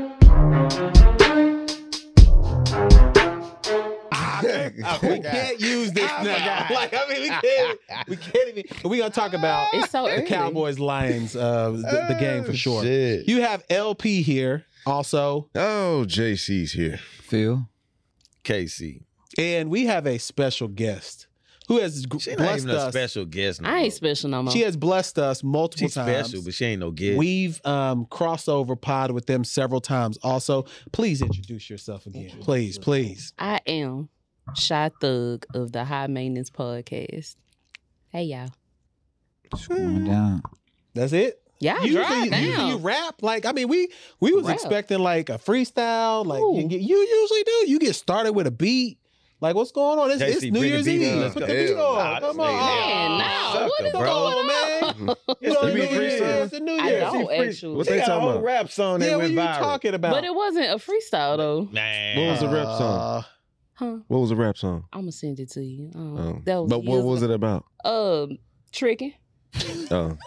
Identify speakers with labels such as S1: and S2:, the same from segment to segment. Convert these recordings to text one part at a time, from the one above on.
S1: Oh
S2: I- we can't use this
S3: I
S2: now.
S3: forgot.
S2: Like I mean, we can't. We can't even. We're gonna talk about
S4: It's so
S2: the
S4: early.
S2: Cowboys Lions, uh, the, the game for
S3: Oh,
S2: sure.
S3: shit.
S2: You have LP here also,
S3: oh, JC's here.
S5: Phil.
S1: KC.
S2: and we have a special guest who has g-
S1: She not
S2: blessed
S1: even a
S2: us.
S1: special guest. No
S4: I
S1: more.
S4: ain't special no more.
S2: She has blessed us multiple
S1: She's
S2: times.
S1: special, but she ain't no guest.
S2: We've um, crossed over pod with them several times. Also, please introduce yourself again, please, please.
S4: I am Shy Thug of the High Maintenance Podcast. Hey y'all.
S5: It's going down.
S2: That's it.
S4: Y'all
S2: usually,
S4: drive
S2: usually
S4: down.
S2: you rap. Like I mean, we we was
S4: Rap.
S2: expecting like a freestyle. Like
S4: Ooh.
S2: you, get- you usually do. You get started with a beat. Like what's going on? It's,
S1: JC,
S2: it's New
S1: bring the
S2: Year's
S1: beat
S2: Eve.
S1: up.
S2: Let's put the
S3: Hell
S2: beat
S1: nah,
S2: on. Come on,
S4: Man,
S1: Oh,
S4: no.
S1: sucker,
S4: what is
S1: bro.
S4: going
S2: man.
S4: on?
S2: You know,
S1: the
S2: it's
S1: beat
S2: New Year's.
S1: freestyle.
S2: It's the New
S4: I
S2: Year's.
S4: don't
S1: free-
S4: actually.
S1: What
S3: They
S1: they
S3: got a
S1: talking
S3: whole
S1: about? rap song
S2: Yeah,
S1: that
S2: what
S1: went
S2: you
S1: viral.
S2: talking about?
S4: But it wasn't a freestyle though.
S1: Man.
S3: What was the rap song?
S2: Uh,
S4: Huh?
S3: What was the rap song?
S4: I'm gonna send it to you. Um,
S3: Oh.
S4: that was
S3: but what was it about?
S4: Um, tricking.
S3: Oh,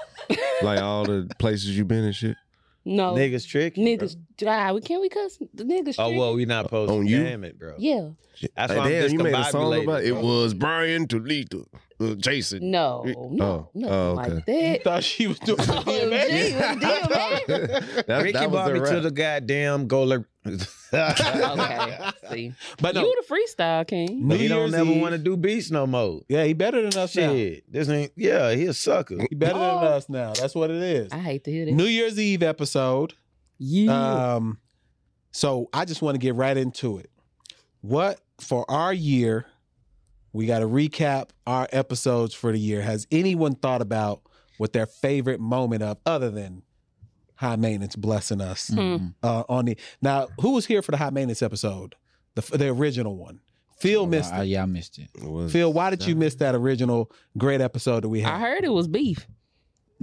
S3: like all the places you've been and shit.
S4: No,
S1: Niggas trick.
S4: Oh. niggas. Ah, we can't we cuss the niggas.
S1: Oh
S4: tricking?
S1: well, we not posting.
S3: On you?
S1: Damn it, bro.
S4: Yeah.
S1: That's
S3: Like,
S1: why I'm
S3: damn, you made a song
S1: discombobulated,
S3: about it
S1: bro.
S3: was Brian Toledo, uh, Jason.
S4: No,
S3: It-
S4: no,
S3: oh,
S4: nothing
S3: oh,
S4: like
S2: you
S4: that.
S2: thought she was doing the
S4: Oh,
S2: DMX?
S4: gee, with DMX?
S3: that,
S1: Ricky
S3: that was
S1: brought
S3: the
S1: me
S3: rap.
S1: to the goddamn goaler.
S4: okay, see,
S2: But no,
S4: you the freestyle king.
S2: New
S1: he don't
S2: Year's
S1: never
S2: Eve.
S1: want to do beats no more.
S2: yeah, he better than us now.
S1: Shit, this ain't. Yeah, he a sucker.
S2: He better
S4: Oh.
S2: than us now. That's what it is.
S4: I hate to hear that.
S2: New Year's Eve episode.
S4: yeah,
S2: Um, so I just want to get right into it. What for our year? We got to recap our episodes for the year. Has anyone thought about what their favorite moment of other than high maintenance blessing us
S5: Mhm.
S2: uh, on the now? Who was here for the high maintenance episode, the the original one? Phil missed.
S5: Oh,
S2: it.
S5: yeah, I missed it.
S3: It was-
S2: Phil, why did you miss that original great episode that we had?
S4: I heard it was beef.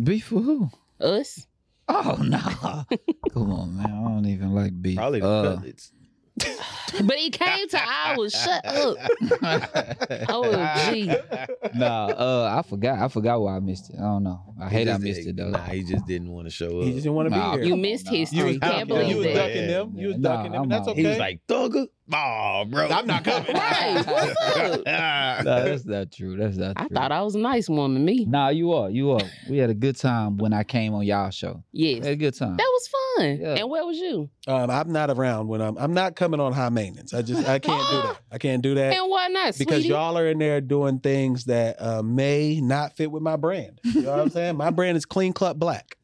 S5: Beef for who?
S4: Us.
S5: Oh no! Come on, man. I don't even like beef.
S1: Probably the
S5: Uh,
S1: cutlets.
S4: But he came to ours. Shut up. OMG.
S5: nah, uh, I forgot. I forgot why I missed it. I don't know. I
S1: He
S5: hate I
S1: just-
S5: missed it though.
S1: Nah, he just didn't want to show up.
S2: He just didn't want to
S5: Nah,
S2: be here.
S4: You
S5: come
S4: missed
S5: on, nah.
S4: history.
S2: You-
S4: Can't
S1: you-
S4: believe
S1: you was
S4: that.
S1: ducking
S2: them. You was
S5: Nah,
S2: ducking them, and
S5: I'm
S2: that's
S5: out.
S2: okay.
S1: He was like, "Thugger, oh, bro,
S2: I'm not coming.
S4: Right. What's up?
S5: Nah, that's not true. That's not
S4: I
S5: true.
S4: thought I was a nice woman. Me.
S5: Nah, you are. You are. We had a good time when I came on y'all show. We
S4: Yes.
S5: had a
S4: That
S5: good time.
S4: was fun.
S5: Yeah.
S4: And where was you?
S2: Um, I'm not around when I'm. I'm not coming on high maintenance. I just I can't do that. I can't do that
S4: And why not,
S2: because
S4: sweetie?
S2: y'all are in there doing things that uh, may not fit with my brand. You know what I'm saying? My brand is clean cut black.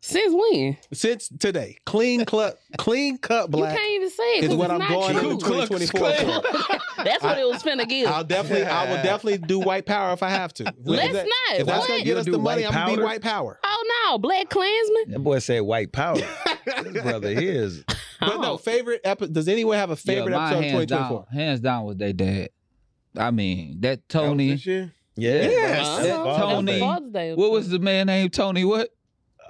S4: Since when?
S2: Since today, clean cut, clean cut
S4: You
S2: black
S4: can't even say it.
S2: is
S4: 'cause
S2: what
S4: it's
S2: I'm
S4: not
S2: going
S4: you.
S2: into 2024. for.
S4: That's what it was finna give.
S2: I'll definitely, I will definitely do white power if I have to. If
S4: Let's
S2: that-
S4: not.
S2: If that's gonna
S4: What?
S2: get us
S1: You'll
S2: the
S1: do
S2: money, I'm
S1: white
S2: gonna be
S1: powder?
S2: white power.
S4: Oh no, Black Klansman.
S1: That boy said white power. This brother his.
S2: But no,
S4: Oh.
S2: favorite episode. Does anyone have a favorite
S5: yeah, mine
S2: episode of
S5: hands
S2: 2024?
S5: down. Hands down was they dad. I mean that
S3: That was
S5: Tony.
S3: this year?
S1: Yeah.
S2: Yes.
S1: bro.
S4: Uh-huh.
S1: That's
S5: That
S1: Father's
S5: Tony.
S1: Day.
S4: Father's Day.
S5: What was the man named Tony? What?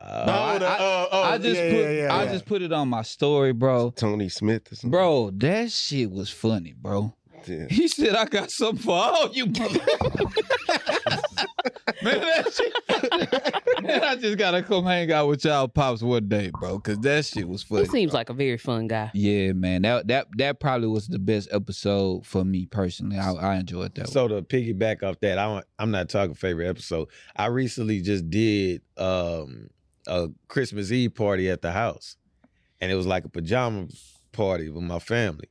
S1: Uh,
S5: No, I- I-
S2: uh, oh,
S5: I just
S2: yeah,
S5: put
S2: yeah, yeah,
S5: I
S2: yeah.
S5: just put it on my story, bro.
S3: Tony Smith or something.
S5: Bro, that shit was funny, bro.
S3: Yeah.
S5: He said, "I got something for all you." motherfuckers." man, that shit. man, I just gotta come hang out with y'all pops one day, bro, because that shit was funny.
S4: He seems like a very fun guy.
S5: yeah, man, that that that probably was the best episode for me personally. I, I enjoyed that.
S1: So to piggyback off that, I don't, I'm not talking favorite episode. I recently just did um, a Christmas Eve party at the house, and it was like a pajama party with my family.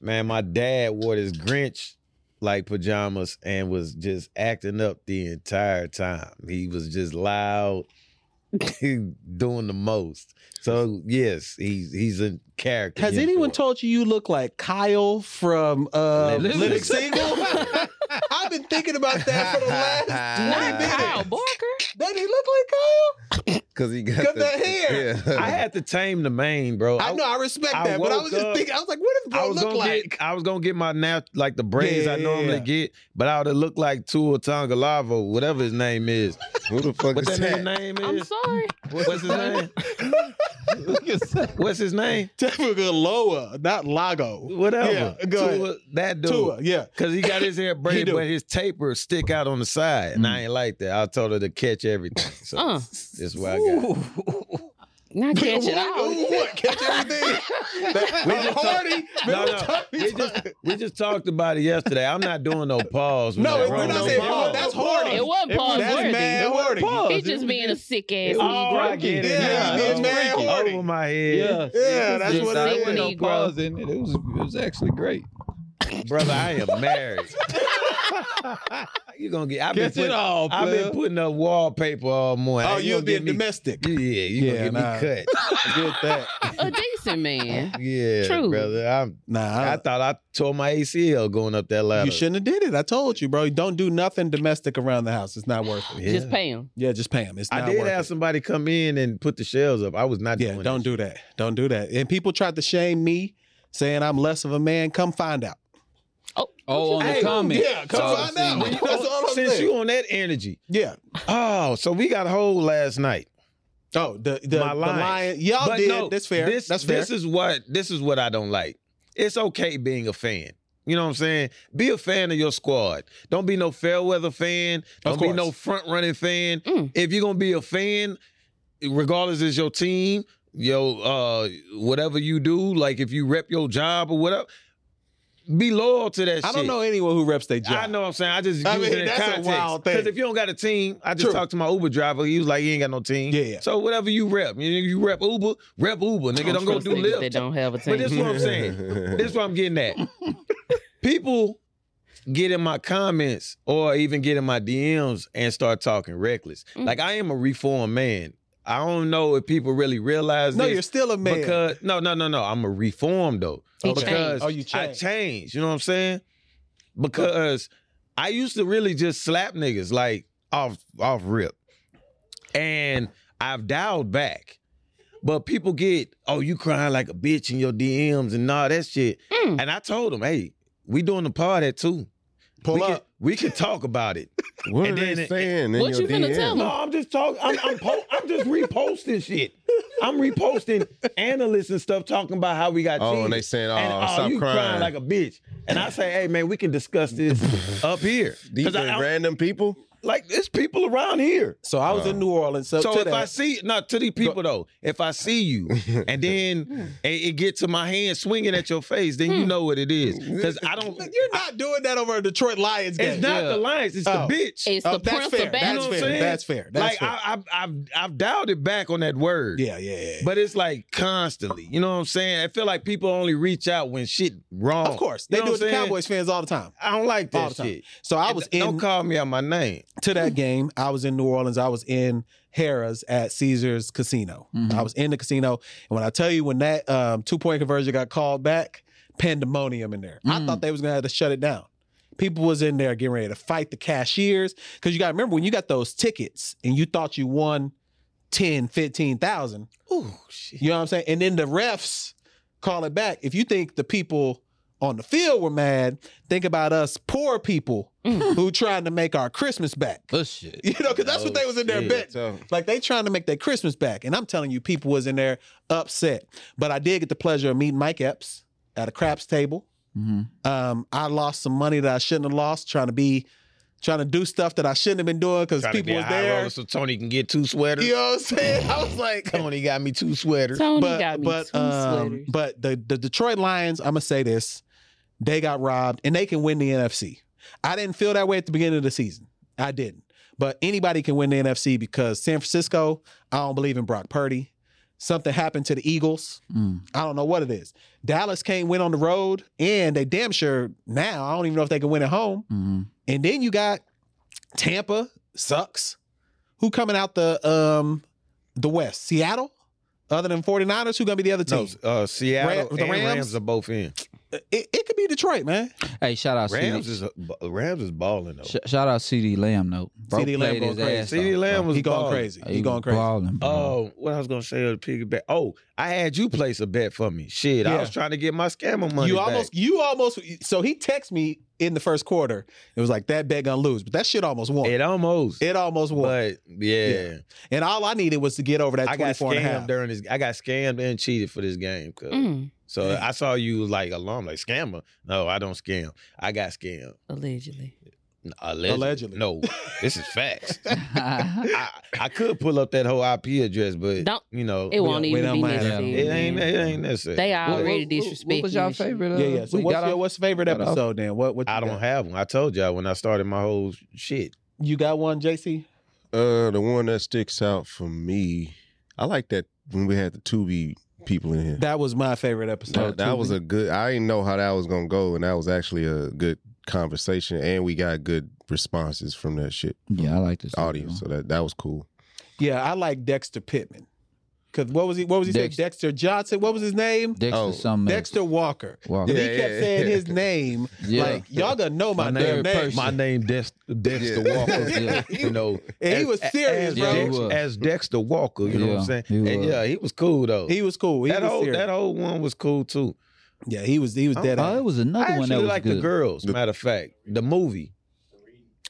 S1: Man, my dad wore this Grinch like pajamas and was just acting up the entire time. He was just loud, doing the most. So yes, he's he's a character.
S2: Has
S1: yeah,
S2: anyone
S1: sure.
S2: told you you look like Kyle from uh,
S5: Living
S2: Living
S5: Single?
S2: Single? I've been thinking about that for the last.
S3: Uh,
S4: Not
S2: did it.
S4: Kyle Barker.
S2: Does he look like Kyle?
S3: Cause he got,
S2: Got
S3: the,
S2: that hair.
S3: Yeah.
S1: I had to tame the mane, bro.
S2: I know I respect
S1: I
S2: that, but I was
S1: woke
S2: just
S1: up-
S2: thinking. I was like, what does
S1: I
S2: bro
S1: was
S2: look
S1: gonna
S2: like?
S1: get, I was gonna get my nap like the braids I
S2: Yeah.
S1: normally get, but I would have looked like Tua Tongalavo, whatever his name is.
S3: Who the fuck
S1: What
S3: is
S1: that
S3: that?
S1: nigga name
S4: I'm
S1: is?
S4: sorry.
S1: What's his name?
S5: Look
S1: What's his name?
S2: Definitely Loa, not Lago.
S1: Whatever.
S2: Yeah, go
S1: Tua, that dude.
S2: Tua, yeah.
S1: Cause he Mm. got his hair braided,
S2: do.
S1: but his taper stick out on the side, and I ain't like that. I told her to catch everything, so
S4: Uh.
S1: that's why I got. it.
S4: Not catch it
S2: What?
S4: all.
S2: What? Catch everything. That,
S1: We
S2: I'm
S1: just talk-
S2: horny.
S1: No,
S2: Remember
S1: no.
S2: Tommy
S1: We just, we just talked about it yesterday. I'm not doing no pause. with
S2: No,
S1: that
S2: it- we're
S1: wrong.
S2: not
S1: No
S2: saying
S1: pause.
S2: pause. That's horny.
S4: It wasn't
S5: It was-
S4: Paul
S2: That's
S4: Worthy.
S2: mad oh,
S5: It
S2: horny.
S5: was.
S4: He's just being a sick ass
S1: It was
S5: Oh, I
S4: Negro.
S5: right. get
S1: freaky.
S5: it.
S2: Yeah,
S1: it
S2: it's mad
S1: freaky.
S2: horny.
S1: Over my head.
S5: Yeah,
S2: Yeah, that's
S1: what I
S5: There was no
S4: Negro.
S5: pause in it. It was, it was actually great.
S1: Brother, I am married. you gonna get? I've been,
S5: Catch it
S1: putting,
S5: all,
S1: I've been
S5: player.
S1: putting up wallpaper all morning.
S2: Oh,
S1: Ain't
S2: you'll
S1: gonna
S2: be
S1: get me-
S2: domestic.
S1: Yeah, you
S2: Yeah,
S1: gonna get
S2: nah.
S1: me
S2: Get that.
S4: A decent man.
S1: cut? Yeah,
S4: True.
S1: brother. I'm,
S2: Nah,
S1: I thought I tore my ACL going up that ladder.
S2: You shouldn't have did it. I told you, bro. Don't do nothing domestic around the house. It's not worth it.
S1: Yeah.
S4: Just pay him.
S2: Yeah, just pay him. It's not
S1: I did
S2: worth
S1: have
S2: it.
S1: somebody come in and put the shelves up. I was not
S2: Yeah,
S1: doing.
S2: don't
S1: that.
S2: do that. Don't do that. And people tried to shame me, saying I'm less of a man. Come find out.
S5: Oh, on
S1: Hey,
S5: the comment.
S2: yeah, come
S5: Oh,
S2: find
S5: see.
S2: out. That's all I'm
S1: Since
S2: saying.
S1: you on that energy,
S2: Yeah.
S1: oh, so we got hold last night.
S2: Oh, the the,
S1: My
S2: the
S1: lines.
S2: lion. Y'all
S1: But
S2: did.
S1: no,
S2: That's fair.
S1: This,
S2: That's fair.
S1: This is what this is what I don't like. It's okay being a fan. You know what I'm saying? Be a fan of your squad. Don't be no fair weather fan. Don't be
S2: course.
S1: no front running fan.
S4: Mm.
S1: If you're gonna be a fan, regardless is your team, your uh whatever you do, like if you rep your job or whatever, be loyal to that
S2: I
S1: shit.
S2: don't know anyone who reps their job.
S1: I know what I'm saying. I just
S2: I
S1: use
S2: mean,
S1: it in
S2: that's a
S1: context.
S2: wild thing.
S1: Because if you don't got a team, I just
S2: True.
S1: talked to my Uber driver. He was like, "He ain't got no team."
S2: Yeah, yeah.
S1: So whatever you rep, you, you rep Uber, rep Uber, nigga. Don't go
S4: Trust
S1: do
S4: niggas
S1: Lyft.
S4: That don't have a team.
S1: But this is what I'm saying. this is what I'm getting at. People get in my comments or even get in my DMs and start talking reckless.
S4: Mm.
S1: Like I am a reformed man. I don't know if people really realize
S2: No,
S1: this
S2: you're still a man.
S1: because no, no, no, no. I'm a reform though.
S4: He
S1: Because
S2: changed. Oh, you
S1: I
S2: changed.
S1: changed. You know what I'm saying? Because I used to really just slap niggas like off off rip, and I've dialed back. But people get, oh, you crying like a bitch in your DMs and all that shit.
S4: Mm.
S1: And I told them, hey, we doing the part at two.
S2: Pull
S1: we
S2: up.
S1: Can, we can talk about it.
S3: What are
S1: And
S3: they
S1: then it-
S3: saying in
S4: What
S3: your
S4: you finna
S3: DM?
S4: tell 'em?
S1: No, I'm just talking. I'm I'm, po- I'm just reposting shit. I'm reposting analysts and stuff talking about how we got.
S3: Oh, and they
S1: cheated.
S3: saying, oh,
S1: And,
S3: stop
S1: you crying.
S3: crying.
S1: like a bitch. And I say, hey man, we can discuss this up here.
S3: These
S1: 'Cause I-
S3: been
S1: I-
S3: random people.
S1: like there's people around here.
S2: So I was in New Orleans. So,
S1: So
S2: to
S1: if
S2: that,
S1: I see not to these people though, if I see you and
S2: Hmm.
S1: then it, it get to my hand swinging at your face, then you know what it is. Because I don't.
S2: you're not doing that over a Detroit Lions game.
S1: It's not
S2: Yeah.
S1: the lions. It's
S2: Oh.
S1: the bitch.
S4: It's
S2: Oh,
S4: the
S2: that's
S4: Prince
S2: fair.
S4: of Bad.
S2: That's
S1: You know what
S2: fair.
S1: I'm saying?
S2: That's fair. That's
S1: like
S2: fair.
S1: I, I, I've I've dialed it back on that word.
S2: yeah, yeah, yeah.
S1: But it's like constantly. You know what I'm saying? I feel like people only reach out when shit wrong.
S2: of course,
S1: You
S2: they
S1: know
S2: do it
S1: what
S2: to
S1: I'm saying?
S2: Cowboys fans all the time.
S1: I don't like
S2: All
S1: that
S2: the time.
S1: shit.
S2: So I was
S1: Don't
S2: in
S1: call me out my name.
S2: to that game. I was in New Orleans. I was in Harrah's at Caesar's Casino. I was in the casino, and when I tell you when that um, two point conversion got called back, pandemonium in there. I
S5: Mm.
S2: thought they was gonna have to shut it down. People was in there getting ready to fight the cashiers because you got to remember when you got those tickets and you thought you won 10, 15,000,
S1: Ooh, shit.
S2: You know what I'm saying? And then the refs call it back. If you think the people on the field were mad, think about us poor people who trying to make our Christmas back.
S5: This shit.
S2: You know, because that's what they was in there
S1: Oh, shit.
S2: betting.
S3: So,
S2: Like they trying to make their Christmas back. And I'm telling you, people was in there upset. But I did get the pleasure of meeting Mike Epps at a craps table.
S5: Mhm.
S2: Um, I lost some money that I shouldn't have lost trying to be trying to do stuff that I shouldn't have been doing because
S1: Trying to be
S2: people
S1: a
S2: was
S1: high
S2: there.
S1: roller so Tony can get two sweaters.
S2: You know what I'm saying? I was like,
S1: Tony got me two sweaters.
S4: Tony
S2: but
S4: got me
S2: but
S4: two
S2: um,
S4: sweaters.
S2: but the the Detroit Lions, I'm gonna say this, they got robbed and they can win the NFC. I didn't feel that way at the beginning of the season. I didn't. But anybody can win the NFC because San Francisco, I don't believe in Brock Purdy. Something happened to the Eagles.
S5: Mm.
S2: I don't know what it is. Dallas can't win on the road, and they damn sure now. I don't even know if they can win at home.
S5: Mhm.
S2: And then you got Tampa sucks. Who coming out the um the West? Seattle? Other than 49ers, who gonna be the other
S1: No,
S2: team?
S1: uh, Seattle
S2: Ra- the
S1: and
S2: Rams?
S1: Rams? are both in.
S2: It, it could be Detroit, man.
S5: Hey, shout out
S1: Rams
S5: CD.
S1: is a, Rams is balling though.
S5: Sh- shout out CD Lamb though. Bro
S2: CD Lamb
S5: played
S2: going
S5: his
S2: crazy.
S5: ass
S1: CD
S5: off,
S1: Lamb
S5: bro.
S1: was
S2: He going
S1: balling.
S2: crazy. He,
S5: was
S2: going crazy.
S5: balling, bro.
S1: Oh, what I was gonna say was piggyback. Oh, I had you place a bet for me. Shit,
S2: Yeah.
S1: I was trying to get my scammer money.
S2: you
S1: back.
S2: almost you almost so he texted me in the first quarter. It was like that bet gonna lose, but that shit almost won. It,
S1: it almost.
S2: almost won.
S1: but yeah.
S2: and all I needed was to get over that
S1: I got
S2: 24
S1: scammed
S2: and a half.
S1: during this. I got scammed and cheated for this game. cuz.
S4: Mm,
S1: So I saw you was like alarm, like scammer. No, I don't scam. I got scammed.
S4: allegedly.
S1: Allegedly.
S2: Allegedly.
S1: No, this is facts. I, I could pull up that whole IP address, but
S4: Don't-
S1: you know,
S4: it won't
S2: we
S4: even
S2: don't
S4: be
S2: mind.
S4: necessary.
S1: it ain't
S4: man.
S1: it ain't necessary.
S4: They are
S1: What-
S4: already
S5: What was
S4: disrespecting
S5: y'all
S4: and shit.
S5: favorite? Uh,
S2: yeah, yeah. So
S5: we
S2: what's
S5: got
S2: your what's favorite
S5: got off.
S2: episode then? What what you
S1: I don't
S2: got?
S1: have one. I told y'all when I started my whole shit.
S2: You got one, JC?
S3: Uh, the one that sticks out for me, I like that when we had the Tubi people in here.
S2: That was my favorite
S3: That,
S2: episode.
S3: that was a good. I didn't know how that was gonna go, and that was actually a good conversation, and we got good responses from that shit
S5: yeah, I like this
S3: audience. Oh, So that that was cool.
S2: Yeah, I like Dexter Pittman. Cause what was he? What was he? Dexter,
S5: Dexter-
S2: Dexter Johnson. What was his name?
S5: Dexter
S3: Oh,
S5: something.
S2: Dexter Walker.
S5: Walker.
S2: He
S3: Yeah,
S2: kept
S3: yeah,
S2: saying
S3: yeah.
S2: his name.
S5: Yeah.
S2: Like y'all gonna know my,
S5: My
S2: damn
S5: third
S2: name.
S5: person.
S1: My name Dex, Dexter
S3: Yeah.
S1: Walker.
S5: Yeah.
S1: You know,
S2: And he was serious,
S1: as,
S5: bro. Yeah, he
S1: Dex-
S5: was.
S1: as Dexter Walker, you know what I'm
S5: Yeah,
S1: saying?
S5: he
S1: And
S5: was.
S1: yeah, he was cool though.
S2: He was cool. He
S1: that
S2: was
S1: old
S2: serious.
S1: that old one was cool too.
S2: yeah, he was. He was dead.
S5: oh,
S2: on.
S5: it was
S1: I
S5: another one that
S1: actually
S5: was
S1: like
S5: good.
S1: the girls. Matter of fact, the movie.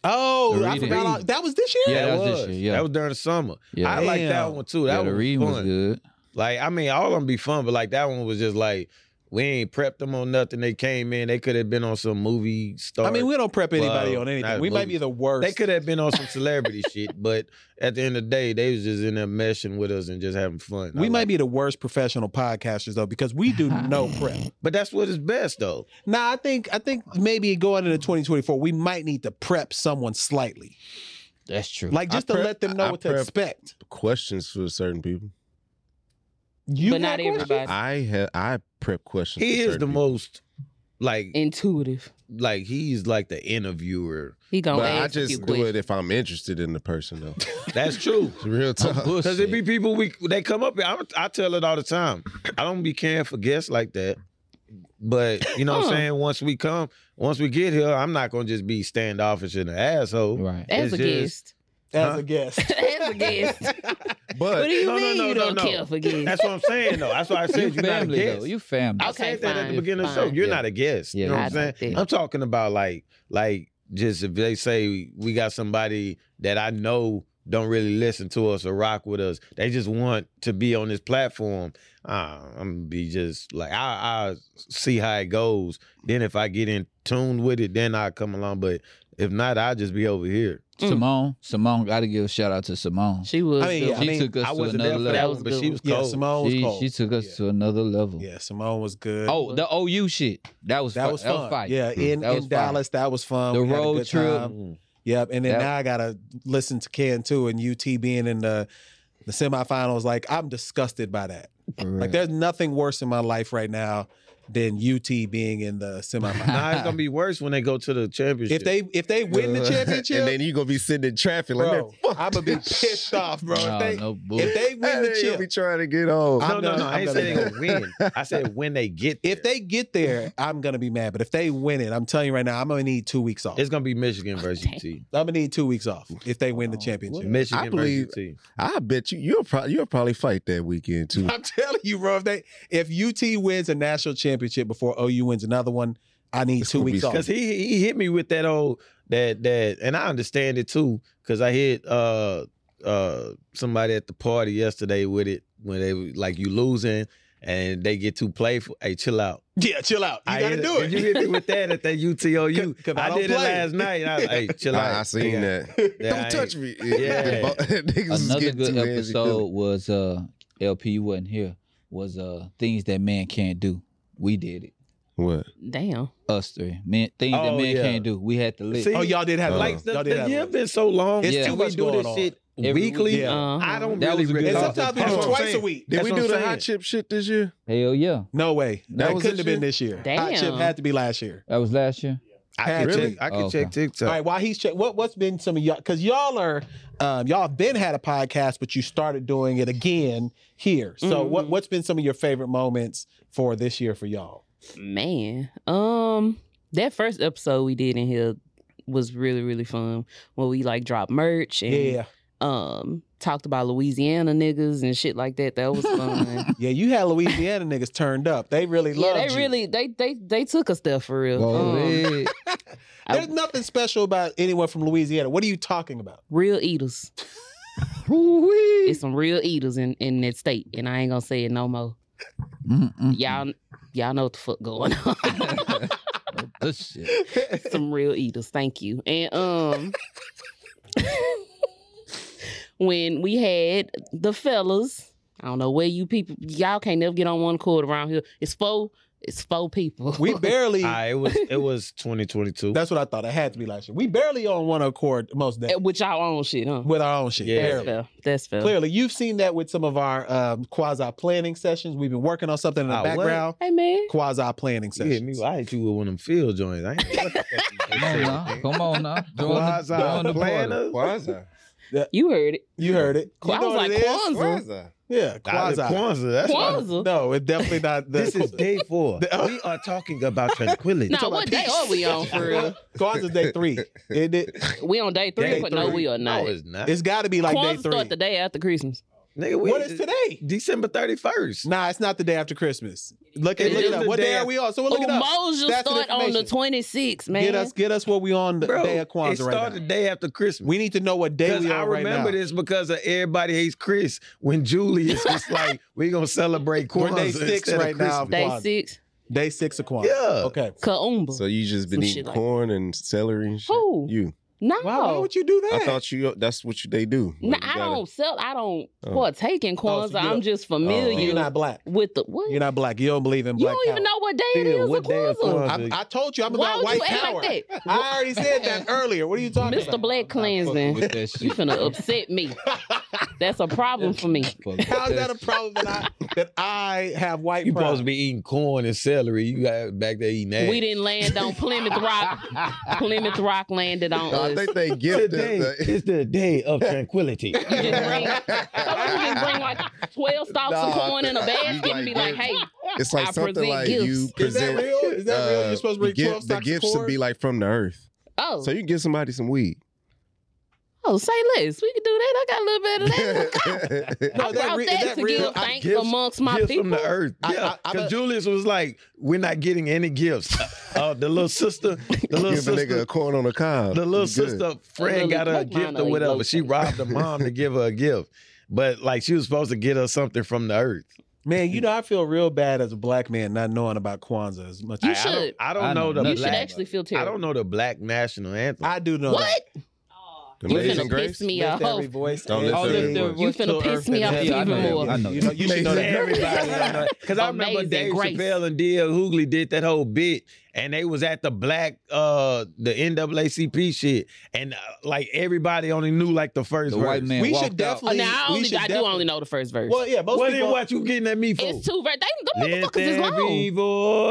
S2: Oh,
S5: The
S2: I
S5: reading.
S2: forgot. all- that was this year.
S5: Yeah, that was this year, yeah.
S1: that was during the summer.
S5: Yeah,
S1: I like that
S2: Damn.
S1: one too. That
S5: yeah, the
S1: was
S5: reading
S1: fun.
S5: was good.
S1: Like I mean, all of them be fun, but like that one was just like we ain't prepped them on nothing. They came in. They could have been on some movie star.
S2: I mean, we don't prep anybody
S1: Well,
S2: on anything.
S1: not
S2: We might
S1: movies.
S2: be the worst.
S1: they could have been on some celebrity shit, but at the end of the day, they was just in there meshing with us and just having fun.
S2: we
S1: I
S2: might
S1: like-
S2: be the worst professional podcasters though, because we do no prep.
S1: but that's what is best though.
S2: Now, I think I think maybe going into 2024, we might need to prep someone slightly,
S5: That's true.
S2: like just
S3: I
S2: to
S3: prep-
S2: let them know
S3: I
S2: what to
S3: prep-
S2: expect.
S3: Questions for certain people.
S2: You
S4: But not
S2: got questions?
S4: everybody.
S3: I have I prep questions.
S1: He
S3: for
S1: is
S3: certain
S1: the
S3: people.
S1: most like
S4: Intuitive.
S1: like he's like the interviewer.
S4: He gonna
S3: But I
S4: ask
S3: just
S4: you
S3: do it
S4: questions.
S3: if I'm interested in the person though.
S1: That's true.
S3: It's real talk.
S1: Cause it be people we they come up. here. I'm, I tell it all the time. I don't be caring for guests like that. But you know what I'm
S4: Huh.
S1: saying. Once we come, once we get here, I'm not gonna just be standoffish and an asshole.
S5: right.
S4: As a
S1: it's just-
S4: guest.
S2: as
S1: Huh?
S2: a guest.
S4: As a guest. What
S3: But
S4: do you
S1: No, no,
S4: mean
S1: no,
S4: you
S1: no,
S4: don't
S1: no.
S4: care for gays?
S1: That's what I'm saying though. That's why I
S5: You
S1: said you're not a
S5: family
S1: guest.
S5: though. You family.
S1: I said that at the
S4: fine,
S1: beginning of the show.
S4: fine.
S1: You're
S5: Yeah.
S1: not a guest.
S5: Yeah,
S1: You know what
S4: I
S1: I'm saying?
S4: like that.
S1: I'm talking about like like just if they say we got somebody that I know don't really listen to us or rock with us. They just want to be on this platform. Uh, I'm gonna be just like I I see how it goes. Then if I get in tune with it, then I come along. But if not, I'll just be over here.
S4: Mm.
S5: Simone. Simone. Got to give a shout out to Simone. She,
S4: She was.
S2: I mean,
S4: the-
S2: yeah, I mean,
S5: took us
S1: I
S5: to
S1: wasn't there
S5: another
S1: for
S5: level.
S1: that
S4: That
S1: one,
S4: was
S1: but
S4: good
S1: she
S4: one.
S1: was
S2: Yeah,
S1: cold.
S2: Simone was
S5: She,
S2: cold.
S5: she took us
S2: yeah.
S5: to another level.
S2: Yeah, Simone was good.
S5: Oh, the OU shit. That was
S2: that
S5: fu-
S2: was
S5: That
S2: fun.
S5: fire.
S2: yeah, in,
S5: That was
S2: in
S5: fire.
S2: Dallas, that was fun.
S5: The
S2: We had a
S5: road
S2: good
S5: trip.
S2: time. Yep, and then
S5: That-
S2: now I gotta listen to Ken too, and UT being in the the semifinals. Like I'm disgusted by that.
S5: For real.
S2: Like there's nothing worse in my life right now than UT being in the semifinals.
S1: Now it's gonna be worse when they go to the championship.
S2: if they if they win
S5: Uh,
S2: the championship,
S3: and then you gonna be sitting in traffic like,
S2: bro,
S3: man, fuck
S2: I'm gonna be pissed off, bro.
S5: Nah,
S2: if they
S5: no bull.
S2: if they win
S3: Hey,
S2: the
S3: you be
S2: chip,
S3: trying to get on.
S2: I'm
S1: no, no,
S2: gonna-
S1: no. I
S2: I'm
S1: ain't
S2: gonna-
S1: saying they gonna win. I said when they get there.
S2: if they get there, I'm gonna be mad. But if they win it, I'm telling you right now, I'm gonna need two weeks off.
S1: it's gonna be Michigan versus
S4: Damn.
S1: UT.
S2: I'm gonna need two weeks off if they
S1: Oh,
S2: win the championship.
S1: Michigan
S3: I believe-
S1: versus UT.
S3: I bet you you'll probably you'll probably fight that weekend too.
S2: I'm telling you, bro. If they if UT wins a national championship before OU wins another one, I need
S3: It's
S2: two
S3: gonna be
S2: weeks off.
S1: Cause he he hit me with that old that that and I understand it too. Cause I hit uh uh somebody at the party yesterday with it when they were like you losing and they get too playful. Hey, chill out.
S2: Yeah, chill out. You
S1: I
S2: gotta
S1: hit
S2: do it.
S1: You hit me with that at that UTOU.
S2: 'Cause- 'cause I
S1: I,
S2: don't
S1: did it
S2: play.
S1: last night. And I was like, hey, chill out.
S3: I, I seen that. Don't touch me.
S1: Yeah.
S3: Niggas was
S5: Another
S3: getting
S5: good
S3: too antsy,
S5: episode
S3: too.
S5: was uh LP you wasn't here was uh things that man can't do. We did it.
S3: What?
S4: Damn.
S5: Us three. Man things that
S1: Oh,
S5: man
S1: yeah.
S5: can't do. We had to live.
S1: See,
S2: Oh, y'all did have it.
S1: like
S2: y'all
S1: the,
S2: did
S1: the
S2: have
S1: year
S2: it.
S1: been so long.
S2: It's
S1: and
S5: too
S1: we
S2: much
S1: do
S2: going
S1: this
S2: on.
S1: shit
S5: Every week.
S1: weekly.
S2: Yeah.
S4: Uh-huh.
S1: I don't
S5: That
S1: really
S5: was a good
S2: And
S1: recall.
S5: concept.
S2: sometimes we
S1: That's
S2: do
S1: what I'm
S2: twice a
S1: saying.
S2: week.
S3: Did
S1: That's
S3: we
S1: what
S3: do
S1: I'm
S3: the
S1: saying.
S3: hot chip shit this year?
S5: Hell yeah.
S2: No way.
S3: That
S2: That
S3: was
S2: couldn't
S3: this
S2: have been
S3: year?
S2: this year. Hot
S4: Damn.
S2: chip had to be last year.
S5: That was last year.
S1: I can
S2: Really?
S1: check. I can
S5: Oh,
S1: check TikTok.
S2: All right, while he's check, what what's been some of y'all? Because y'all are, um, y'all have been had a podcast, but you started doing it again here. So what
S4: Mhm.
S2: what's been some of your favorite moments for this year for y'all?
S4: Man. Um that first episode we did in here was really, really fun. When we like dropped merch and
S2: Yeah,
S4: um talked about Louisiana niggas and shit like that. That was fun.
S2: yeah, you had Louisiana niggas turned up. They really
S4: yeah,
S2: loved
S4: they
S2: you.
S4: really they they they took us there for real.
S5: Go
S4: Um,
S5: ahead.
S4: I-
S2: There's nothing special about anyone from Louisiana. What are you talking about?
S4: real eaters. It's some real eaters in in that state, and I ain't gonna say it no more.
S5: Mm-mm.
S4: Y'all y'all know what the fuck going on.
S5: Good shit.
S4: some real eaters. Thank you. And um when we had the fellas, I don't know where you people y'all can't never get on one chord around here. It's four it's four people.
S2: We barely.
S1: Ah, it was it was 2022.
S2: that's what I thought. It had to be last year. We barely on one accord most days
S4: with y'all own shit, huh?
S2: with our own shit.
S1: Yeah.
S2: Barely.
S4: That's fair. That's fair.
S2: Clearly, you've seen that with some of our um, quasi planning sessions. We've been working on something in the
S1: Ah, what?
S2: background.
S4: Hey man.
S2: Quasi planning
S1: you hit
S2: sessions.
S1: me. I hit you with one of them field joints. I ain't know what the fuck you
S5: Come
S1: said.
S5: on now. Come on now. Join the, join
S1: Quasi
S5: the party.
S1: planners.
S3: Kwanzaa.
S4: You heard it.
S2: You heard it. You
S4: I
S2: know
S4: was
S2: what
S4: like,
S2: it is?
S4: Kwanzaa.
S3: Kwanzaa.
S2: Yeah,
S1: Nah, the
S2: quasi.
S1: Kwanzaa. That's why-
S4: Kwanzaa.
S2: No, it's definitely not. The, uh,
S1: This is day four. we are talking about tranquility.
S4: No, what day are we on for real?
S2: Kwanzaa's day three. It, it,
S4: We on day three,
S1: Day
S4: but no,
S1: three.
S4: we are not.
S1: No, it's not.
S2: it's got to be like
S4: Kwanzaa
S2: day three.
S4: start the day after Christmas.
S1: Nigga, we
S2: what is today?
S1: December 31st.
S2: Nah, it's not the day after Christmas. Look
S1: It
S2: at look
S1: is
S2: it up.
S1: the
S2: What
S1: day
S2: day are
S1: after-
S2: we on? So we'll look it up.
S4: Umoja
S2: That's the
S4: start on the
S2: information.
S4: 26th, Oh, man.
S2: Get us get us what we on the day of
S1: it
S2: Kwanzaa right
S1: started
S2: now.
S1: the day after Christmas.
S2: We need to know what day
S1: because
S2: we
S1: I
S2: are right now.
S1: remember this because of everybody hates Chris when Julius was like, "We're gonna celebrate
S2: We're
S1: Kwanzaa
S2: day six
S1: instead of
S2: right now.
S1: Christmas."
S4: day
S2: Kwanzaa.
S4: six.
S2: Day six of Kwanzaa.
S1: Yeah.
S2: Okay.
S4: Kaumba.
S3: So you just been
S4: Some
S3: eating
S4: shit like-
S3: corn and celery and shit?
S4: Who?
S3: You.
S4: no.
S2: Why, why would you do that?
S3: I thought you that's what you, they do.
S4: No,
S3: Like, you
S4: I
S3: gotta-
S4: don't sell. I don't
S3: Oh.
S4: partake in
S2: Oh,
S4: Kwanzaa.
S2: so you
S4: I'm
S2: don't-
S4: just
S3: Oh.
S4: familiar
S2: you're not black.
S4: with the what.
S2: You're not black. You don't believe in
S4: you
S2: black.
S4: don't even
S2: power.
S4: know what day it
S1: Damn,
S4: is
S1: what
S4: of
S1: day of
S4: Kwanzaa.
S1: Kwanzaa?
S2: I'm- I told you I'm
S4: Why
S2: about
S4: would
S2: white
S4: you act
S2: power.
S4: like that?
S2: I already said that earlier. What are you talking
S4: Mr.
S2: about?
S4: Black
S5: Fucking
S4: cleansing.
S5: with that shit.
S4: You finna upset me. That's a problem for me.
S5: Fuck with
S2: How's that a
S5: shit.
S2: problem that I that I have white
S1: You
S2: pride?
S1: supposed to be eating corn and celery. You got back there eating ass.
S4: We didn't land on Plymouth Rock. Plymouth Rock landed on
S3: I
S4: us.
S3: think they give
S1: Today
S3: them
S1: is the day of tranquility.
S4: You just bring, so you just bring like twelve stalks of
S3: Nah.
S4: corn in a basket and be
S3: You
S4: like,
S3: like,
S4: "Hey,
S3: It's like
S4: I
S3: something
S4: present
S3: like
S4: gifts.
S3: you
S4: Is
S2: Is that
S3: present.
S2: real? Is that real? You're supposed to
S3: uh,
S2: bring twelve
S3: the gift- The
S2: stocks of
S3: gifts should
S2: corn.
S3: be like from the earth.
S4: oh,
S3: So you can give somebody some weed.
S4: oh, say less. We can do that. I got a little bit of that.
S2: No,
S4: I
S2: that
S4: brought
S2: re-
S4: that,
S2: is that
S4: to
S2: real?
S4: give
S2: I-
S4: thanks
S1: gifts-
S4: amongst my
S1: gifts
S4: people.
S1: from the earth.
S2: I-
S1: Yeah,
S2: I- I
S1: because
S2: bet-
S1: Julius was like, "We're not getting any gifts." Uh, the little sister, the little
S3: give a nigga
S1: sister,
S3: a corn on a cob.
S1: the little
S3: You good.
S1: sister, Fran
S4: little-
S1: got her a
S4: like mine
S1: gift
S4: are
S1: or whatever.
S4: loafers.
S1: She robbed her mom to give her a gift, but like she was supposed to get her something from the earth.
S2: Man, you know, I feel real bad as a black man not knowing about Kwanzaa as much.
S4: You
S1: I-
S2: as
S1: I don't-
S4: should.
S1: I don't,
S5: I
S1: know
S5: know
S1: the
S4: you
S5: nothing
S4: should
S1: black.
S5: about
S4: actually feel
S1: I
S4: terrible.
S1: don't know the black national anthem.
S2: I do know.
S4: What? oh.
S3: The
S4: You
S3: Amazing
S4: finna
S3: Grace.
S4: piss me
S2: That.
S4: off.
S2: Lift every voice.
S3: Don't
S2: and
S3: lift
S2: every
S3: every
S2: word.
S3: voice.
S4: You finna piss me off
S5: Yeah, I
S4: even
S5: know that. I
S4: more.
S5: know
S2: You know,
S5: that.
S2: you should know that.
S1: Everybody, because I remember
S4: Amazing
S1: Dave
S4: Grace.
S1: Chappelle and D.L. Hughley did that whole bit, and they was at the black, uh, the NAACP shit, and uh, like everybody only knew like the first
S5: The
S1: verse.
S5: white man
S2: We
S5: walked
S2: should
S5: out.
S2: definitely-
S4: Oh, now I,
S2: We
S4: only,
S2: should
S4: I do
S2: definitely-
S4: only know the first verse.
S2: Well, yeah, most
S1: What
S2: people.
S1: then? What you getting at me for?
S4: it's two verse. They, the
S1: Let
S4: motherfuckers is
S1: there be
S4: long.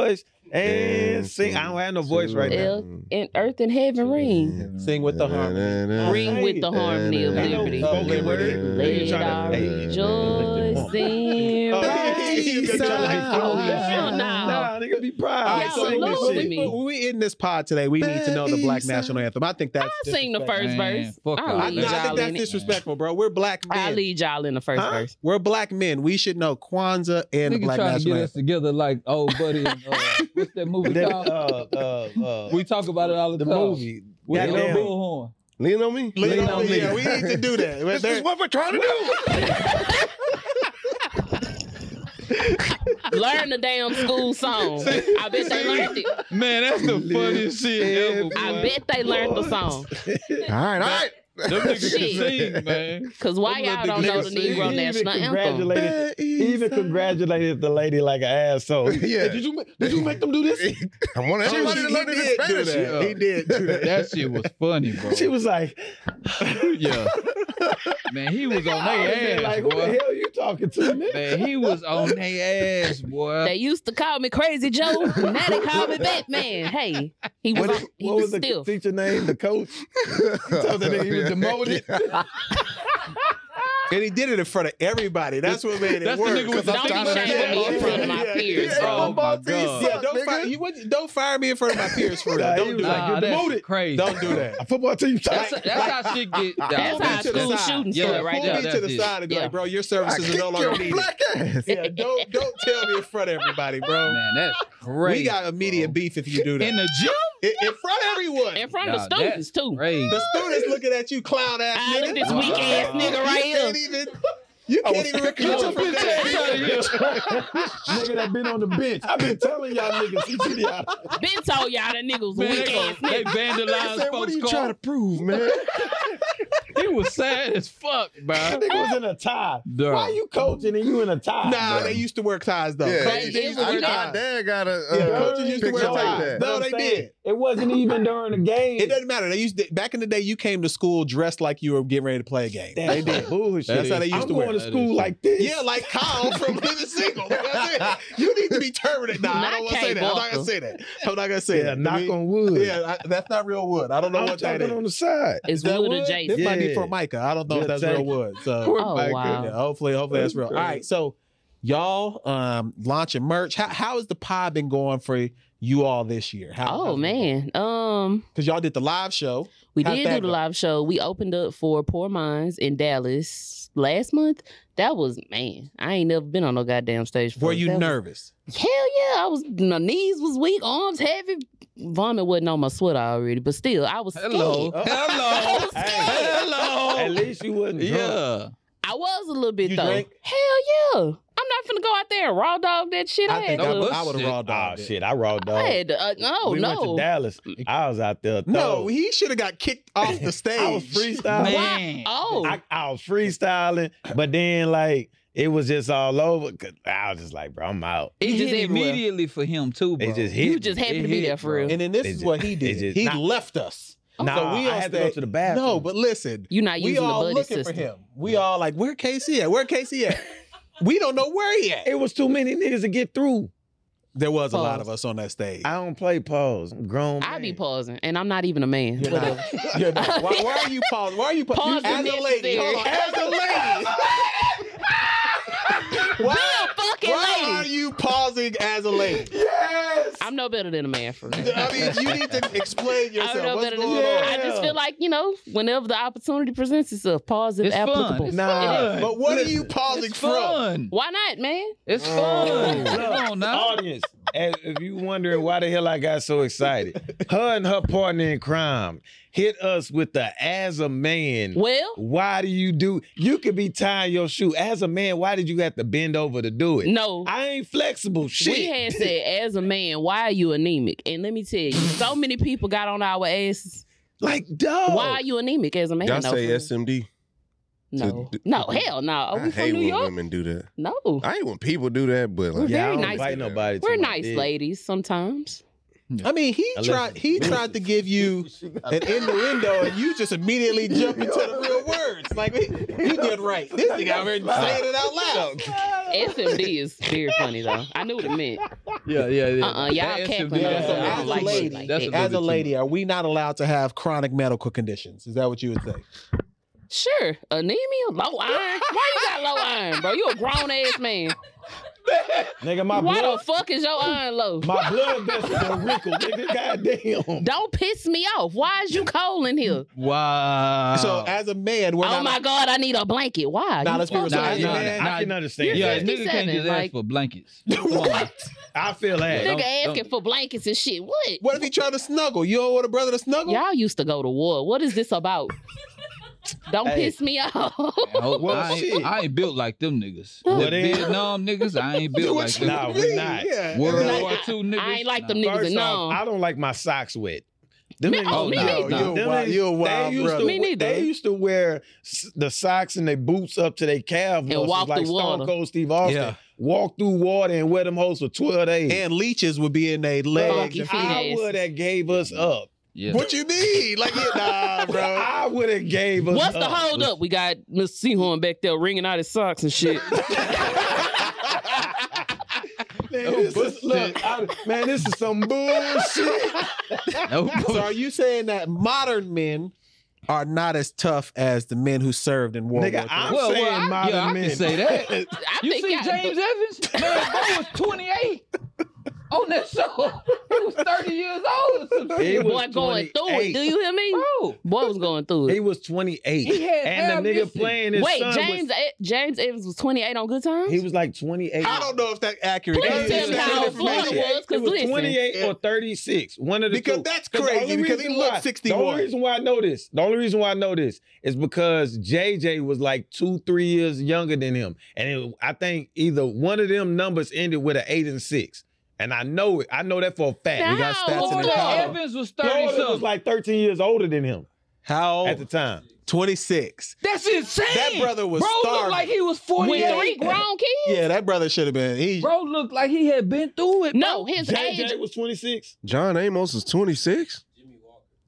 S1: voice and sing. I don't have no voice right now.
S4: L in Earth and Heaven ring.
S2: Sing with the harmony.
S4: Ring with the harmony of
S2: I know.
S4: liberty.
S2: Oh, wait, wait.
S4: Let our rejoice in
S2: Oh,
S4: rising
S2: he's
S1: Nigga trying to be
S4: sun.
S1: funny and shit.
S4: Hell no.
S1: Nah, nigga be
S2: All
S1: proud.
S2: right,
S4: Y'all
S2: so
S1: Sing this
S4: lose
S1: shit.
S2: when
S4: me.
S2: we, when we in this pod today, we need to know the Black National Anthem. I think that's.
S4: I sing the
S2: disrespectful.
S4: first
S5: Man,
S4: verse.
S5: fuck
S4: I
S5: all
S2: I,
S5: that.
S4: lead
S2: no, I
S4: y'all
S2: think that's
S4: in it.
S2: disrespectful, bro. We're black
S4: I
S2: men.
S4: lead y'all in the first
S1: Huh?
S4: verse.
S2: We're black men. We should know Kwanzaa and the
S5: Nigga
S2: Black
S5: trying to get
S2: National
S5: us
S2: Anthem.
S5: together like old buddy. And, uh, what's that movie
S1: That,
S5: called?
S1: uh, uh, uh,
S5: we talk about it all the,
S1: the
S5: time.
S1: movie.
S5: With
S1: That
S5: that
S1: damn-
S5: little bullhorn.
S3: Lean on me.
S2: Lean
S1: Lean
S2: on
S1: on
S2: me.
S1: me.
S2: Yeah, we need to do that.
S3: This
S2: There-
S3: is what we're trying to do.
S4: Learn the damn school song. I bet they learned it.
S5: Man, that's
S1: the funniest shit ever,
S4: I bet they learned the song.
S3: all right, all right.
S5: Them niggas
S4: Shit.
S5: can sing, man.
S4: Cause why
S5: Them
S4: y'all
S5: little
S4: don't know the
S5: niggas sing.
S4: Negro National Anthem?
S1: congratulated, even congratulated the lady like an asshole.
S3: Yeah.
S1: Hey, did you ma- did you make them do this?
S3: I want everybody to learn this Spanish.
S5: that.
S2: He did do that.
S5: That shit was funny, bro.
S1: She was like,
S5: yeah. Man, he was on
S1: I would've
S5: their
S1: been
S5: ass,
S1: like, who the
S5: boy.
S1: hell you talking to? nigga?
S5: Man, he was on their ass, boy.
S4: They used to call me Crazy Joe. Now they call me Batman. Hey, he was
S1: What,
S4: on, he
S1: what
S4: was
S1: was the
S4: still.
S1: teacher name? The coach? You told that nigga he was demoted.
S2: And he did it in front of everybody. That's what made it
S5: That's the
S2: work.
S5: nigga
S2: 'Cause
S5: with the
S2: I'm
S4: Don't be
S2: tired of
S4: shaming
S2: that
S4: me in front of my
S2: bullshit. Yeah,
S4: peers,
S2: yeah,
S4: bro.
S2: yeah.
S5: Oh my
S3: Football team
S5: God.
S2: Yeah, don't fire, you, wouldn't- don't fire me in front of my peers for real.
S1: Nah, he
S2: Don't do
S1: was
S2: that.
S1: like,
S5: Nah,
S1: "You're
S5: that's
S1: demoted."
S5: Crazy.
S2: Don't do that.
S1: A football team.
S5: That's,
S1: That's,
S5: that's how shit get down.
S4: That's how
S2: to the
S4: school
S2: side.
S4: shooting
S5: Yeah,
S4: started
S2: Pull
S4: right
S5: yeah,
S2: me
S4: there.
S2: to
S5: that's
S2: the
S5: it.
S2: side and be
S4: Yeah.
S2: like, bro, your
S3: I
S2: services are
S3: kicked
S2: no
S3: your
S2: longer needed.
S3: black ass.
S2: Yeah, don't don't tell me in front of everybody, bro.
S5: Man, that's crazy.
S2: we got immediate
S5: bro.
S2: beef if you do that.
S5: in the gym.
S2: in, in front of everyone.
S4: In front of
S5: Nah,
S4: the students too.
S5: Crazy.
S2: the students looking at you, clown ass
S4: Ah,
S2: nigga.
S4: look at this
S5: Wow.
S4: weak ass nigga right
S2: You
S4: here.
S2: can't even. You
S3: I
S2: can't
S3: was-
S2: even recover
S5: Get your
S2: from
S5: bitch
S2: that.
S5: ass out of here.
S6: nigga that been on the bench. I've been telling y'all niggas, he did out.
S4: Been told y'all that niggas
S5: Man,
S4: weak
S5: they,
S4: ass
S5: gonna- they
S4: niggas.
S3: said,
S5: vandalized
S3: what are
S5: folks'
S3: you
S5: car.
S3: trying to prove, man?
S5: He was sad as fuck, bro.
S6: That nigga was in a tie.
S5: Duh.
S6: Why you coaching and you in a tie?
S2: Nah,
S6: bruh?
S2: they used to wear ties though.
S3: Ah, yeah,
S2: They
S3: he-
S2: used to
S3: I,
S2: wear
S3: my
S2: ties.
S3: dad got a
S6: Yeah,
S3: uh,
S2: coaches used to wear
S3: picture like
S2: ties.
S3: that.
S2: No, they
S6: I'm saying,
S2: did.
S6: It wasn't even during the game.
S2: It doesn't matter. They used to, back in the day. You came to school dressed like you were getting ready to play a game.
S6: That's
S2: They did.
S6: bullshit.
S2: That's how they used
S6: I'm
S2: to wear
S6: going
S2: it.
S6: to school like this.
S2: Yeah, like Kyle from Living Single. That's it. You need to be terminated. Nah, I
S4: Not
S2: don't want to say
S4: Kay
S2: that. I'm not
S4: Walker.
S2: gonna say that. I'm not gonna say
S3: Yeah,
S2: that.
S3: knock
S2: I mean,
S3: on wood.
S2: Yeah, I, that's not real wood. I don't know
S3: I'm
S2: what that
S3: talking
S2: is.
S3: on the side.
S4: It's
S2: that
S4: wood
S2: wood? This
S4: adjacent.
S2: might be
S3: Yeah.
S2: for Micah. I don't know if
S3: Yeah,
S2: that's real
S3: thank-
S2: wood. So
S4: Oh
S2: yeah,
S4: wow.
S2: hopefully, hopefully that's real. All
S3: Okay.
S2: right, so y'all um launching merch. How how has the pod been going for you all this year? How,
S4: Oh man. Um,
S2: because y'all did the live show.
S4: we
S2: How'd
S4: did
S2: that
S4: do the
S2: go?
S4: live show. We opened up for Poor Minds in Dallas last month. That was man. I ain't never been on no goddamn stage. before.
S2: Were you
S4: That was-
S2: nervous?
S4: Hell yeah, I was. My knees was weak, arms heavy. Vomit wasn't on my sweater already, but still, I was
S5: Hello.
S4: scared. I
S5: Hello.
S4: was
S6: Hey.
S4: scared.
S5: Hello.
S6: At least you wasn't drunk.
S5: Yeah.
S4: I was a little bit
S2: You
S4: though.
S2: drank?
S4: Hell yeah, I'm not finna go out there and raw dog that shit. I,
S2: I think
S4: had
S2: I, I
S4: to.
S5: No,
S2: would have
S5: bullshit.
S2: raw
S1: Oh
S2: dogged it.
S1: shit, I raw
S4: I
S1: dog.
S4: had to. Uh, no,
S1: we went to
S4: no.
S1: Dallas. I was out there.
S2: No,
S1: throwing.
S2: he should have got kicked off the stage.
S1: I was freestyling.
S5: Man.
S4: Oh,
S1: I, I was freestyling, but then like it was just all over. 'cause I was just like, bro, I'm out.
S5: It
S4: He
S5: hit
S4: just everywhere.
S5: immediately for him too, bro.
S1: It just hit.
S4: you
S1: me.
S4: just happy
S5: It
S4: to be
S5: hit,
S4: there for
S5: bro.
S4: real.
S2: And then this
S1: They
S2: is
S1: just-
S2: what he
S1: they
S2: did.
S1: just
S2: he
S1: not-
S2: left us.
S1: Nah,
S2: So we
S1: I
S2: on
S1: had to go
S2: stage-
S1: to the bathroom.
S2: No, but listen,
S4: You're not
S2: we
S4: using
S2: all
S4: the buddy
S2: looking
S4: system.
S2: for him. We all like, where Casey at? Where Casey at? we don't know where he at.
S1: it was too many niggas to get through.
S2: There was a lot
S4: Pause.
S2: of us on that stage.
S1: I don't play pause. I'm grown.
S4: I be
S1: man.
S4: pausing, and I'm not even a man.
S2: You're
S4: But-
S2: not, you're not. Why, why are you pausing? Why are you pausing?
S4: Pause
S2: As
S4: is
S2: a lady,
S4: necessary.
S2: hold on. As a lady,
S4: Be
S2: why,
S4: a fucking
S2: why are
S4: lady.
S2: you pausing as a lady?
S6: Yes.
S4: I'm no better than a man for real.
S2: I mean, you need to explain
S4: I
S2: yourself.
S4: don't know
S2: What's
S4: better
S2: going
S4: than
S2: on?
S4: I just feel like you know, whenever the opportunity presents itself, pause if
S5: It's fun.
S4: applicable.
S5: It's
S1: Nah.
S5: fun.
S2: But what are you pausing
S5: it's
S2: from?
S5: fun.
S4: Why not, man?
S5: It's
S1: Oh.
S5: fun. Come on now.
S1: audience. and if you wondering why the hell I got so excited, her and her partner in crime hit us with the as a man.
S4: Well,
S1: Why do you do? You could be tying your shoe as a man. Why did you have to bend over to do it?
S4: no.
S1: I ain't flexible. Shit.
S4: We had said, as a man, why are you anemic? And let me tell you, so many people got on our asses.
S1: like, dog.
S4: Why are you anemic as a man?
S3: Y'all
S4: no,
S3: say
S4: for real.
S3: SMD.
S4: no,
S3: to-
S4: no, hell no. Are
S3: I
S4: Oh, we from
S3: hate
S4: New
S3: when
S4: York?
S3: women do that.
S4: No,
S3: I hate when people do that, but like,
S4: We're
S1: Yeah, I
S4: very
S1: don't
S4: nice.
S1: invite nobody. to
S4: we're
S1: my
S4: nice
S1: dick.
S4: ladies sometimes.
S2: I mean, he
S1: Unless
S2: tried.
S1: it's
S2: He tried to give you an innuendo, and you just immediately jump into the real words. Like you did right. This nigga out here saying it out loud.
S4: SMD is very funny though. I knew what it meant.
S5: Yeah, yeah, yeah.
S4: Uh-uh, y'all
S5: That
S4: capping
S5: SMD,
S2: on
S5: that's
S2: that.
S5: a
S2: As a
S5: little bit
S2: lady,
S5: too-
S4: that's a
S5: little
S2: As
S5: bit
S2: a
S5: too
S2: lady, are we not allowed to have chronic medical conditions? Is that what you would say?
S4: Sure, anemia, low iron. Why you got low iron, bro? You a grown ass man.
S6: Nigga, my
S4: Why
S6: blood,
S4: the fuck is your iron low?
S6: my blood vessels are wrinkled, nigga. Goddamn.
S4: Don't piss me off. Why is you cold in here?
S5: Wow.
S2: So as a man, we're
S4: Uh,
S2: not.
S4: oh my god, I need a blanket. Why?
S2: Nah,
S4: You
S2: let's be
S4: supposed to
S2: respectful.
S4: have
S2: Nah,
S4: a
S2: nah,
S4: blanket.
S1: I can understand.
S5: yeah,
S4: You're
S1: Yeah,
S5: a nigga can't
S4: 57,
S5: just ask
S4: like-
S5: for blankets.
S2: what?
S1: I feel that.
S5: Yeah,
S4: Nigga
S5: don't-
S4: asking
S5: don't-
S4: for blankets and shit. What?
S2: What if he tried to snuggle? You don't want a brother to snuggle?
S4: Y'all used to go to war. What is this about? Don't
S1: Hey.
S4: piss me off.
S5: Oh,
S1: Well,
S5: I,
S1: shit.
S5: ain't, I ain't built like them niggas.
S1: Well,
S5: The
S1: they ain't-
S5: Vietnam niggas, I ain't built like them.
S1: Nah, we not.
S2: Yeah.
S5: World
S4: Nah,
S5: War II niggas.
S4: I ain't like
S5: nah.
S4: them niggas.
S1: First
S4: and
S1: off,
S4: no.
S1: I don't like my socks wet. Them
S4: Me-
S1: niggas-
S4: oh, me
S1: Them niggas-
S4: neither.
S2: You a
S1: them
S2: wild-
S1: niggas-
S2: you a wild
S1: they used
S2: brother.
S1: To,
S4: Me neither.
S1: They used to wear s- the socks and their boots up to their calf muscles,
S4: walk
S1: like
S4: through water.
S1: Stone Cold Steve Austin.
S5: Yeah.
S1: Walk through water and wear them hoes for twelve days.
S2: And leeches would be in their legs.
S4: Funky
S2: and-
S4: feet
S1: I
S4: asses.
S1: would have gave us up.
S5: Yeah.
S2: What you need? Like yeah, nah, bro.
S1: I would have gave us.
S4: What's the
S1: up.
S4: hold up? We got Mr. Seahorn back there wringing out his socks and shit.
S1: Man, this is, look, I- man, this is some bullshit.
S5: No
S2: So are you saying that modern men are not as tough as the men who served in World
S1: Nigga,
S2: War
S1: I'm
S2: III?
S5: Well, well,
S1: saying
S5: I-
S1: modern
S5: yeah, I can
S1: men.
S5: say that.
S4: I
S5: You
S4: think
S5: see
S4: y'all-
S5: James Evans? Man, I was 28 on that show. He was 30 years old or some
S1: He
S5: shit.
S1: was
S4: Boy, going through it.
S1: 28.
S4: Do you hear me?
S5: Bro,
S4: Boy was going through
S1: He
S4: it.
S1: was 28.
S5: He had
S1: and the nigga
S5: ambition.
S1: playing his
S4: Wait,
S1: son
S4: James E- James Evans was 28 on Good Times.
S1: was, he was like 28.
S2: I don't know if that's accurate.
S4: Please
S2: That's
S4: tell me
S2: insane
S4: how old Florida
S2: information.
S4: was,
S1: It
S4: because
S1: was
S4: listen,
S1: 28 or 36. One of the
S2: Because
S1: two.
S2: that's
S1: the
S2: crazy,
S1: only
S2: because he
S1: reason
S2: looked
S1: why- The
S2: 61.
S1: only reason why I know this, the only reason why I know this is because JJ was like two, three years younger than him. And it, I think either one of them numbers ended with an eight and six. And I know it. I know that for a fact.
S2: We got
S4: How
S2: stats in the
S4: old
S5: Florida
S2: column.
S4: was-
S5: Evans was 30
S1: Florida was
S5: something.
S1: like 13 years older than him
S2: How
S1: at the
S2: old?
S1: time.
S2: 26.
S5: That's insane.
S2: That brother was
S5: Bro
S2: starving.
S5: looked like he was
S4: With
S5: 48.
S4: three grown kids?
S2: Yeah, that brother should have been. He,
S5: Bro looked like he had been through it.
S4: No, his age.
S1: JJ was 26.
S3: John Amos is 26.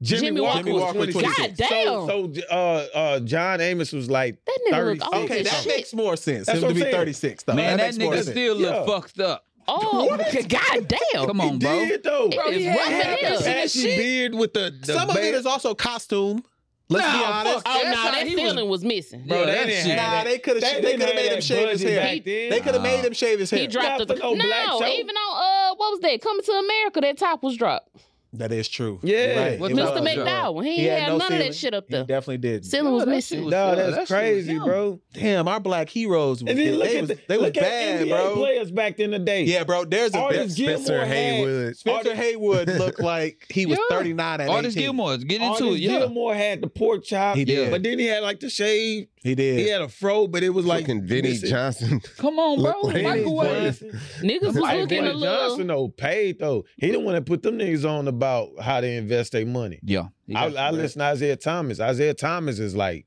S4: Jimmy Walker
S2: Jimmy Walker was 26.
S4: God damn.
S1: So, so uh, uh, John Amos was like
S4: That nigga looked
S1: 36.
S4: old
S2: okay,
S4: as
S2: that
S4: shit.
S2: makes more sense.
S1: That's
S2: Him
S1: what
S2: to be
S1: I'm saying.
S2: 36 though.
S5: Man, that
S2: makes more
S5: nigga
S2: sense.
S5: still look
S1: Yeah.
S5: fucked up.
S4: Oh, god damn.
S5: Come on, bro.
S1: did though.
S4: Bro,
S5: It's
S4: he
S5: rough
S4: had
S5: in
S1: had
S5: there.
S1: the
S4: ambition and
S1: patchy
S4: shit.
S1: beard with the, the
S2: Some of it
S1: beard.
S2: is also costume. Let's be
S5: Nah,
S2: honest.
S5: fuck
S4: Oh no,
S5: That's how
S4: that
S5: he
S4: feeling was missing.
S1: Bro,
S5: Yeah,
S1: they
S5: that
S1: didn't
S5: shit.
S2: Nah,
S1: have that.
S2: they could have. They could have made him shave his hair.
S1: Back then.
S2: They could have made him shave his hair.
S4: He dropped
S1: Not
S4: the
S1: for no black
S4: no.
S1: show.
S4: Even on uh, what was that? Coming to America, that top was dropped.
S2: That is true.
S1: Yeah.
S2: You're right.
S5: What
S2: It
S5: the-
S2: was.
S4: Mr.
S5: was
S4: McDowell, he,
S2: He
S4: had,
S2: had no
S4: none of
S2: ceiling.
S4: that shit up
S2: He
S4: there.
S2: definitely did.
S4: Ceiling was missing.
S1: No, that's crazy, bro.
S2: Damn, our black heroes. Was,
S1: And then look
S2: they
S1: at
S2: was,
S1: the,
S2: they was
S1: look at
S2: bad,
S1: NBA
S2: bro.
S1: players back in the day.
S2: Yeah, bro. There's a
S1: Artis Gilmore
S3: Spencer
S1: had-
S3: Haywood.
S2: Spencer Haywood looked like he was
S5: Yeah.
S2: 39 at
S5: Artist
S2: 18.
S5: Gilmore, get into
S1: Artis
S5: it. Yeah.
S1: Gilmore had the pork chop.
S2: He did.
S1: But then he had like the shave.
S2: He did.
S1: He had a fro, but it was like
S3: Fucking Vinny
S1: missing.
S3: Johnson.
S5: Come on, bro.
S3: Look like
S5: Microwave.
S3: he's
S4: Niggas was
S1: Like
S4: looking
S1: Vinny
S4: a little.
S1: Johnson though paid though. He didn't want to put them niggas on about how to invest their money.
S5: Yeah. he
S1: I,
S5: got you,
S1: I
S5: bro.
S1: listen to Isaiah Thomas. Isaiah Thomas is like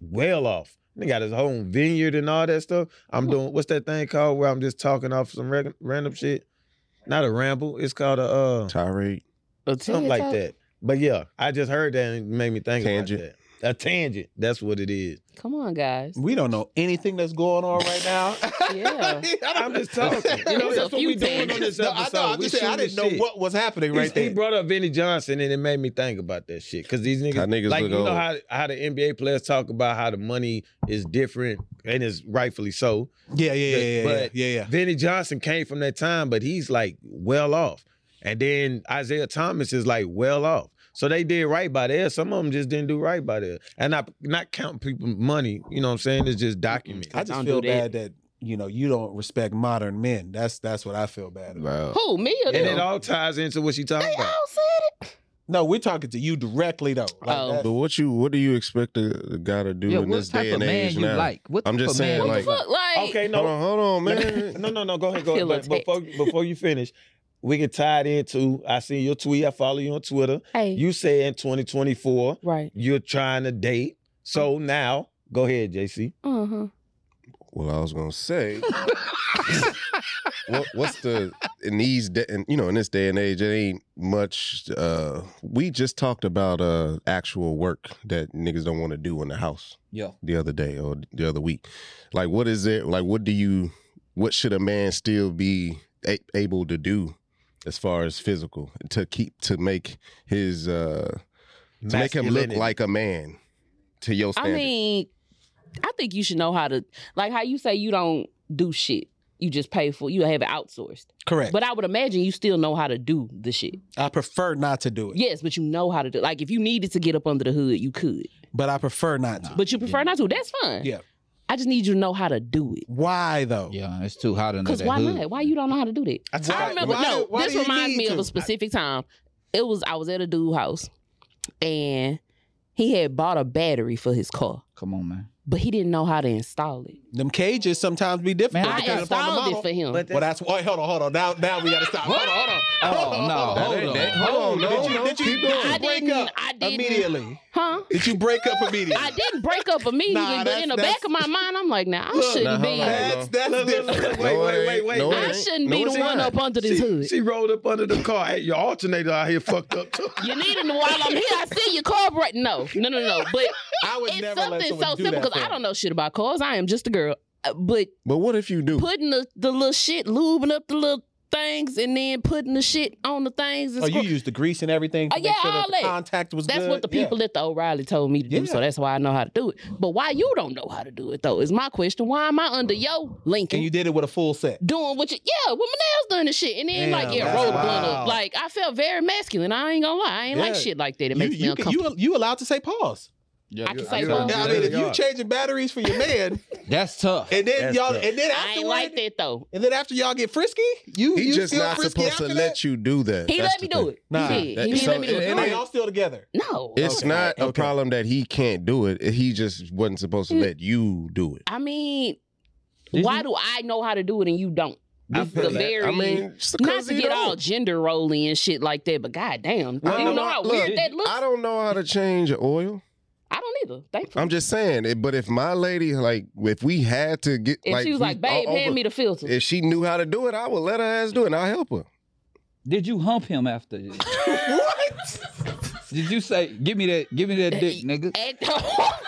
S1: well off. They got his own vineyard and all that stuff. I'm doing what's that thing called where I'm just talking off some reg- random shit. Not a ramble. It's called a uh,
S3: Tyree.
S1: something like that. But yeah, I just heard that and it made me think
S3: Tangent.
S1: about that. A tangent. That's what it is.
S4: Come on, guys.
S2: We don't know anything that's going on right now.
S4: Yeah.
S1: I'm just talking. You know,
S4: There's a
S1: that's what
S4: few
S1: we doing on this
S4: tangents.
S2: No,
S1: episode.
S2: I know. I'm
S1: We
S2: just saying, I
S1: shooting
S2: didn't know
S1: shit.
S2: what was happening right
S1: He- He
S2: there.
S1: brought up Vinnie Johnson and it made me think about that shit because these niggas,
S3: How niggas
S1: like
S3: look
S1: you know
S3: old.
S1: how how the NBA players talk about how the money is different and it's rightfully so.
S2: yeah, yeah, yeah, yeah, yeah,
S1: But-
S2: yeah, yeah.
S1: Vinnie Johnson came from that time, but he's like well off, and then Isaiah Thomas is like well off. So they did right by there. Some of them just didn't do right by there, and not not count people money. You know what I'm saying? It's just document.
S2: I just
S4: Don't
S2: feel
S4: do
S2: bad
S4: that.
S2: that you know you don't respect modern men. That's that's what I feel bad about.
S3: Wow.
S4: Who me or
S1: And
S4: them?
S1: it all ties into what she talking
S4: they
S1: about.
S4: all said it.
S2: No, we're talking to you directly though. Like,
S4: Oh.
S2: that's-
S3: But what you what do you expect a, a guy to do
S5: Yeah,
S3: in
S5: what
S3: this
S5: type
S3: day
S5: of
S3: and
S5: man
S3: age
S5: you
S3: now?
S5: like? What
S3: I'm
S5: type
S3: just
S5: of
S3: saying,
S5: man you
S3: like-
S4: Fuck, like
S1: Okay, no,
S3: Hold on, hold on,
S1: Let me-
S3: man.
S1: no, no, no. Go ahead,
S4: I
S1: go
S4: feel
S1: ahead. But
S4: attacked.
S1: before before you finish, we can tie it into. I seen your tweet. I follow you on Twitter.
S4: hey,
S1: You say in 2024
S4: right?
S1: you're trying to date. So now, go ahead, JC.
S4: Uh huh.
S3: Well, I was gonna say, what, what's the in these da- in, you know in this day and age it ain't much. uh We just talked about uh actual work that niggas don't want to do in the house
S5: Yeah.
S3: the other day or the other week. Like, what is it? Like, what do you? What should a man still be a- able to do as far as physical to keep to make his uh to make him look
S1: Masculinity.
S3: like a man to your
S4: I
S3: standard?
S4: mean, I think you should know how to like how you say you don't do shit. You just pay for you have it outsourced.
S2: correct.
S4: But I would imagine you still know how to do the shit.
S2: I prefer not to do it.
S4: Yes, but you know how to do. Like if you needed to get up under the hood, you could.
S2: But I prefer not to.
S4: But you prefer not to. That's fine.
S2: Yeah.
S4: I just need you to know how to do it.
S2: Why though?
S5: Yeah, it's too hot under
S4: Cause
S5: that
S4: why
S5: hood.
S4: not? Why you don't know how to do that?
S1: I
S2: Why-
S4: I remember.
S2: why
S4: no,
S2: do- why
S4: this
S2: do you
S4: reminds
S2: need
S4: me of
S2: to?
S4: a specific time. It was I was at a dude house, and he had bought a battery for his car,
S5: Come on, man.
S4: but he didn't know how to install it.
S2: Them cages sometimes be different.
S5: Man, I
S4: I
S2: depending upon the
S4: installed it
S2: model.
S4: for him.
S2: Well, that's why. Hold on, hold on. Now, now we gotta stop. Hold on, hold on.
S5: Oh,
S2: Hold on,
S5: no,
S2: hold on.
S5: hold
S2: That
S5: on.
S2: ain't-
S3: Hold on, no,
S2: did you,
S3: no,
S2: did you,
S3: keep
S2: did you
S4: I
S2: break
S4: didn't.
S2: up
S4: I didn't.
S2: immediately?
S4: Huh?
S2: Did you break up immediately?
S4: I didn't break up immediately,
S2: Nah,
S4: but
S2: that's-
S4: in the
S2: that's-
S4: back of my mind, I'm like, nah, I
S2: Look,
S4: shouldn't
S3: nah,
S4: be.
S3: hold on.
S2: That's that's
S1: Look, look,
S2: different.
S1: look, look,
S3: No,
S1: wait,
S3: it
S1: wait,
S3: ain't.
S1: wait, wait.
S3: No, it
S4: I
S3: ain't.
S4: shouldn't
S3: No,
S4: be
S3: it's
S4: the one
S3: not.
S4: up under this
S1: She,
S4: hood.
S1: she rolled up under the car. Hey, your alternator out here fucked up too.
S4: you need it while I'm here. I see your carburetor. No, no, no, no. But
S2: I would
S4: it's
S2: never let
S4: something
S2: someone
S4: so
S2: do
S4: simple
S2: that
S4: because
S2: for me.
S4: I don't know shit about cars. I am just a girl. Uh, But
S3: But what if you do?
S4: putting the, the little shit, lubing up the little things and then putting the shit on the things. And
S2: Oh, you
S4: screw-
S2: used the grease and everything to
S4: Oh,
S2: make
S4: yeah,
S2: sure that
S4: all
S2: the
S4: that.
S2: contact was
S4: that's
S2: good.
S4: what the
S2: Yeah.
S4: people at the O'Reilly told me to do, so
S2: Yeah.
S4: that's why I know how to do it. But why you don't know how to do it though is my question. Why am I under yo Lincoln?
S2: And you did it with a full set.
S4: doing what you yeah, with my nails done and shit. And then like
S2: Damn,
S4: yeah,
S2: that's
S4: roll the blunt
S2: wild.
S4: up. Like I felt very masculine. I ain't gonna lie. I ain't like
S2: Yeah.
S4: shit like that. It
S2: You,
S4: makes me
S2: you, can-
S4: uncomfortable.
S2: you, you allowed to say pause.
S5: Yeah,
S4: I can
S5: you-
S4: say
S5: you-
S4: no.
S2: Yeah, I
S1: Yeah,
S2: mean, if
S1: they
S2: you
S1: Oh, are.
S2: changing batteries for your man,
S5: That's tough.
S2: and then
S1: That's
S2: y'all,
S1: tough.
S2: and then
S4: I
S2: after
S4: ain't like that though.
S2: and then after y'all get frisky, you
S3: He
S2: you
S3: just
S2: still
S3: not
S2: frisky
S3: supposed to
S2: after
S3: let you do that.
S4: He
S3: That's
S4: let me
S3: the
S4: do
S3: thing.
S4: it.
S2: Nah,
S4: he did.
S3: that-
S4: he didn't
S3: so
S4: let me do
S3: it-
S2: that.
S3: it
S4: it.
S2: No,
S3: ain't-
S2: y'all still together.
S4: No.
S3: It's
S2: Okay.
S3: not a
S2: Okay.
S3: problem that he can't do it. He just wasn't supposed to
S4: Mm.
S3: let you do it.
S4: I mean,
S5: Did
S4: why
S5: you-
S4: do I know how to do it and you don't?
S1: I
S4: This is
S1: feel
S4: a
S1: that.
S4: very
S3: I mean, just
S4: not
S3: because
S4: to
S3: he
S4: get
S3: don't.
S4: all gender rolly and shit like that, but goddamn,
S3: I
S4: you
S3: don't
S4: know
S3: know-
S4: how
S3: look,
S4: weird that looks.
S3: I don't know how to change an oil.
S4: I don't either. Thankfully,
S3: I'm just saying. it- But if my lady, like, if we had to get,
S4: if
S3: like,
S4: she was
S3: we-
S4: like, "Babe,
S3: all over-
S4: hand me the filter,"
S3: if she knew how to do it, I would let her ass do it. and I'll help her.
S5: Did you hump him after? what? Did you say, "Give me that, give me that dick, nigga"?
S4: And-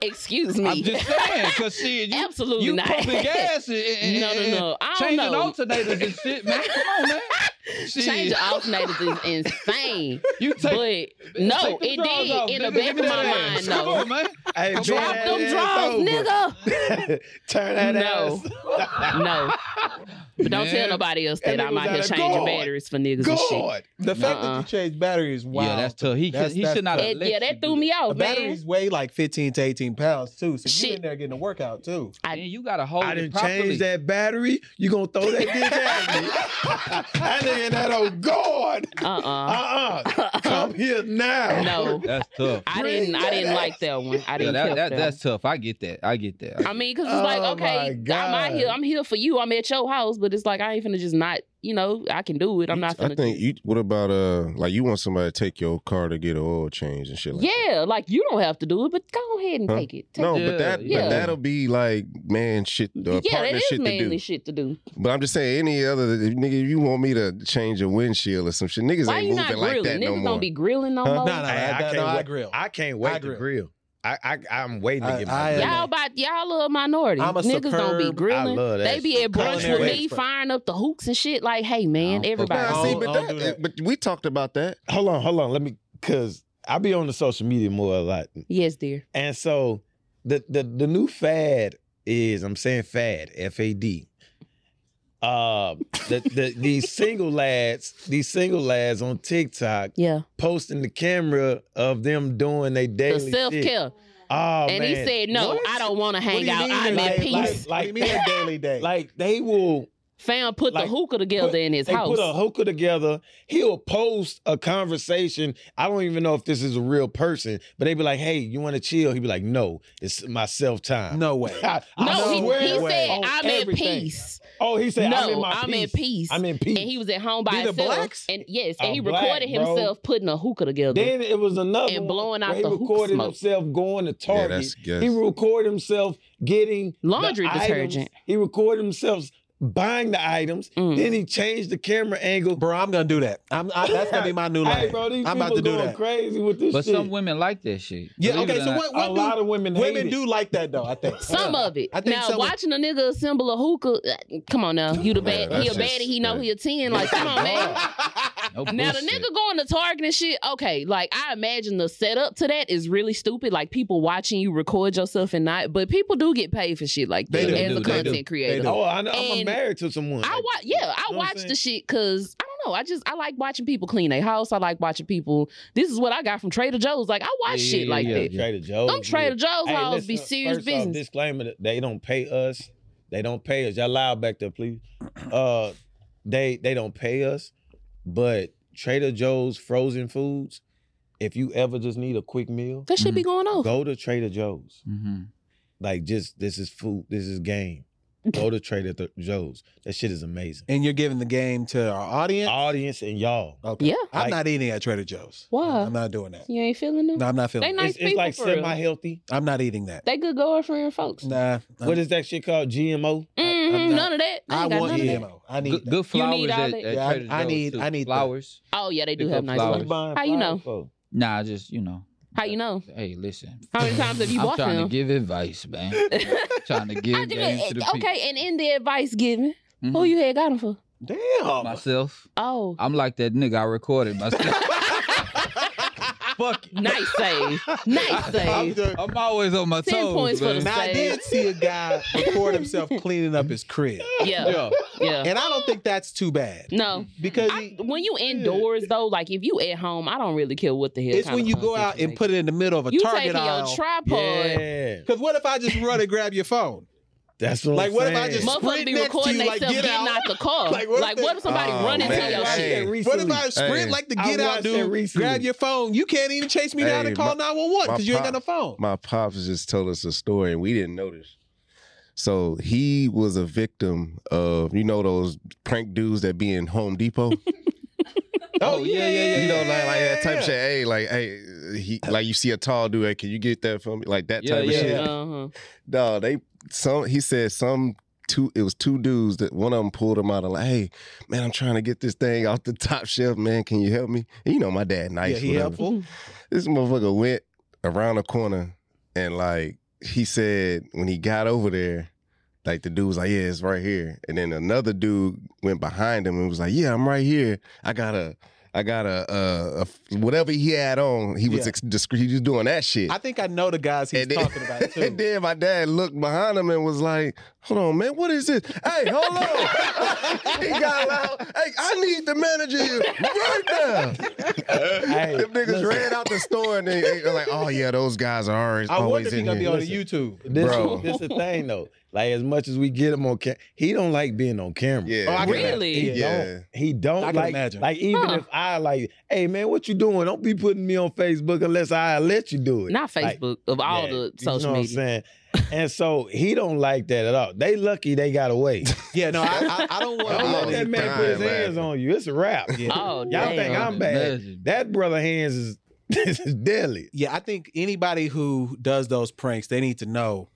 S4: excuse me.
S5: I'm just saying, cause shit, you,
S4: Absolutely
S5: you
S4: not.
S5: pumping gas and,
S4: No,
S5: and-
S4: no,
S5: and-
S4: no. I don't
S5: changing
S4: know.
S5: alternators and shit, man. Come on, man. Shit.
S4: Change of alternators is insane.
S5: You
S4: But
S5: take
S4: no,
S5: Take
S4: it
S5: the drawers
S4: did
S5: off,
S4: in the back
S5: nigga. Give
S4: of
S5: me
S4: my
S5: that
S4: mind.
S5: ass. Come
S4: though.
S5: on, man.
S1: Hey, bend
S4: Drop
S1: that
S4: them
S1: ass
S4: draws,
S1: over.
S4: nigga.
S1: Turn that
S4: No.
S1: ass.
S4: No, but don't
S5: Man.
S4: tell nobody else that
S1: That
S4: I'm
S1: nigga
S4: out here
S1: was outta
S4: changing
S1: guard.
S4: batteries for niggas and shit.
S1: God.
S2: The fact that
S4: Nuh-uh.
S2: you changed batteries, wow.
S5: Yeah, that's tough. He
S2: That's-
S5: could, he
S2: that's
S5: should not
S2: tough.
S5: have.
S4: That-
S5: let
S4: yeah,
S5: you
S4: that
S5: do
S4: threw me
S2: The
S4: off, Oh, man.
S2: batteries weigh like 15 to 18 pounds too, so you
S4: Shit.
S2: in there getting a workout too.
S4: I-
S5: And you gotta hold
S1: I
S5: it
S1: didn't
S5: properly.
S1: change that battery. You gonna throw that dick at me? that nigga, that old guard.
S4: Uh
S1: Uh uh Come here
S4: uh
S1: now.
S4: No,
S5: That's tough.
S4: I didn't. I didn't like that one. I
S5: Yeah,
S4: didn't.
S5: that,
S4: help
S5: that,
S4: that
S5: that's tough. I get that. I get that.
S4: I mean, because it's
S1: Oh,
S4: like,
S1: my
S4: okay, I'm
S1: God.
S4: out here. I'm here for you. I'm at your house, but it's like I ain't finna just not. You know, I can do it. I'm not
S3: I
S4: finna.
S3: think you. What about uh, like you want somebody to take your car to get an oil change and shit like that?
S4: yeah, like you don't have to do it, but go ahead and
S3: Huh?
S4: take it. Take
S3: No,
S4: it.
S3: but that
S4: Yeah.
S3: but that'll be like man shit or
S4: yeah, that
S3: partner
S4: is
S3: shit to
S4: manly
S3: do.
S4: shit to do.
S3: But I'm just saying, any other if, nigga, if you want me to change a windshield or some shit, niggas
S4: Why
S3: ain't
S4: you
S3: moving
S4: not
S3: like
S4: grilling?
S3: that no
S4: Niggas
S3: more.
S4: don't be grilling no
S3: Huh?
S4: more.
S2: No, no,
S1: Hey,
S2: I,
S1: I
S2: I,
S1: can't
S2: no, I
S1: wait.
S2: grill.
S1: I can't wait
S2: I
S1: to
S2: grill.
S1: grill. I, I I'm waiting
S2: I-
S1: to get my.
S2: I-
S1: grill.
S2: Yeah.
S4: Y'all about y'all a minority.
S2: I'm a
S4: Niggas don't be
S2: superb-
S1: I
S4: grilling.
S1: love that
S4: They be
S1: shit.
S4: at brunch with
S2: Culinary
S4: me,
S2: expert.
S4: firing up the hooks and shit. Like, hey
S5: I
S4: man,
S5: don't fuck
S4: everybody.
S2: with I
S3: Nah, see,
S2: don't-
S3: but
S2: I don't
S3: that, eh,
S2: do that.
S3: but we talked about that.
S1: Hold on, hold on. Let me, cause I be on the social media more a lot,
S4: Yes, dear.
S1: and so the the the new fad is I'm saying fad F A D. Uh, the, the these single lads, these single lads on TikTok
S4: Yeah.
S1: posting the camera of them doing their
S4: The
S1: daily
S4: self
S1: shit.
S4: care.
S1: Oh,
S4: and he
S1: man.
S4: said, No,
S1: What?
S4: I don't wanna
S2: What do
S4: hang
S2: you
S4: out.
S2: mean
S4: I'm
S2: like-
S4: at peace.
S2: Like,
S1: peace.
S2: what do you mean a daily day?
S1: Like they will
S4: Fam put
S1: Like,
S4: the hookah together
S1: put-
S4: in his
S1: they
S4: house.
S1: put a hooker together. He'll post a conversation. I don't even know if this is a real person, but they be like, "Hey, you want to chill?" He'd be like, "No, it's my self time."
S2: no way.
S1: I, I
S4: no, he,
S1: swear
S4: he
S2: way.
S4: said,
S1: on
S4: I'm
S1: everything.
S4: at peace.
S1: Oh, he said, "I'm in
S4: No,
S1: my
S4: I'm
S1: peace.
S4: at peace.
S1: I'm in peace."
S4: And he was at home by
S2: These are
S4: himself.
S2: blacks?
S4: And yes, and
S1: A
S4: he
S1: black,
S4: recorded
S1: bro.
S4: himself putting a hookah together.
S1: then it was another
S4: And
S1: one
S4: blowing out
S1: where
S4: the
S1: he
S4: hookah
S1: recorded
S4: smoke.
S1: himself going to Target.
S3: that's- yes.
S1: He recorded himself getting the
S4: Laundry
S1: items.
S4: detergent.
S1: He recorded himself buying the items.
S4: Mm.
S1: Then he changed the camera angle.
S2: Bro, I'm gonna do that. I'm I, that's gonna be my new
S1: Hey,
S2: life.
S1: bro, these
S2: I'm
S1: people
S2: about to do
S1: going
S2: that.
S1: crazy with this
S5: but
S1: shit.
S5: some women like that shit.
S2: Yeah,
S5: Believe it
S2: okay.
S5: or
S2: So
S5: not.
S2: what?
S1: a
S2: what
S1: lot
S2: do,
S1: of women hate
S2: women
S1: it.
S2: do like that though. I think
S4: Some of it.
S2: I think
S4: Now
S2: some of-
S4: watching a nigga assemble a hookah, uh, come on now, you the
S3: Yeah,
S4: bad,
S3: that's
S4: he a
S3: just-
S4: baddie, he know
S3: yeah.
S4: he a ten. Like, come on, man.
S5: No
S4: Now the
S5: bullshit.
S4: nigga going to Target and shit. Okay, like I imagine the setup to that is really stupid. Like people watching you record yourself and not, but people do get paid for shit like
S2: They
S4: that
S2: do.
S4: as
S2: They
S4: a
S2: do. They do.
S4: content creator.
S2: They do.
S1: Oh, I know, I'm
S4: And
S1: married to someone.
S4: I
S1: Like,
S4: watch, yeah, I
S1: know what I'm
S4: watch
S1: saying?
S4: the shit because I don't know. I just I like watching people clean their house. I like watching people. This is what I got from Trader Joe's. Like I watch
S1: Yeah,
S4: shit
S1: yeah,
S4: like
S1: yeah,
S4: that.
S1: Trader Joe's.
S4: Them Trader Joe's
S1: Hey,
S4: house
S1: listen,
S4: be serious
S1: first off,
S4: business.
S1: disclaimer: that they don't pay us. They don't pay us. Y'all loud back there, please. Uh, they they don't pay us, but Trader Joe's frozen foods. If you ever just need a quick meal,
S4: that shit be going off.
S1: go to Trader Joe's.
S5: Mhm.
S1: Like, just this is food. This is game. Go to Trader Th- Joe's. That shit is amazing.
S2: and you're giving the game to our audience.
S1: Audience and y'all.
S2: Okay.
S4: Yeah.
S2: I'm
S1: Like-
S2: not eating at Trader Joe's.
S4: Why?
S2: I'm not doing that.
S4: You ain't feeling them?
S2: No, I'm not
S4: They
S2: feeling.
S4: nice
S1: it's, it's
S4: people
S1: like
S4: for real.
S1: semi healthy.
S2: it. I'm not eating that.
S4: They good going for your folks.
S2: Nah. I'm-
S1: What is that shit called? GMO.
S2: I'm
S4: Mhm,
S2: not-
S4: none of that. They
S2: I
S4: ain't got
S2: want
S4: none of that.
S2: GMO. I need
S5: Good,
S2: that.
S5: good flowers
S4: need all
S5: at,
S4: that?
S5: at
S2: Yeah, I-
S5: Trader
S2: I
S5: Joe's,
S2: need-
S5: too.
S2: I need that.
S5: flowers.
S4: Oh yeah, they do
S5: Pick
S4: have
S5: up
S4: nice
S5: flowers.
S4: ones. How you know?
S5: Nah, just you know.
S4: How you know?
S5: Hey, listen.
S4: How many times have you
S5: I'm
S4: bought
S5: trying
S4: them?
S5: to give advice, man. trying to
S4: I did-
S5: give game to the people.
S4: okay, and in the advice given,
S5: Mhm.
S4: who you had got them for?
S2: Damn.
S5: myself.
S4: Oh,
S5: I'm like that nigga. I recorded myself. Fuck it.
S4: nice save. Nice
S2: I'm
S4: save.
S2: just-
S5: I'm always on my
S4: Ten
S5: toes.
S4: points for
S5: man.
S4: the-
S2: now I did see a guy record himself cleaning up his crib,
S4: Yeah,
S5: Yeah.
S4: yeah.
S2: and I don't think that's too bad
S4: No.
S2: because
S4: I,
S2: he-
S4: when you indoors though, like if you at home, I don't really care what the hell.
S2: it's
S4: kind
S2: when
S4: of
S2: you
S4: fun
S2: go
S4: stuff
S2: out and
S4: make.
S2: put it in the middle of a
S4: you
S2: Target
S4: taking
S2: aisle.
S4: your tripod.
S1: Yeah,
S2: Because what if I just run and grab your phone?
S1: that's what.
S2: Like,
S1: I'm
S2: what if
S1: saying.
S2: I just-
S4: Motherfucker
S2: Sprint
S4: be
S2: next to
S4: recording
S2: you, like,
S4: themselves
S2: get
S4: getting out.
S2: out.
S4: the car.
S2: Like,
S4: Like
S2: what
S4: what,
S2: if they-
S4: if somebody
S3: Oh,
S4: run into
S3: man.
S4: your
S3: Right.
S4: shit?
S3: shit.
S2: What if I sprint
S3: Hey.
S2: like the
S1: I
S2: get out
S1: watched that
S2: dude,
S1: recently.
S2: grab your phone? You can't even chase me down
S3: Hey,
S2: and call 911
S3: my
S2: because you ain't got
S3: pop-
S2: no phone.
S3: my pops just told us a story and we didn't notice. So he was a victim of you know those prank dudes that be in Home Depot.
S2: oh, yeah, yeah, yeah.
S3: you know, like, like that type
S2: yeah.
S3: of shit. Hey, like, hey, he, like you see a tall dude. Hey, can you get that for me? Like that
S5: Yeah,
S3: type
S5: yeah.
S3: of shit.
S4: Uh-huh.
S3: No, they some. He said some two. It was two dudes that one of them pulled him out of like, hey, man, I'm trying to get this thing off the top shelf, man. Can you help me? And you know, my dad, nice.
S2: Yeah, he
S3: whatever.
S2: helpful.
S3: This motherfucker went around the corner and like he said when he got over there, like the dude was like, yeah, it's right here. And then another dude went behind him and was like, yeah, I'm right here. I got a. I got a, a, a whatever he had on. He was
S2: Yeah.
S3: ex- discre- he was doing that shit.
S2: I think I know the guys he's
S3: And then-
S2: talking about too.
S3: And then my dad looked behind him and was like, "Hold on, man, what is this? Hey, hold on!" he got loud. Hey, I need the manager here right now.
S1: Hey,
S3: Them niggas
S1: listen.
S3: ran out the store and they, they were like, "Oh yeah, those guys are always,
S2: I wonder
S3: always
S2: if he's
S3: in
S2: gonna be
S3: here."
S2: on the YouTube.
S1: This,
S3: Bro.
S1: this the thing though. Like as much as we get him on camera, he don't like being on camera.
S3: yeah,
S2: Oh, I can-
S4: Really?
S1: He
S3: Yeah.
S1: don't. He don't
S2: I can
S1: like.
S2: imagine.
S1: Like even
S4: Huh.
S1: if I like, hey man, what you doing? Don't be putting me on Facebook unless I let you do it.
S4: Not
S1: Like,
S4: Facebook of all
S1: Yeah,
S4: the social
S1: you know
S4: media.
S1: What I'm saying? and so he don't like that at all. They lucky they got away.
S2: Yeah, no, I, I, I don't want.
S1: Don't
S3: I
S2: I
S1: let
S2: don't
S3: he's
S1: that man
S3: dying
S1: put his hands
S3: laughing.
S1: on you. It's a wrap.
S2: yeah.
S4: Oh,
S1: Y'all
S4: damn.
S1: think I'm bad?
S5: Imagine.
S1: That brother hands is, is deadly.
S2: yeah, I think anybody who does those pranks, they need to know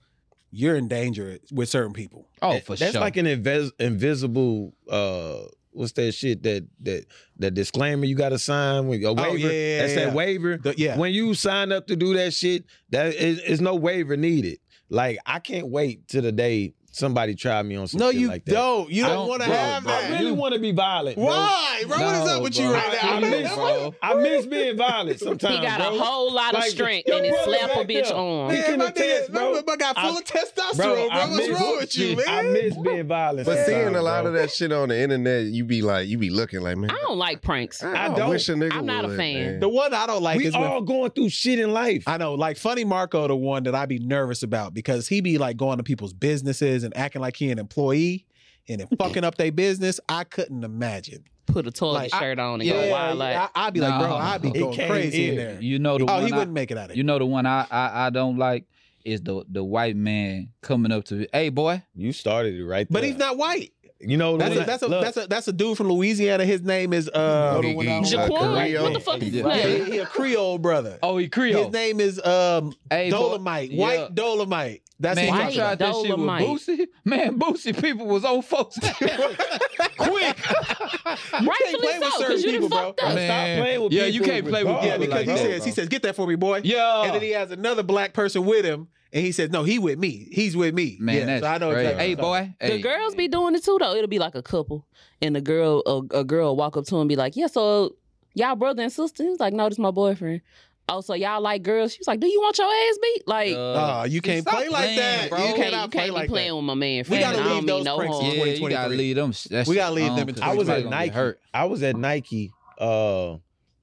S2: you're in danger with certain people.
S5: Oh, for
S1: That's
S5: sure.
S1: like an invis- invisible. uh What's that shit that that that disclaimer you got to sign when a waiver?
S2: yeah, Oh, yeah,
S1: that's
S2: yeah.
S1: that waiver.
S2: The- yeah,
S1: When you sign up to do that shit, that is, is no waiver needed. Like I can't wait till the day somebody try me on some
S2: no,
S1: shit
S2: you
S1: like that.
S2: don't. You
S1: I
S2: don't,
S5: don't-
S2: want to
S5: bro,
S2: have
S5: bro,
S2: that.
S1: I really want to be violent. bro.
S2: Why, bro? what is up with you
S5: bro.
S2: right now?
S1: I miss,
S5: bro.
S1: I miss being violent sometimes.
S4: He got
S1: bro.
S4: a whole lot of
S1: Like,
S4: strength
S1: your
S4: and it
S1: brother
S4: slap a
S1: back
S4: bitch
S1: there.
S4: on.
S1: He
S2: Man,
S1: can
S2: my, nigga,
S1: attest,
S2: my,
S1: bro.
S2: my got full
S1: I-
S2: of testosterone, bro.
S1: Bro, I
S2: What's
S1: miss-
S2: wrong with you, man?
S1: I miss being violent.
S3: But seeing a
S1: sometimes,
S3: lot
S1: bro.
S3: of that shit on the internet, you be like, you be looking like, man,
S4: I don't like pranks.
S1: I don't.
S3: wish a nigga
S4: I'm not a
S3: would,
S4: fan.
S3: man.
S2: The one I don't like
S1: we
S2: is when
S1: all going through shit in life.
S2: I know, like Funny Marco, the one that I be nervous about because he be like going to people's businesses and acting like he an employee and then fucking up their business. I couldn't imagine.
S4: Put a toilet
S2: Like, I-
S4: shirt on and go
S2: Yeah,
S4: wild. Like,
S2: I, I'd be like, bro,
S5: Nah.
S2: I'd be
S1: He
S2: going
S1: came
S2: crazy in,
S1: in.
S2: there.
S5: You know the
S2: Oh,
S5: one
S2: he
S5: I-
S2: wouldn't make it out of
S5: You
S2: it.
S5: know the one I, I I don't like is the the white man coming up to me. Hey boy,
S1: You started it right there.
S2: But he's not white.
S1: You know, the
S2: That's a,
S1: one-
S2: that's a
S1: look,
S2: that's a that's a dude from Louisiana. His name is uh,
S3: He- he-
S4: Jaquan,
S3: Korea.
S4: what the fuck is his
S5: Yeah.
S2: yeah,
S4: name?
S2: he, he a Creole brother.
S5: oh he
S2: His
S5: Creole.
S2: name is um
S5: Hey boy,
S2: Dolomite, white
S5: yeah.
S2: Dolomite. That's
S5: man,
S2: who
S4: what
S5: you
S4: I'm
S2: I'm talking
S5: tried
S2: about.
S5: that shit with
S4: Dolomite.
S5: Boosie. Man, Boosie people was old folks.
S2: can't
S5: Quick,
S2: play
S4: Rightfully
S2: with
S4: so,
S2: certain
S4: because you
S2: people,
S4: done
S2: bro.
S4: fucked up.
S5: Man.
S1: Stop playing with
S5: Yeah,
S1: people
S5: you can't play with
S1: regardless.
S2: Yeah, because he
S1: Like,
S2: says he says get that for me, boy.
S5: yeah.
S2: And then he has another black person with him, and he says, "No, he with me. He's with me."
S5: man,
S2: yeah,
S5: that's
S2: so I know
S5: crazy.
S2: exactly.
S5: Hey
S2: what
S5: boy,
S4: The
S5: hey.
S4: girls be doing it too though. It'll be like a couple, and the girl, a, a girl, will walk up to him and be like, "Yeah, so y'all brother and sister?" He's like, "No, this my boyfriend." Oh, so y'all like girls? She's like, "Do you want your ass beat?" Like,
S2: I'm talking about. Ah, you can't
S5: Stop
S2: play like
S5: playing,
S2: that.
S5: bro.
S2: You
S4: you can't, you
S2: cannot play
S4: can't be
S2: like
S4: playing
S2: that.
S4: with my man.
S2: We gotta
S4: friend. I
S2: leave
S4: don't mean
S2: those
S4: no
S2: pranks
S4: harm.
S2: alone.
S5: yeah, you gotta
S2: 2023.
S5: leave them. That
S2: We
S5: shit-
S2: gotta leave
S5: I don't
S2: them in
S5: care.
S1: I was
S5: Somebody
S1: at
S5: gonna get
S1: Nike.
S5: Hurt.
S1: I was at Nike. Uh,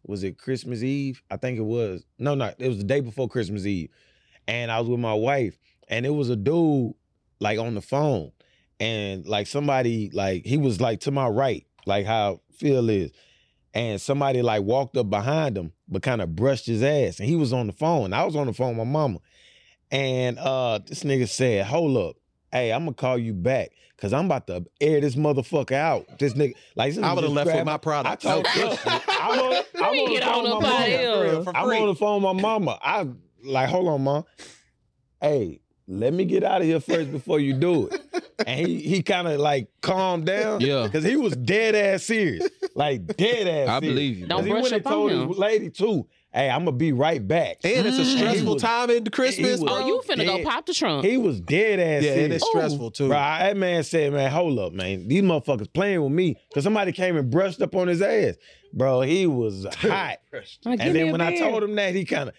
S1: was it Christmas Eve? I think it was. No, no, it was the day before Christmas Eve, and I was with my wife, and it was a dude like on the phone, and like somebody like he was like to my right, like how Phil is, and somebody like walked up behind him, but kind of brushed his ass, and he was on the phone. I was on the phone with my mama, and uh, this nigga said, "Hold up." Hey, I'm gonna call you back because I'm about to air this motherfucker out. This nigga, like, this
S2: I
S1: nigga
S2: would have
S1: just
S2: left with
S1: grabbed
S2: my
S1: I
S2: product.
S1: told you. I'm on,
S4: Let
S1: I'm
S4: me
S1: on
S4: get
S1: the
S4: on
S1: phone
S4: up
S1: with my mama.
S4: out of here.
S2: For real, for
S1: I'm
S2: free.
S1: on the phone with my mama. I like, hold on, mom. Hey, let me get out of here first before you do it. And he he kind of like calmed down.
S5: Yeah.
S1: Because he was dead ass serious. Like dead ass serious.
S5: I believe you.
S4: Don't
S1: Because he
S4: brush
S1: went and
S4: up on
S1: told
S4: him.
S1: his lady too. hey, I'm gonna be right back.
S2: And it's a
S5: Mm.
S1: He
S2: stressful
S1: was-
S2: time in Christmas.
S1: was-
S2: bro.
S4: Oh, you finna
S1: Yeah.
S4: go pop the trunk.
S1: He was dead ass.
S2: yeah, and
S1: serious.
S2: it's stressful too.
S1: Bro, I- that man said, man, hold up, man. These motherfuckers playing with me because somebody came and brushed up on his ass. Bro, he was hot.
S4: Like,
S1: and
S4: give me
S1: then
S4: a
S1: when I
S4: beer.
S1: told him that, he kind of,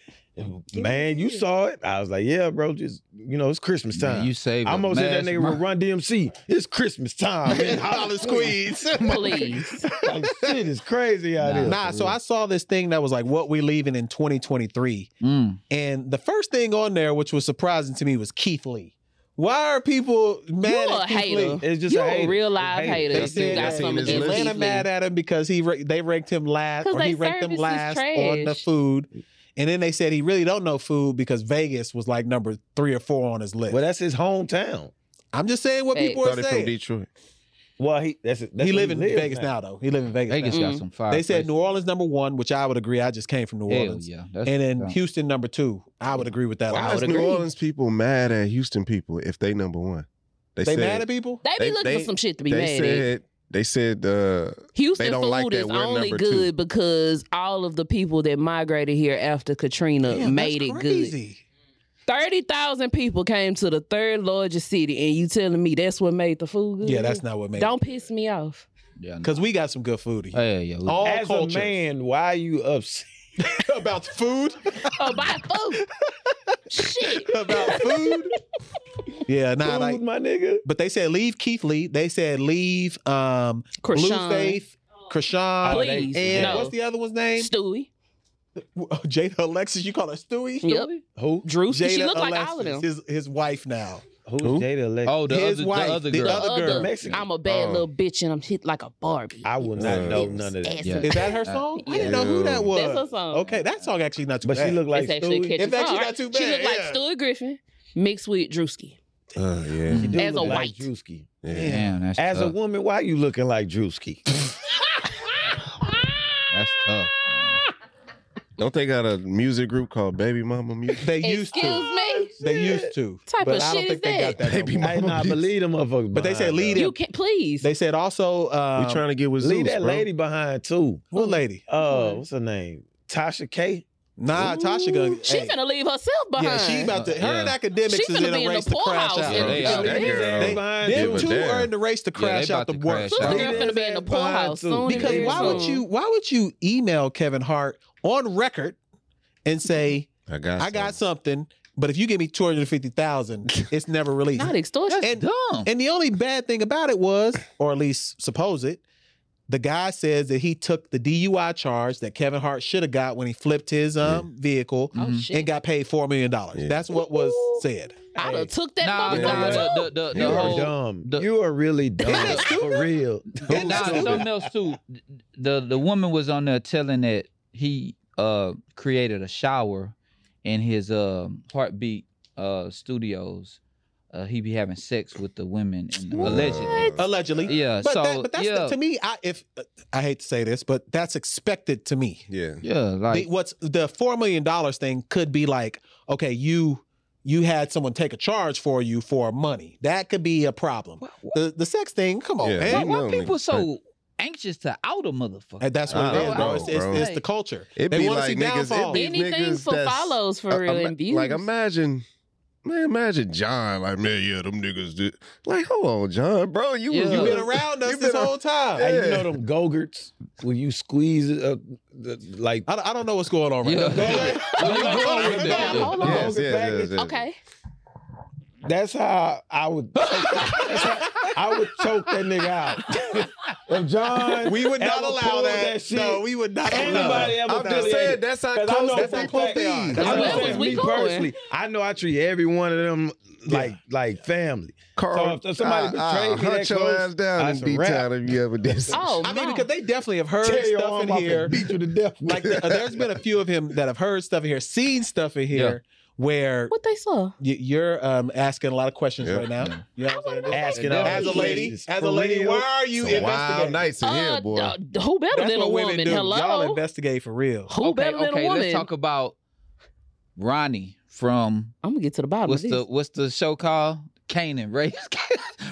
S1: man, you saw it. I was like, yeah, bro, just, you know, it's Christmas time.
S5: you saved
S1: I
S5: a
S1: almost said that
S5: mass
S1: nigga
S5: mur-
S1: would run DMC. It's Christmas time. man.
S3: Holler squeeze.
S4: please.
S1: like, shit is crazy out
S5: Nah.
S1: here.
S2: Nah, so I saw this thing that was like what we leaving in 2023.
S5: Mm.
S2: And the first thing on there, which was surprising to me, was Keith Lee. Why are people mad
S4: You
S2: at
S4: a
S2: Keith
S4: hater.
S2: Lee?
S1: It's just
S4: you
S1: a
S4: a
S1: hater.
S4: real
S1: It's
S4: live hater.
S2: They
S4: if you
S2: said
S4: got
S3: that's
S4: something
S3: in his
S4: against
S3: list.
S2: Atlanta
S4: Keith Lee.
S2: mad at him because he ra- they ranked him last,
S4: 'Cause
S2: or he
S4: they
S2: ranked him
S4: service is
S2: last on the
S4: trash.
S2: food. And then they said he really don't know food because Vegas was like number three or four on his list.
S1: Well, that's his hometown.
S2: I'm just saying what
S4: Hey.
S2: people are
S3: Started from
S2: saying.
S3: Detroit.
S1: Well, he that's, that's where
S2: He live in
S1: lives
S2: Vegas now. though. He live in Vegas.
S5: Vegas
S2: now.
S5: got
S4: Mm.
S5: some fire.
S2: They said
S5: places.
S2: New Orleans number one, which I would agree. I just came from New
S5: Hell
S2: Orleans.
S5: yeah. That's
S2: And then
S5: dumb.
S2: Houston number two. I would agree with that.
S3: Why
S2: I
S3: is
S2: would
S3: New
S2: agree.
S3: Orleans people mad at Houston people if they number one?
S2: They
S3: said,
S2: mad at people?
S4: They be
S3: They-
S4: looking
S3: they-
S4: for some shit to be
S3: They
S4: mad at.
S3: said they said uh,
S4: Houston
S3: they don't
S4: food
S3: like that
S4: is
S3: we're
S4: only
S3: number
S4: good because all of the people that migrated here after Katrina
S2: Damn,
S4: made
S2: that's
S4: it good.
S2: crazy.
S4: Thirty thousand people came to the third largest city, and you telling me that's what made the food good?
S2: Yeah, that's not what made
S4: Don't piss me off.
S5: yeah,
S2: Because we got some good food here.
S5: Hey, yeah, we-
S2: All
S1: As
S2: cultures.
S1: a man, why are you upset?
S2: about the food.
S4: Oh, buy food. Shit.
S2: about food. Yeah, nah,
S1: Dude,
S2: like
S1: my nigga.
S2: but they said leave Keith Lee. They said leave um Blue
S4: Krishan.
S2: Faith, Krishan,
S1: Oh, they-
S4: Please.
S2: and
S4: no.
S2: what's the other one's name?
S4: Stewie.
S2: Jada Alexis, you call her Stewie?
S4: Yep.
S1: Who?
S4: Drew.
S2: Jada
S4: She looked like all of
S2: Alexis,
S4: them.
S2: His his wife now.
S1: Who's
S3: Who?
S1: Jada Lex?
S5: oh, the
S2: his
S5: other,
S2: wife,
S5: the other
S2: the
S5: girl.
S2: other- girl. Uh-huh.
S1: Mexican.
S4: I'm a bad
S3: Oh.
S4: little bitch and I'm hit like a Barbie.
S1: I will not
S3: Uh,
S1: know none of that.
S4: Ass
S5: Yeah.
S4: and-
S2: Is that her song? I didn't know who that was.
S4: That's her song.
S2: Okay, that song actually not too
S1: But
S2: bad.
S1: she looked like
S4: it's actually
S1: Stewie.
S4: catchy.
S2: In fact, she
S4: All
S2: not too
S4: She
S2: bad,
S4: looked like
S2: yeah.
S4: Stewie Griffin mixed with Drewski.
S3: Uh, yeah,
S1: She do
S4: As
S1: look
S4: a
S1: like
S4: white.
S1: Drewski.
S3: yeah.
S5: Damn, that's
S1: As a
S5: tough.
S1: woman, why you looking like Drewski?
S5: That's tough.
S3: Don't they got a music group called Baby Mama Music?
S2: They used
S4: Excuse
S2: to.
S4: me.
S2: They used to.
S4: Type
S2: but
S4: of
S2: I don't
S4: shit
S2: think
S4: is
S2: they got
S4: that?
S2: that. no
S3: Baby
S2: more.
S1: I not believe them motherfuckers.
S2: But they said
S1: behind,
S2: lead
S1: though.
S2: him.
S4: You can please.
S2: They said also um,
S3: we trying to get with
S1: Leave
S3: Zeus,
S1: that
S3: bro.
S1: lady behind too.
S2: what lady?
S1: Uh, what's her name? Tasha K.
S2: Nah, Tasha gonna
S4: She's
S2: hey.
S4: gonna leave herself behind.
S2: Yeah, she about to. Her
S5: Yeah.
S2: and academics
S4: She
S2: is
S4: finna
S2: in
S4: be
S2: a
S4: in the
S2: race to crash
S4: poorhouse
S2: out.
S3: Yeah,
S5: Yeah,
S3: they
S5: yeah,
S3: out
S5: they
S3: that
S5: is.
S3: girl.
S2: They-
S1: behind
S3: Yeah,
S2: Them
S1: too.
S3: but
S2: two
S3: damn.
S2: are in the race to crash
S5: about
S2: out the
S5: to
S2: work.
S5: crash
S4: Sister
S5: out.
S2: They-
S5: Leave
S4: girl finna be in the
S1: his ass
S4: poorhouse
S1: behind, too.
S4: soon.
S2: Because
S4: and
S2: why
S4: very
S2: would
S4: soon.
S2: you? Why would you email Kevin Hart on record and say
S3: I got.
S2: I got something, but if you give me two hundred fifty thousand, it's never released.
S4: Not extortion.
S5: That's
S2: And- Oh,
S5: dumb.
S2: and the only bad thing about it was, or at least suppose it, the guy says that he took the DUI charge that Kevin Hart should have got when he flipped his um vehicle
S4: oh
S5: Mhm.
S4: shit!
S2: and got paid four million dollars.
S3: Yeah.
S2: That's what was said.
S4: I'd have took that
S5: Mm-hmm. nah,
S4: motherfucker
S5: nah,
S4: too.
S5: the, the, the,
S1: you
S5: the
S1: are
S5: whole
S1: dumb.
S5: the-
S1: you are really dumb.
S2: that
S1: For real.
S2: Isn't that
S5: Nah,
S2: stupid?
S5: something else too. The the woman was on there telling that he uh created a shower in his uh heartbeat uh studios. Uh, he be having sex with the women and
S3: What?
S5: allegedly.
S2: Allegedly.
S5: Yeah,
S2: But,
S5: so
S2: that, but that's
S5: yeah,
S2: to me. I if I hate to say this, but that's expected to me.
S3: Yeah,
S5: yeah, like
S2: the, what's the four million dollars thing could be like? Okay, you you had someone take a charge for you for money. That could be a problem.
S5: why,
S2: The the sex thing. Come on,
S3: Yeah,
S2: man.
S3: we
S5: why,
S3: know
S5: why
S3: niggas
S5: people
S3: crazy.
S5: so anxious to out a motherfucker?
S2: And that's what
S3: I
S2: it is,
S3: don't
S2: bro.
S3: know,
S2: It's, it's,
S3: bro.
S2: it's the culture.
S3: It'd
S2: They
S3: be
S2: wanna
S3: like
S2: see
S3: niggas.
S2: downfall.
S3: It'd be
S4: Anything
S3: niggas
S4: for
S3: that's-
S4: follows for
S3: Uh,
S4: real
S3: ima-
S4: and views.
S3: Like imagine, man, imagine John. Like man, yeah, them niggas. Did. Like hold on, John, bro, you was-
S5: Yeah.
S2: You've been around us
S3: You've
S2: this
S3: been
S2: whole time.
S1: Hey,
S3: Yeah.
S1: you know them Gogurts when you squeeze it up, the- like
S2: I, don't- I don't know what's going on right
S5: Yeah.
S2: now.
S5: Where you going with that?
S4: Yeah, hold on.
S3: Yes, yes, yes, yes.
S4: okay.
S1: That's how I would. choke- that's how- I would choke that nigga out. if John,
S2: we would not
S1: ever
S2: allow
S1: pulled
S2: that.
S1: shit.
S2: No, we would not allow
S1: Anybody
S2: that.
S1: ever
S3: I'm
S1: done
S3: just
S1: that.
S3: saying that's how
S1: 'Cause I
S3: close
S1: know
S3: that
S1: for a
S3: people
S1: fact
S3: be.
S1: they
S2: are.
S1: That's
S2: I
S1: what
S2: know
S1: I'm
S2: where
S1: saying.
S4: we
S1: Me
S4: going.
S1: personally, I know I treat every one of them like like family.
S3: Carl, ah,
S1: So if somebody betrayed me that
S3: hunt your
S1: close,
S3: ass down
S1: that's
S3: and
S1: a
S3: be
S1: wrap.
S3: tired if you ever did. some
S4: Oh,
S2: I mean,
S4: no.
S2: because they definitely have heard
S1: Tear your
S2: stuff in
S1: arm off and
S2: here.
S1: beat you to death.
S2: Like, the- uh, there's been a few of him that have heard stuff in here, seen stuff in here, where
S4: What they saw?
S2: y- you're um, asking a lot of questions
S3: Yeah.
S2: right now. You know what I'm saying?
S1: asking all
S2: As a
S1: these
S2: lady,
S1: questions.
S2: as
S1: For
S2: a lady,
S1: real.
S2: why are you
S3: some wild
S2: investigating?
S3: nights in
S4: Uh,
S3: here, boy.
S4: d- who better
S2: That's
S4: than a
S2: what women
S4: woman?
S2: do. Y'all
S4: Hello.
S2: investigate for real.
S4: Who
S5: okay,
S4: better than
S5: okay,
S4: a woman?
S5: let's talk about Ronnie from
S4: I'm gonna get to the bottom
S5: what's
S4: of
S5: the
S4: this.
S5: what's the show called? Canaan, raise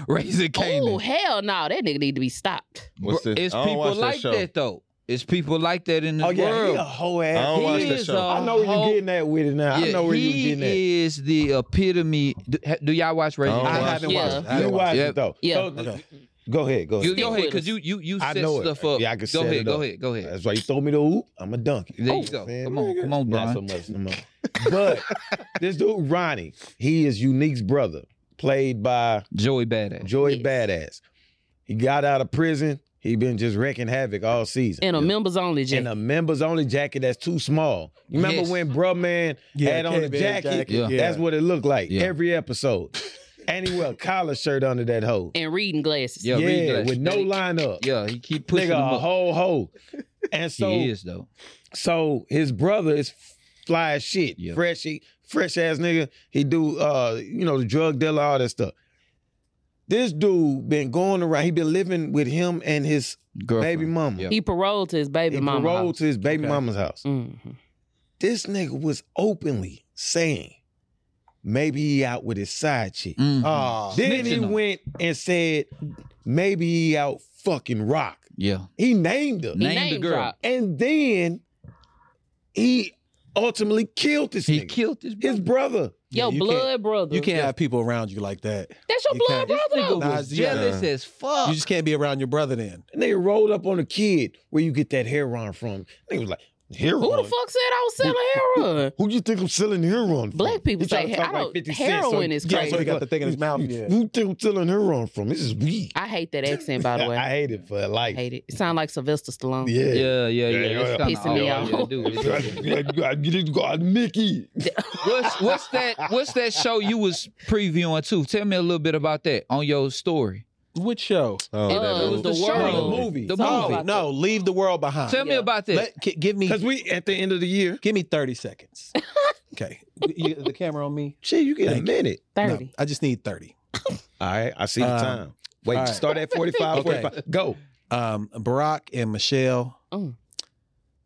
S5: raising Canaan.
S4: Oh hell no, that nigga need to be stopped.
S3: What's
S5: Bro,
S3: this?
S5: It's
S3: I don't
S5: people
S3: watch that
S5: like
S3: show.
S5: that though. It's people like that in the
S1: Oh yeah, he
S5: world.
S1: a whole
S3: I
S1: ass.
S3: don't
S5: He
S3: watch that
S5: is
S3: show.
S5: a
S1: I
S6: I know where
S5: whole-
S6: you're getting at with it now. I
S5: Yeah,
S6: know where
S5: he
S6: you're getting
S5: is the epitome. Do, ha- do y'all watch radio?
S3: don't
S2: I
S3: watch
S2: haven't
S4: it.
S2: watched. it. I
S6: at. You
S2: haven't watched.
S6: watch
S5: Yeah.
S6: it though.
S4: Yeah.
S1: So,
S2: it. Okay.
S1: Go ahead, go ahead.
S5: You, go
S4: Stick
S5: ahead,
S4: with us.
S5: cause you you you
S1: I
S5: set
S1: know it.
S5: stuff up.
S1: Yeah, I can
S5: go
S1: set
S5: ahead,
S1: it
S5: go
S1: up.
S5: ahead, go ahead.
S1: That's why you throw me the oop. I'm a donkey.
S5: There you
S1: Oh,
S5: go.
S1: man,
S5: Come on, come on,
S1: Not so
S5: Brian.
S1: much no more. But this dude Ronnie, he is Unique's brother, played by
S5: Joey Badass.
S1: Joey
S4: Yes.
S1: Badass. He got out of prison. He been just wrecking havoc all season.
S4: And a members only
S1: In
S4: jacket.
S1: a members only jacket that's too small. You remember
S5: Yes.
S1: when Bruh Man had on the
S2: Kevin
S1: jacket?
S5: Yeah.
S1: That's what it looked like
S5: Yeah.
S1: every episode. and he wear a collar shirt under that hoe.
S4: and reading glasses.
S5: Yeah, read
S1: yeah,
S5: that.
S1: with no line up.
S5: Yeah, he keep pushing him
S1: Nigga, a
S5: up.
S1: whole hoe. And so
S5: he is though.
S1: so his brother is fly as shit,
S5: Yeah.
S1: freshy, fresh ass nigga. He do uh, you know, the drug dealer, all that stuff. This dude been going around. He been living with him and his
S5: Girlfriend.
S1: baby mama.
S5: Yeah.
S4: He paroled to his baby
S1: He
S4: mama.
S1: paroled to his baby
S2: Okay.
S1: mama's house.
S4: hmm
S1: This nigga was openly saying, maybe he out with his side chick.
S5: Mhm.
S2: Oh,
S1: Then he
S5: Snitching on.
S1: went and said, maybe he out fucking rock.
S5: yeah.
S1: He named her.
S4: He
S5: Name the
S4: name
S5: girl.
S4: dropped.
S1: And then he ultimately killed this
S5: He
S1: nigga.
S5: killed his brother.
S1: his brother.
S2: Yeah,
S4: Your
S2: you
S4: blood
S2: can't-
S4: brother.
S2: you can't have people around you like that.
S4: That's your
S2: you can't-
S4: blood
S5: this nigga
S4: brother.
S2: Nah,
S5: was
S2: it's-
S5: jealous
S3: yeah.
S5: as fuck.
S2: You just can't be around your brother then.
S1: And they rolled up on a kid where you get that heroin from. They was like, heroin?
S4: Who the fuck said I was selling heroin?
S1: Who you think I'm selling heroin from?
S4: Black people
S1: He tried
S4: say
S1: to
S4: he-
S1: talk
S4: I
S1: like
S4: don't-
S1: 50
S4: heroin
S1: he-
S4: is
S1: yeah,
S4: crazy.
S1: so
S2: He got the thing in his mouth, yeah.
S1: Who think I'm selling heroin from? This is weed.
S4: I hate that accent, by the way.
S1: I hate it for
S4: I
S1: life.
S4: hate it. It sound like Sylvester Stallone.
S1: Yeah.
S5: yeah, yeah, yeah.
S1: Yeah, yeah,
S5: That's
S1: yeah.
S5: kinda
S4: Pissing me
S5: all-
S4: off.
S5: yeah, dude, it is.
S1: God, Mickey.
S5: What's what's that? What's that show you was previewing too? Tell me a little bit about that on your story.
S2: Which show?
S3: Oh, that
S4: Uh,
S3: old-
S4: the
S1: show,
S4: world.
S1: the movie.
S5: The
S2: Oh,
S5: movie.
S2: no, leave the world behind.
S5: Tell me
S4: Yeah.
S5: about that.
S2: Uh, Let, g- give me
S1: Because we at the end of the year,
S2: give me thirty seconds. okay, you, the camera on me.
S1: shit, you get a
S2: Thank you.
S1: minute.
S2: No,
S4: 30.
S2: I just need thirty.
S1: All right, I see the
S2: Um,
S1: time. Wait,
S2: all right.
S1: start at 45,
S2: Okay.
S1: 45. Go.
S2: Um, Barack and Michelle,
S4: Mm.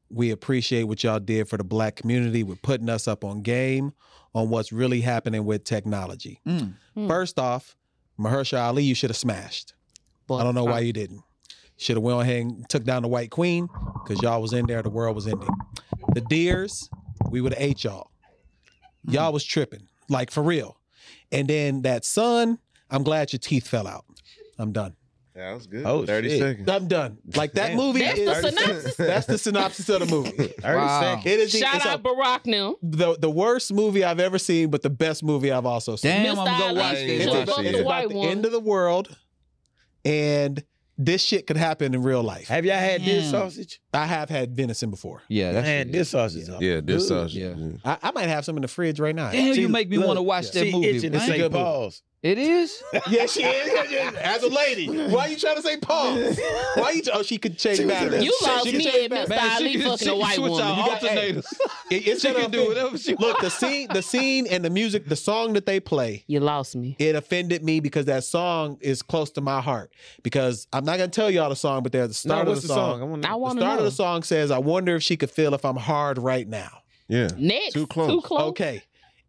S2: we appreciate what y'all did for the Black community with putting us up on game on what's really happening with technology.
S5: Mm.
S4: Mm.
S2: First off, Mahershala Ali, you should have smashed.
S4: But-
S2: I don't know why you didn't. Should have went ahead and took down the White Queen because y'all was in there. The world was ending. The deers, we would have ate y'all.
S4: Mm.
S2: Y'all was tripping, like for real. And then that sun, I'm glad your teeth fell out. I'm done.
S3: that was good.
S1: Oh,
S3: 30
S1: shit.
S3: seconds.
S2: I'm done. Like that
S1: Damn.
S2: movie
S4: That's
S2: is.
S4: the synopsis.
S2: that's the synopsis of the movie.
S1: 30
S5: Wow.
S1: seconds.
S2: It is the,
S4: Shout
S2: it's a-
S4: out Barack now.
S2: the the worst movie I've ever seen, but the best movie I've also seen.
S5: Damn, I'm gonna
S4: Mr.
S5: watch
S4: Ali
S3: It's
S5: this.
S2: It's,
S3: Wow,
S4: took
S2: about,
S4: up
S3: shit.
S2: it's
S4: the
S2: about
S4: white
S2: the
S4: one.
S2: end of the world, and this shit could happen in real life.
S1: Have y'all had this
S5: Damn.
S1: sausage?
S2: I have had venison before.
S5: Yeah, that's
S1: Man, this sausage. is
S3: Yeah,
S1: good.
S3: this sausage.
S5: Yeah.
S2: I, I might have some in the fridge right now.
S5: Damn,
S1: She-
S5: you make me
S1: look,
S5: want to watch
S2: yeah.
S5: that
S1: She
S5: movie.
S1: itching to
S5: man.
S1: say pause.
S5: It is.
S2: Yeah, she is. As a lady, why you trying to say pause? Why you? Oh, she could change batteries.
S4: You lost
S2: she could
S4: me
S2: change
S4: and
S2: batteries.
S4: Mr. Ali fucking a white woman.
S2: You got- hey, it- it's gonna offend- Look, the scene, the scene, and the music, the song that they play.
S4: You lost me.
S2: It offended me because that song is close to my heart. Because I'm not gonna tell y'all the song, but there's the
S1: No,
S2: start
S1: what's
S2: of the
S1: the song?
S2: song.
S1: I want
S4: I
S1: to
S2: The
S4: want to
S2: start
S4: know.
S2: of the song says, "I wonder if she could feel if I'm hard right now."
S3: Yeah.
S4: Next.
S3: Too close.
S4: Too close.
S2: Okay,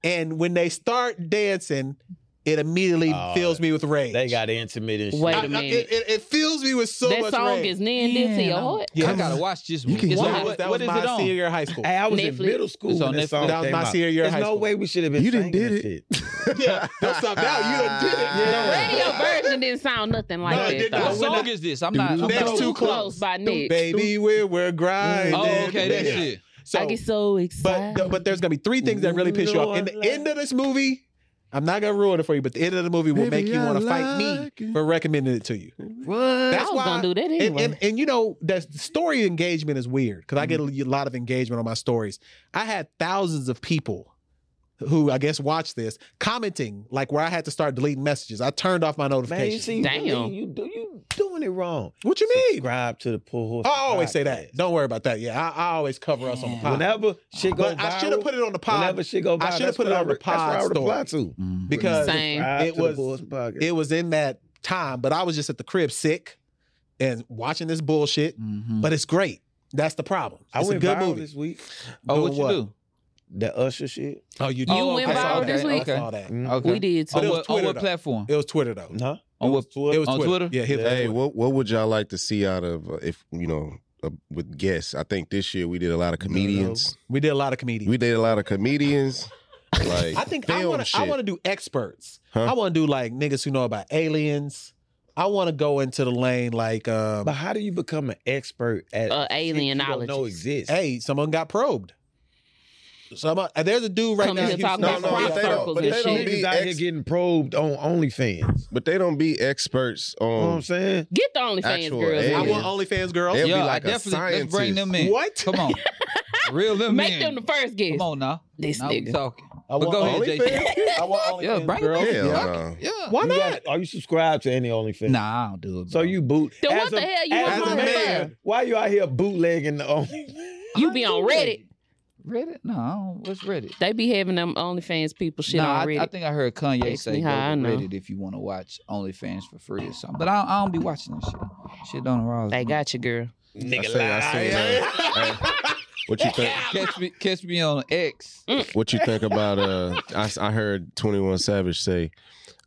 S2: and when they start dancing, it immediately
S1: Oh,
S2: fills me with rage.
S1: They got intimate and shit.
S4: Wait
S2: I-
S4: a
S2: I-
S4: minute.
S2: It, it, it fills me with so
S4: that
S2: much
S4: song
S2: rage.
S4: is near and dear to your
S5: Man, I'm-
S4: heart.
S2: Yeah.
S5: I gotta watch this.
S6: You can
S5: movie. It's
S2: That
S5: on-
S2: was, that
S5: what
S2: was
S5: is
S2: my
S5: it on?
S2: senior year of high school.
S1: Hey, I was
S4: Netflix.
S1: in middle school
S5: It's
S1: when
S5: on
S1: this
S5: Netflix.
S1: song
S2: That was
S1: came
S2: my
S1: out.
S2: senior year of
S1: There's
S2: high
S1: no
S2: school.
S1: way we should have been
S3: You done
S1: singing
S3: did
S1: that
S3: it.
S1: shit.
S2: yeah, don't stop now. You done did it.
S1: Yeah.
S4: Radio version didn't sound nothing like
S2: No, it
S4: that.
S2: did
S4: though.
S2: not.
S5: What
S2: When I-
S5: song is this? I'm not. I'm
S2: Next
S5: not-
S2: Too
S4: Too
S2: Close.
S4: close by Nick.
S2: Baby, we're, we're grinding.
S5: Oh, okay, that
S2: Yeah.
S5: shit.
S2: So,
S4: I get so
S2: but
S4: excited.
S2: but there's gonna be three things that really piss you off. In the
S1: Lord,
S2: end of this movie, I'm not gonna ruin it for you, but the end of the movie will
S3: Baby,
S2: make you
S3: I
S2: want to fight
S3: like
S2: me
S3: it.
S2: for recommending it to you.
S4: I
S2: That's
S4: was
S2: why.
S4: gonna do that
S2: and,
S4: anyway.
S2: and, and you know that story engagement is weird because I get a
S1: Mm-hmm.
S2: lot of engagement on my stories. I had thousands of people who I guess watched this commenting like where I had to start deleting messages. I turned off my
S1: Man,
S2: notifications.
S1: you see,
S4: Damn.
S1: Damn. you do you doing it wrong.
S2: what you mean?
S1: Subscribe to the poor horse.
S2: I always say that.
S1: Podcast.
S2: Don't worry about that. Yeah, I, I always cover us on the pod.
S1: Whenever shit go
S2: but
S1: viral,
S2: I should have put it on the
S1: Whenever
S2: pod
S1: shit go viral,
S2: I shoulda
S1: that's
S2: put it
S1: what I
S2: on the
S1: re- that's what I
S2: pod
S1: reply to.
S5: Mm.
S2: because
S4: Same.
S1: Subscribe
S2: It
S1: to the
S2: was-
S1: Poor Horse Podcast.
S2: it was in that time. But I was just at the crib sick and watching this bullshit.
S5: Mhm.
S2: But it's great. That's the problem.
S1: Mm-hmm. I
S2: It's
S1: went
S2: a good
S1: viral
S2: movie.
S1: this week.
S5: Oh, what
S2: Doing
S5: you do?
S1: The Usher shit.
S2: Oh, you did.
S4: You went
S2: I saw
S4: viral
S2: that.
S4: this week?
S2: I saw that.
S1: Mm.
S5: Okay.
S4: we did
S2: But
S5: On
S2: it
S4: too.
S2: was
S5: what, on
S2: Twitter,
S5: what
S2: though.
S5: platform?
S2: It was Twitter though.
S1: Huh?
S5: On what?
S2: It was
S5: on
S2: Twitter.
S5: Twitter?
S2: Yeah, his
S1: Yeah.
S2: Twitter.
S3: Hey, what what would y'all like to see out of uh, if you know uh, with guests. I think this year we did a lot of comedians.
S2: We did a lot of comedians.
S3: We did a lot of comedians. Like
S2: I think I
S3: film
S2: want to.
S3: shit.
S2: I want to do experts.
S3: Huh?
S2: I want to do like niggas who know about aliens. I want to go into the lane like, um,
S1: But how do you become an expert at
S4: Uh, alien knowledge.
S1: No exists.
S2: hey, someone got probed. Some uh, there's a dude right
S4: Come
S2: now.
S4: here
S2: in
S4: talking
S2: Houston-
S4: about crop
S3: they don't-
S4: circles
S3: but
S4: and
S3: they don't
S1: niggas
S4: shit.
S3: be
S1: out
S3: ex-
S1: here getting probed on OnlyFans.
S3: but they don't be experts
S1: You know what
S3: on.
S1: I'm saying?
S4: Get the OnLyFans
S3: Actual
S4: girls.
S2: I
S4: out
S3: aliens.
S4: here.
S2: want OnlyFans girls.
S3: They'll be
S5: yeah,
S3: like
S5: I
S3: a
S5: definitely let's bring
S3: scientist.
S5: them in.
S2: What?
S5: Come on, reel them
S4: Make
S5: in.
S4: them the first guest.
S5: Come on now.
S4: This
S5: now we
S4: nigga.
S5: talking.
S2: I
S5: But
S2: want
S5: go ahead,
S2: only-
S5: JT.
S2: I want OnlyFans
S5: Yeah, bring them
S2: girls.
S5: in.
S3: Hell
S2: Yeah.
S3: no.
S5: Yeah.
S2: Why
S1: You
S2: not?
S1: guys- are you subscribed to any OnlyFans?
S5: Nah, I don't do it.
S1: So
S5: bro.
S1: you boot.
S4: Then
S1: as
S4: what the
S1: a-
S4: hell you
S1: as
S4: want
S1: a
S4: her
S1: man,
S4: for?
S1: why you out here bootlegging the Only?
S4: You be on Reddit.
S5: Reddit? No, I don't. What's Reddit?
S4: They be having them OnlyFans people shit
S5: Nah,
S4: on
S5: I,
S4: Reddit.
S5: I think I heard Kanye
S4: Ask me
S5: say go to
S4: how I know.
S5: Reddit if you want to watch OnlyFans for free or something. But I, I don't be watching that shit. Shit don't arouse.
S4: they
S5: me.
S4: got you, girl.
S3: I
S1: Nigga,
S3: say- I say, uh, uh, what you think?
S5: catch me, catch me on X.
S3: What you think about? Uh, I, I heard Twenty One Savage say,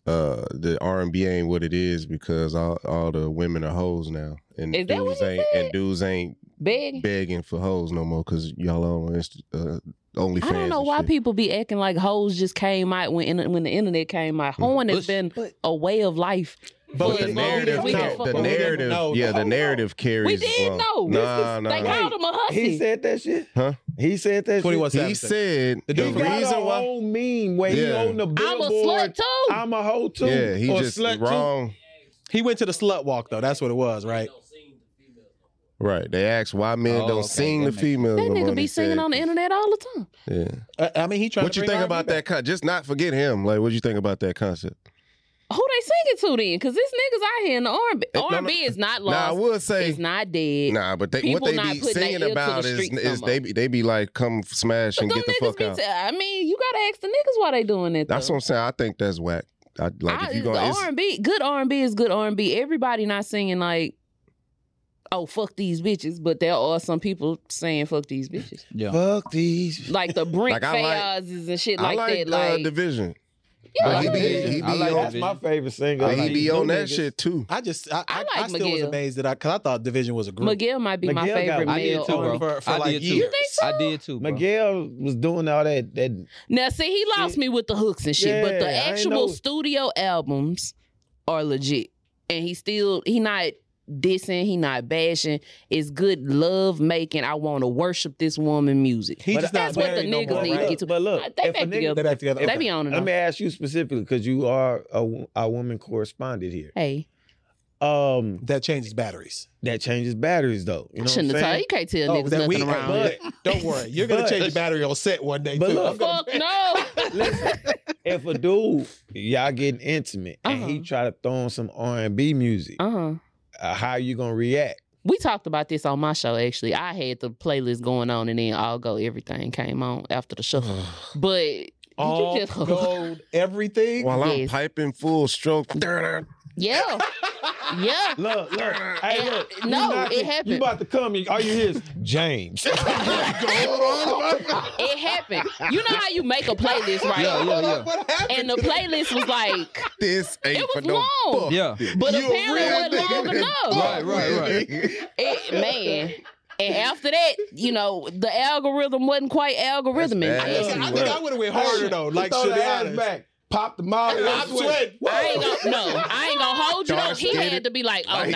S3: uh, the R and B ain't what it is because all, all the women are hoes now, and
S4: Is that what
S3: dudes
S4: he
S3: ain't
S4: said?
S3: and dudes ain't
S4: Big.
S3: begging for hoes no more because y'all all on Insta, uh, OnlyFans.
S4: I don't know
S3: and
S4: why
S3: shit.
S4: people be acting like hoes just came out when in- when the internet came out. Hoeing has
S5: But-
S4: been a way of life.
S3: But
S4: for
S3: the
S4: as long as
S3: narrative,
S4: we can
S3: ca-
S4: fuck
S3: the
S4: with women.
S3: narrative,
S2: No,
S3: yeah,
S2: no.
S3: the narrative carries.
S4: We did
S3: along.
S4: know.
S3: Nah, nah.
S4: they
S3: nah.
S4: called him a
S1: He
S4: hussy.
S1: said that shit.
S3: Huh?
S1: He said that.
S2: Twenty
S1: shit?
S2: one
S3: He said
S2: The
S3: the,
S2: dude
S1: He got
S3: reason
S1: a
S3: why.
S1: whole meme where he
S3: Yeah.
S1: on the
S4: I'm a
S1: billboard.
S4: slut too.
S1: I'm a hoe too.
S3: Yeah, he
S1: or
S3: just
S1: slut too.
S3: wrong.
S2: He went to the slut walk though. That's what it was, right?
S3: Right. They asked why men
S5: Oh,
S3: don't
S5: okay,
S3: sing
S5: that
S3: the
S5: makes-
S3: females.
S4: that
S3: no more,
S4: nigga
S3: and he
S4: be singing
S3: said-
S4: on the internet all the time.
S3: Yeah.
S2: Uh, I mean, he tried.
S3: What you think about that? Con- just not forget him. Like, what you think about that concept?
S4: Who they singing to then? Because this niggas out here in the R&B.
S3: Eh, no, no.
S4: R&B is not
S3: Nah, I
S4: lost.
S3: would say
S4: it's not dead.
S3: nah, but they, what
S4: people
S3: they
S4: not
S3: be
S4: putting their
S3: singing
S4: ear to the
S3: about is,
S4: streets no
S3: is
S4: more.
S3: they be they be like, come smash
S4: But
S3: and
S4: them
S3: get the
S4: niggas
S3: fuck
S4: be.
S3: out.
S4: t- I mean, you gotta ask the niggas why they doing that. Though.
S3: That's what I'm saying. I think that's whack. I, like if you
S4: I-
S3: gonna
S4: the
S3: it's-
S4: R and B, good R and B is good R and B. Everybody not singing like, oh fuck these bitches, but there are some people saying fuck these bitches,
S5: Yeah.
S1: Fuck these.
S4: like the Brent
S3: Like, I like-
S4: Fayazes and shit
S3: I
S4: like, that.
S3: like uh,
S4: Like,
S3: division.
S4: yeah,
S3: but he
S4: like-
S3: be- he be
S5: I like
S3: on-
S1: That's my favorite singer.
S5: I
S3: he
S5: like
S3: be
S1: Them
S3: on that
S1: niggas.
S3: shit too.
S2: I just, I,
S4: I
S2: I, I,
S4: like
S2: still was
S4: Miguel.
S2: amazed that I, cause I thought Division was a group.
S4: Miguel might be my
S1: Miguel got-
S4: favorite
S1: I
S5: did
S4: male.
S5: too, bro.
S4: R&B.
S2: for, for
S5: I
S2: like
S5: did too.
S2: years.
S5: I did too. Bro.
S1: Miguel was doing all that. That
S4: Now, see, he lost
S1: See?
S4: me with the hooks and shit, but
S1: Yeah,
S4: the
S1: I ain't
S4: actual
S1: know-
S4: studio albums are legit, and he still he not dissing, he not bashing. It's good love making. I want to worship this woman music.
S2: He
S1: But
S2: just
S4: that's
S2: not
S4: what the
S2: married no
S4: niggas
S2: more,
S4: need to
S2: right?
S4: get to.
S1: But look,
S4: They
S1: if a
S4: back
S1: nigga-
S4: together.
S2: They back together.
S4: They
S2: Okay.
S4: be on and
S1: Let
S4: off.
S1: me ask you specifically because you are a, wo- a woman correspondent here.
S4: Hey,
S1: Um,
S2: That changes batteries.
S1: that changes batteries though. You know what I'm
S4: shouldn't have told you.
S1: saying?
S4: Can't tell
S2: Oh,
S4: niggas
S2: that
S4: nothing
S2: we-
S4: around.
S2: but- Don't worry, you're gonna
S1: But-
S2: change your battery on set one day
S1: But
S2: too.
S1: look-
S2: I'm gonna-
S4: Fuck no.
S1: Listen, if a dude y'all getting intimate and he
S4: Uh-huh.
S1: try to throw on some R and B music,
S4: Uh huh.
S1: uh, how you gonna react?
S4: We talked about this on my show. Actually, I had the playlist going on, and then all go everything came on after the show. But did
S1: Oh,
S2: all
S4: you just
S2: gold, everything.
S3: While I'm
S4: Yes.
S3: piping full stroke.
S4: yeah, yeah.
S1: Look, look, hey,
S4: And-
S1: look. you
S4: no,
S1: knocking-
S4: it happened.
S1: You about to come? and All you hear is James.
S4: It happened. You know how you make a playlist, right?
S5: Yeah, yeah, yeah.
S2: What happened?
S4: And the playlist was like,
S3: This ain't
S4: It
S3: for
S4: was
S3: no
S4: long.
S3: fuck.
S5: Yeah.
S4: but
S3: You a
S4: apparently
S3: real
S4: it wasn't long
S3: nigga.
S4: enough.
S5: Right, right, right.
S4: It, man. And after that, you know, the algorithm wasn't quite algorithmic.
S3: That's
S2: I think I,
S3: nasty
S2: think I would have went harder though. Like,
S6: throw
S2: should
S6: the ass back, pop the mouth.
S2: I'm sweating.
S4: I ain't gonna no, I ain't gonna hold you though. He
S3: Dark-skinned,
S4: had to be like, oh no.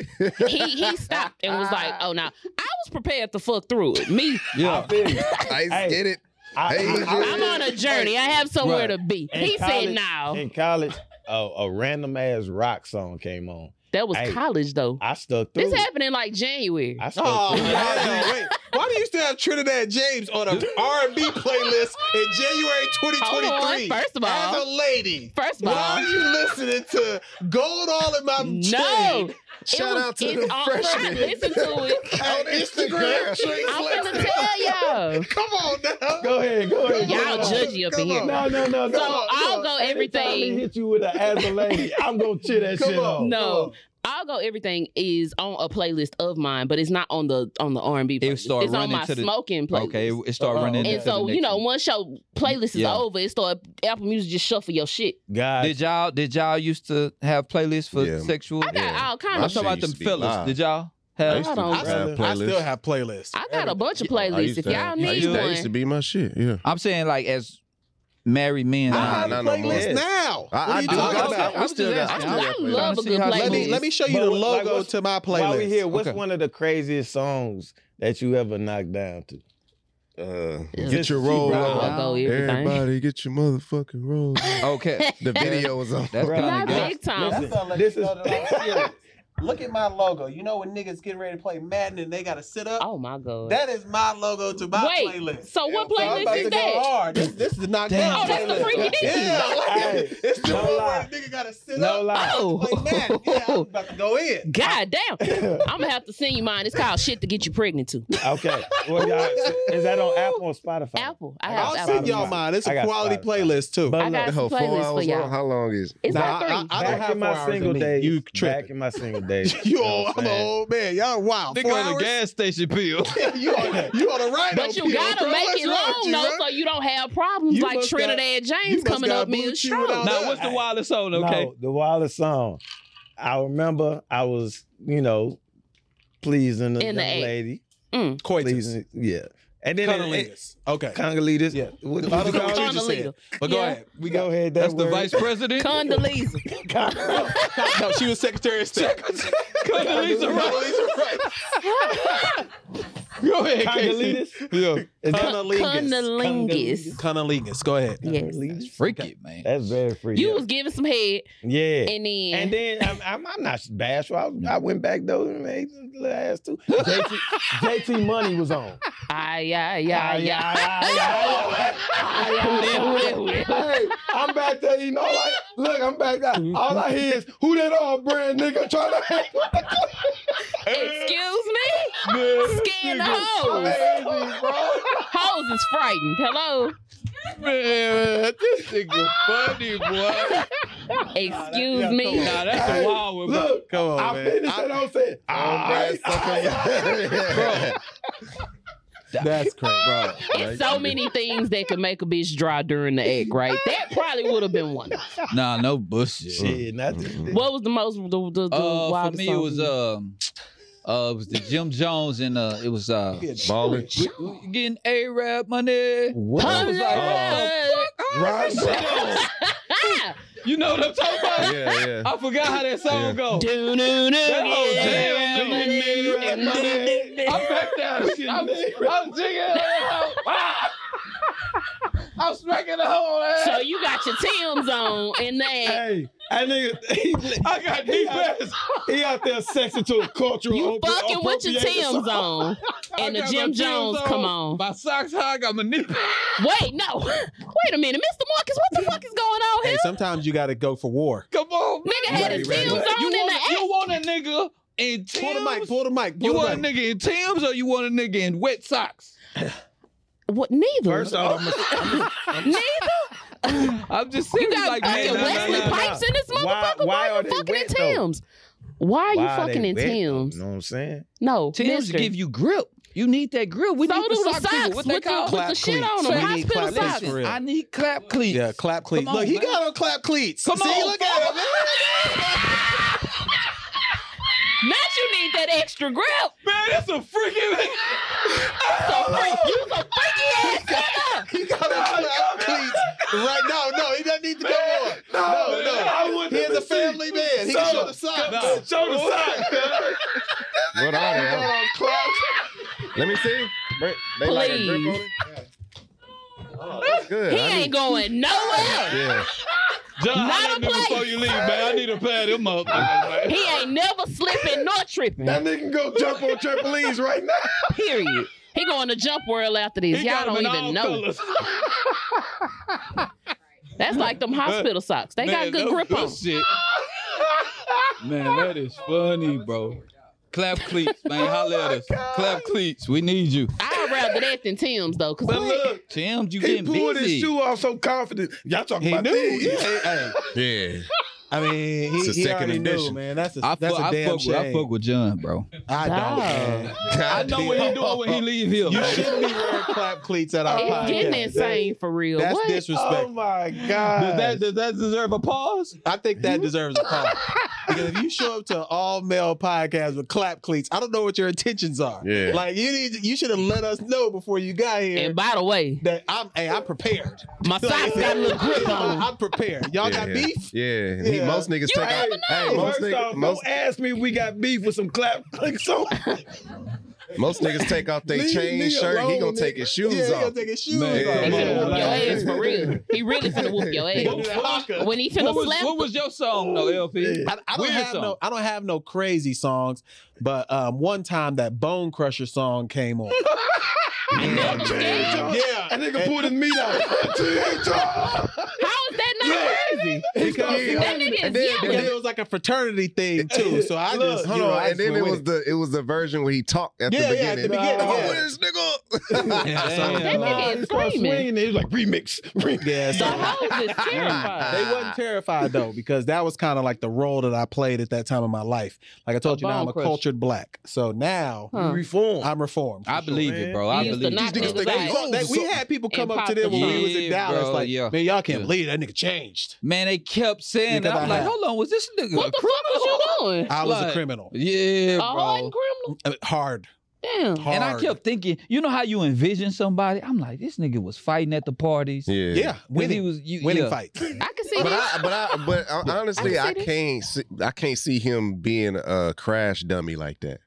S3: Light-skinned.
S4: He he stopped and was like, oh no. I was prepared to fuck through it. Me,
S5: Yeah.
S3: I
S1: Hey.
S3: get it.
S1: I,
S3: Hey,
S4: I'm on a journey. I have somewhere to
S5: Right.
S4: be.
S1: In
S4: He said
S1: college-
S4: no.
S1: In college, a, a random ass rock song came on.
S4: That was
S1: Hey.
S4: college though.
S1: I stuck through.
S4: This
S1: it.
S4: happened in like January.
S1: I stuck
S2: Oh,
S1: through. it.
S2: hell, wait. Why do you still have Trinidad James on an R&B playlist in January 2023?
S4: Hold on, first of
S2: as
S4: all-
S2: a lady,
S4: First of
S2: why
S4: all,
S2: are you listening to "Gold All in My
S4: no.
S2: Chain"
S3: Shout out to
S4: it's
S3: the
S4: all-
S3: freshmen.
S4: Listen to it.
S2: on Instagram?
S4: I'm
S2: Translation.
S4: gonna tell y'all.
S2: Come on now.
S1: Go ahead, go ahead. go
S4: Y'all
S1: ahead.
S4: judgy up in
S2: Come
S4: here.
S2: on.
S1: No, no, no, no.
S4: So, I'll go
S1: Anytime
S4: everything-
S1: he hit you with an as a lady, I'm gonna cheer that
S2: Come
S1: shit
S2: on.
S1: on.
S4: No, I'll go. Everything is on a playlist of mine, but it's not on the on the R and B.
S5: It
S4: It's
S5: started
S4: on
S5: running
S4: my
S5: to the-
S4: smoking playlist.
S5: Okay. It, it started
S2: Oh,
S5: running.
S2: okay.
S4: And
S5: into the
S4: so
S5: next
S4: you know,
S5: one.
S4: once your playlist
S5: Yeah.
S4: is over, it start Apple Music just shuffle your shit.
S1: God,
S5: Did y'all did y'all used to have playlists for
S3: Yeah.
S5: sexual?
S4: I got all
S3: My
S4: kind
S5: I'm
S4: of.
S3: shit
S5: talking about
S3: used
S5: them
S3: to be
S5: fellas.
S3: live.
S5: Did y'all
S3: I
S5: Hell,
S3: used to
S4: Hold on,
S3: have
S2: I
S3: playlists.
S2: still have playlists.
S4: I got a bunch of
S3: I used
S4: playlists. If
S3: to
S4: y'all
S3: have- I used
S4: need
S3: to- That used to
S4: one,
S3: be my shit. Yeah.
S5: I'm saying like as married men.
S2: I
S5: I-
S2: have
S3: nah,
S2: a
S3: no more.
S2: playlist now.
S3: I-
S2: what
S3: I
S2: are you
S3: do.
S2: talking
S3: I-
S2: about?
S3: I- I'm still got-
S5: asking.
S3: I'm
S4: I
S3: still got
S4: love a
S5: playlists.
S4: good
S5: Let
S2: Let me
S4: playlist.
S2: let me show you
S1: But
S2: the
S1: what- like,
S2: logo
S1: what's-
S2: to my playlist.
S1: While we here, what's
S5: Okay.
S1: one of the craziest songs that you ever knocked down to?
S3: Uh,
S4: Yeah.
S3: Get your
S1: She
S3: roll
S1: brought
S3: on.
S1: up
S4: I'll go everything.
S3: Everybody, get your motherfucking roll on.
S5: Okay,
S3: The video was on.
S5: that's
S1: Bro,
S5: kind
S4: Not
S5: of good.
S4: big time.
S1: Listen, this is
S2: Look at my logo. You know when niggas get ready to play Madden and they gotta sit up.
S4: Oh my god.
S2: That is my logo to my
S4: Wait,
S2: playlist.
S4: so what
S2: So I'm about
S4: playlist
S2: to
S4: is
S2: go
S4: that?
S2: hard. This, this is not
S5: Damn.
S2: down
S4: Oh, that's the
S2: playlist.
S4: freaky dicky.
S2: Yeah, like,
S1: Hey,
S2: it's the
S1: no
S2: one where
S1: lie.
S2: the nigga gotta sit
S1: No
S2: up.
S1: lie.
S2: Oh,
S4: Oh.
S2: like, man, yeah, I'm about to go in.
S4: God damn. I'm gonna have to send you mine. It's called shit to get you pregnant to.
S1: Okay. Well, y'all, is that on Apple or Spotify?
S4: Apple. I have
S2: I'll
S1: got
S4: Apple.
S2: send
S1: Spotify.
S2: y'all mine. It's
S1: I
S2: a
S1: got
S2: quality
S1: Spotify.
S2: playlist too.
S1: But
S4: I
S1: look,
S4: got some
S3: Hell, four
S4: playlists for
S3: hours long.
S4: y'all.
S3: How long is it?
S4: It's
S2: Nah,
S4: not
S2: I-
S4: three.
S2: I- I don't
S1: back
S2: have
S1: in my
S2: four hours
S1: single
S2: in me.
S1: days.
S2: You
S1: back
S2: tripping.
S1: in my single days.
S2: You
S1: know
S2: old, I'm
S1: what I'm
S2: an
S1: saying?
S2: old man. Y'all wow. Four hours?
S5: station bill.
S2: you, on, you on the right
S4: But you gotta make it long though, so you don't have problems
S2: You
S4: like
S2: must got-
S4: Trinidad James
S2: must
S4: coming
S2: got
S4: up being
S2: Bootsy without Now,
S4: strong.
S5: Now,
S2: what's
S5: what's
S2: the
S5: the wildest song? Okay,
S1: No, the Wallace song. I remember I was, you know, pleasing the
S4: In the
S1: young
S4: act.
S1: lady.
S2: Coitus.
S1: Pleasing, yeah. And then it,
S2: Cunnilingus. Okay.
S1: it, Congolitas.
S2: Yeah.
S1: What,
S2: I don't know what you
S4: Condoleezza.
S2: just said. But go
S4: Yeah.
S2: ahead. We
S1: go
S2: go
S1: ahead. That
S5: that's the
S1: word.
S5: vice president.
S4: Condoleezza.
S1: Con-
S2: No, she was Secretary of State.
S5: Condoleezza Rice.
S2: Condoleezza Rice.
S5: Go ahead, Casey.
S1: Congolitas. Yeah. It's
S2: Cunnilingus.
S4: Condolingus.
S2: Cunnilingus. Go ahead.
S4: Yes.
S5: That's freaky, man.
S1: That's very free.
S4: You
S1: yeah.
S4: was giving some head
S1: yeah.
S4: and then
S1: And then I'm, I'm, I'm not bashful. I, I went back though and made some little ass too. JT, JT Money was on.
S4: Ay, ay, ay, ay.
S1: Who
S4: that, who that, who that?
S1: Hey, I'm back there eating all I look. I'm back there. All I hear is who that all brand nigga trying to hang with?"
S4: Excuse me? Skin the hoes.
S1: Crazy, bro.
S4: Hoes is frightened. Hello?
S5: Man, this nigga funny boy.
S4: Excuse
S1: yeah,
S4: me.
S5: Nah, that's
S1: Hey,
S5: a wild one, bro.
S1: Look,
S2: Come on,
S1: I
S2: man.
S1: finished it. I was saying,
S3: Oh, Brad,
S5: Bro,
S2: That's crazy. Bro.
S4: It's so many things that could make a bitch dry during the act, right? That probably would have been one.
S5: nah, no bullshit.
S1: shit, nothing.
S4: What was the most the, the, the
S5: Uh, for
S4: wildest
S5: me,
S4: song
S5: it was um, uh, it was the Jim Jones and uh, it was uh,
S3: Ballin'.
S5: we, we getting A rap money.
S1: What?
S4: Huh?
S5: was like, uh,
S4: Oh.
S1: Ron
S5: You know what I'm talking about?
S3: Yeah, yeah.
S5: I forgot how that song
S3: Yeah.
S5: go.
S4: Do, do, do,
S5: That whole
S4: yeah.
S5: jam,
S4: Do,
S5: dude.
S4: do, do, do, do, do.
S5: I'm back down. I'm, I'm jigging. I'm, I'm smacking the whole ass.
S4: So you got your Tim's on in there.
S1: Hey, that nigga, he,
S5: I got defense.
S1: he out there sexing to a cultural.
S4: You
S1: appro-
S4: fucking with your
S1: appropriation.
S4: Tim's on.
S5: I
S4: And the
S5: got my
S4: Jim
S5: jeans
S4: Jones come on.
S5: My socks high. I got my knee.
S4: Wait, no. Wait a minute. Mr. Marcus, what the fuck is going on
S2: Hey,
S4: here?
S2: sometimes you gotta go for war.
S5: Come on, man.
S4: Nigga had his
S2: Right, right,
S4: Tim's
S2: right.
S4: on
S5: You
S4: in the
S5: want,
S4: act.
S5: you want a nigga in Tim's?
S2: Pull the mic, pull the mic, pull
S5: you
S2: the
S5: want a
S2: mic.
S5: nigga in Tim's or you want a nigga in wet socks?
S4: What? Neither.
S1: First off,
S4: Neither.
S5: I'm just
S4: You
S5: saying,
S4: got
S5: like,
S4: fucking
S5: man, nah,
S4: Wesley
S5: nah, nah.
S4: Pipes in this motherfucker.
S1: Why-
S4: Why,
S1: why
S4: are
S1: are
S4: you
S1: they
S4: fucking in
S1: wet, though?
S4: Tim's? Why are you
S1: Why
S4: fucking
S1: they
S4: in
S1: wet, though?
S4: Tim's?
S1: You know what I'm saying?
S4: No,
S5: Tim's
S4: mister.
S5: give you grip. You need that grip. We
S4: so do
S5: need the
S4: the
S5: sock
S4: socks
S5: people. What
S4: with,
S5: they
S4: the,
S5: call
S4: with
S2: clap
S4: the shit
S2: cleats.
S4: on
S2: We
S4: them.
S2: need
S4: Hospital
S2: clap cleats
S4: socks.
S2: for real.
S5: I need clap cleats.
S2: Yeah, clap cleats.
S5: Come on,
S2: look, he
S5: man.
S2: got on clap cleats.
S5: Come
S2: See,
S5: on,
S2: look at him.
S4: Not you need that extra grip.
S5: Man, that's a freaking.
S4: So freak, you so freaky ass nigga.
S2: He got on clap cleats. Right? No, no, he doesn't need to go on.
S1: no,
S2: No,
S1: man, I
S2: no.
S1: wouldn't
S2: He is a
S1: have
S2: family man. He can
S1: So-
S2: show the side.
S5: No.
S2: No.
S1: Show the side.
S3: What are they? huh? Let me see. Bri- They like a grip on it? Oh, that's good.
S4: He
S3: I
S4: ain't
S3: need-
S4: going nowhere.
S3: Yeah.
S4: Not
S5: John,
S4: a
S5: holler at me
S4: place.
S5: before you leave, man. I need to pad him up. man.
S4: He ain't never slipping nor tripping.
S1: That nigga go jump on trampolines right now.
S4: Period. He going to jump world after this.
S5: He
S4: Y'all
S5: got him
S4: don't
S5: in
S4: even
S5: all
S4: know.
S5: colors.
S4: That's like them hospital socks. They got
S5: Man,
S4: good
S5: no
S4: grip on.
S5: bullshit. man, that is funny, bro. Clap cleats, man. Holler at us. Clap cleats. We need you.
S4: I'd rather that than Tim's though, cause
S1: But
S4: what?
S1: look,
S5: Tim's, you
S1: he
S5: getting
S1: pulled his
S5: busy.
S1: shoe off so confident. Y'all talking
S2: He
S1: about
S2: knew.
S1: things.
S2: Yeah, hey, hey.
S3: Yeah.
S2: I mean,
S3: It's
S2: he,
S3: a
S2: he
S3: second
S2: already knew,
S3: edition.
S2: man. That's a
S5: I
S2: that's
S5: fuck,
S2: a
S5: I,
S2: damn
S5: fuck with,
S2: shame.
S5: I fuck with John, bro.
S2: I don't.
S4: Dog.
S2: Man.
S5: I know what he doing when he leave here.
S2: You shouldn't be wearing clap cleats at our podcast.
S4: it's getting insane for real.
S2: That's
S4: what?
S2: disrespectful.
S1: Oh my
S5: Does
S1: god.
S5: that does that deserve a pause?
S2: I think that deserves a call. Because if you show up to an all male podcast with clap cleats, I don't know what your intentions are.
S3: Yeah.
S2: Like you need you should have let us know before you got here
S4: And by the way,
S2: that I'm hey, I'm prepared.
S4: my socks got a little grip on them.
S2: I'm prepared. Y'all got
S3: yeah.
S2: beef?
S3: Yeah. And He,
S2: Yeah.
S3: most niggas take out. Hey, most,
S1: First
S3: niggas,
S1: off,
S3: most,
S1: don't ask me if we got beef with some clap clicks on.
S3: most niggas take off their
S2: Leave
S3: chain
S2: me
S3: shirt. he
S2: alone,
S3: gonna take
S2: nigga.
S3: his
S2: Yeah,
S3: shoes
S2: he
S3: off.
S2: gonna take his shoes
S1: Man,
S2: off.
S4: He
S1: come
S4: finna
S1: on,
S4: whoop your
S1: like-
S4: ass for real. He really finna whoop your ass. When he finna
S5: What was,
S4: slap
S5: what was your song though, LP?
S2: I, I don't
S5: Weird
S2: have
S5: song.
S2: no I don't have no crazy songs, but um, one time that Bone Crusher song came on.
S4: Yeah.
S2: yeah,
S1: That nigga pulled his meat out.
S4: How is that not crazy?
S2: because
S4: That nigga
S3: And
S4: is
S3: then-
S2: and
S4: yelling.
S2: then it was like a fraternity thing too. So I
S1: Look,
S2: just
S3: Hold
S2: you know,
S3: on,
S2: I
S3: and then
S2: just
S3: it
S2: went
S3: was
S2: with
S3: the it was the version where he talked at
S2: Yeah,
S3: the
S2: yeah, at
S3: beginning.
S2: the beginning,
S3: I'm
S2: yeah.
S3: with this nigga.
S5: Damn.
S4: That nigga is screaming.
S1: He was like, remix. remix.
S2: yeah.
S4: The
S2: So
S4: hoes is terrified.
S2: they wasn't terrified though because that was kind of like the role that I played at that time in my life. Like I told you, now
S4: bone
S2: I'm a
S4: crusher.
S2: cultured black. So now
S4: Huh.
S1: Reform.
S2: I'm reformed.
S5: I believe it, bro. I
S4: He used to
S5: believe
S4: knock
S5: it.
S3: These niggas
S5: bro.
S3: think they
S4: Like,
S3: old.
S2: That- we
S3: so-
S2: had people come
S4: And
S2: up to them when we was in
S5: Yeah,
S2: Dallas,
S5: bro,
S2: like,
S5: yeah.
S2: man, y'all can't
S5: Yeah.
S2: believe that nigga changed.
S5: Man, they kept saying that.
S2: Because
S5: I'm
S2: I
S5: like,
S2: had-
S5: hold on, was this nigga
S4: What the
S5: a
S4: fuck Oh, was you doing?
S2: I was a
S5: Like-
S2: criminal.
S5: Yeah,
S4: A hardened
S5: bro.
S4: criminal?
S2: Uh, Hard,
S4: Damn.
S2: hard.
S5: And I kept thinking, you know how you envision somebody? I'm like, this nigga was fighting at the parties.
S3: Yeah.
S2: yeah,
S5: When he
S2: winning,
S5: was you,
S2: winning
S5: yeah.
S2: fights.
S4: I can see
S3: But
S4: that.
S3: I, but I, but hon- honestly,
S4: I
S3: I,
S4: can see
S3: can't, see, I can't see him being a crash dummy like that.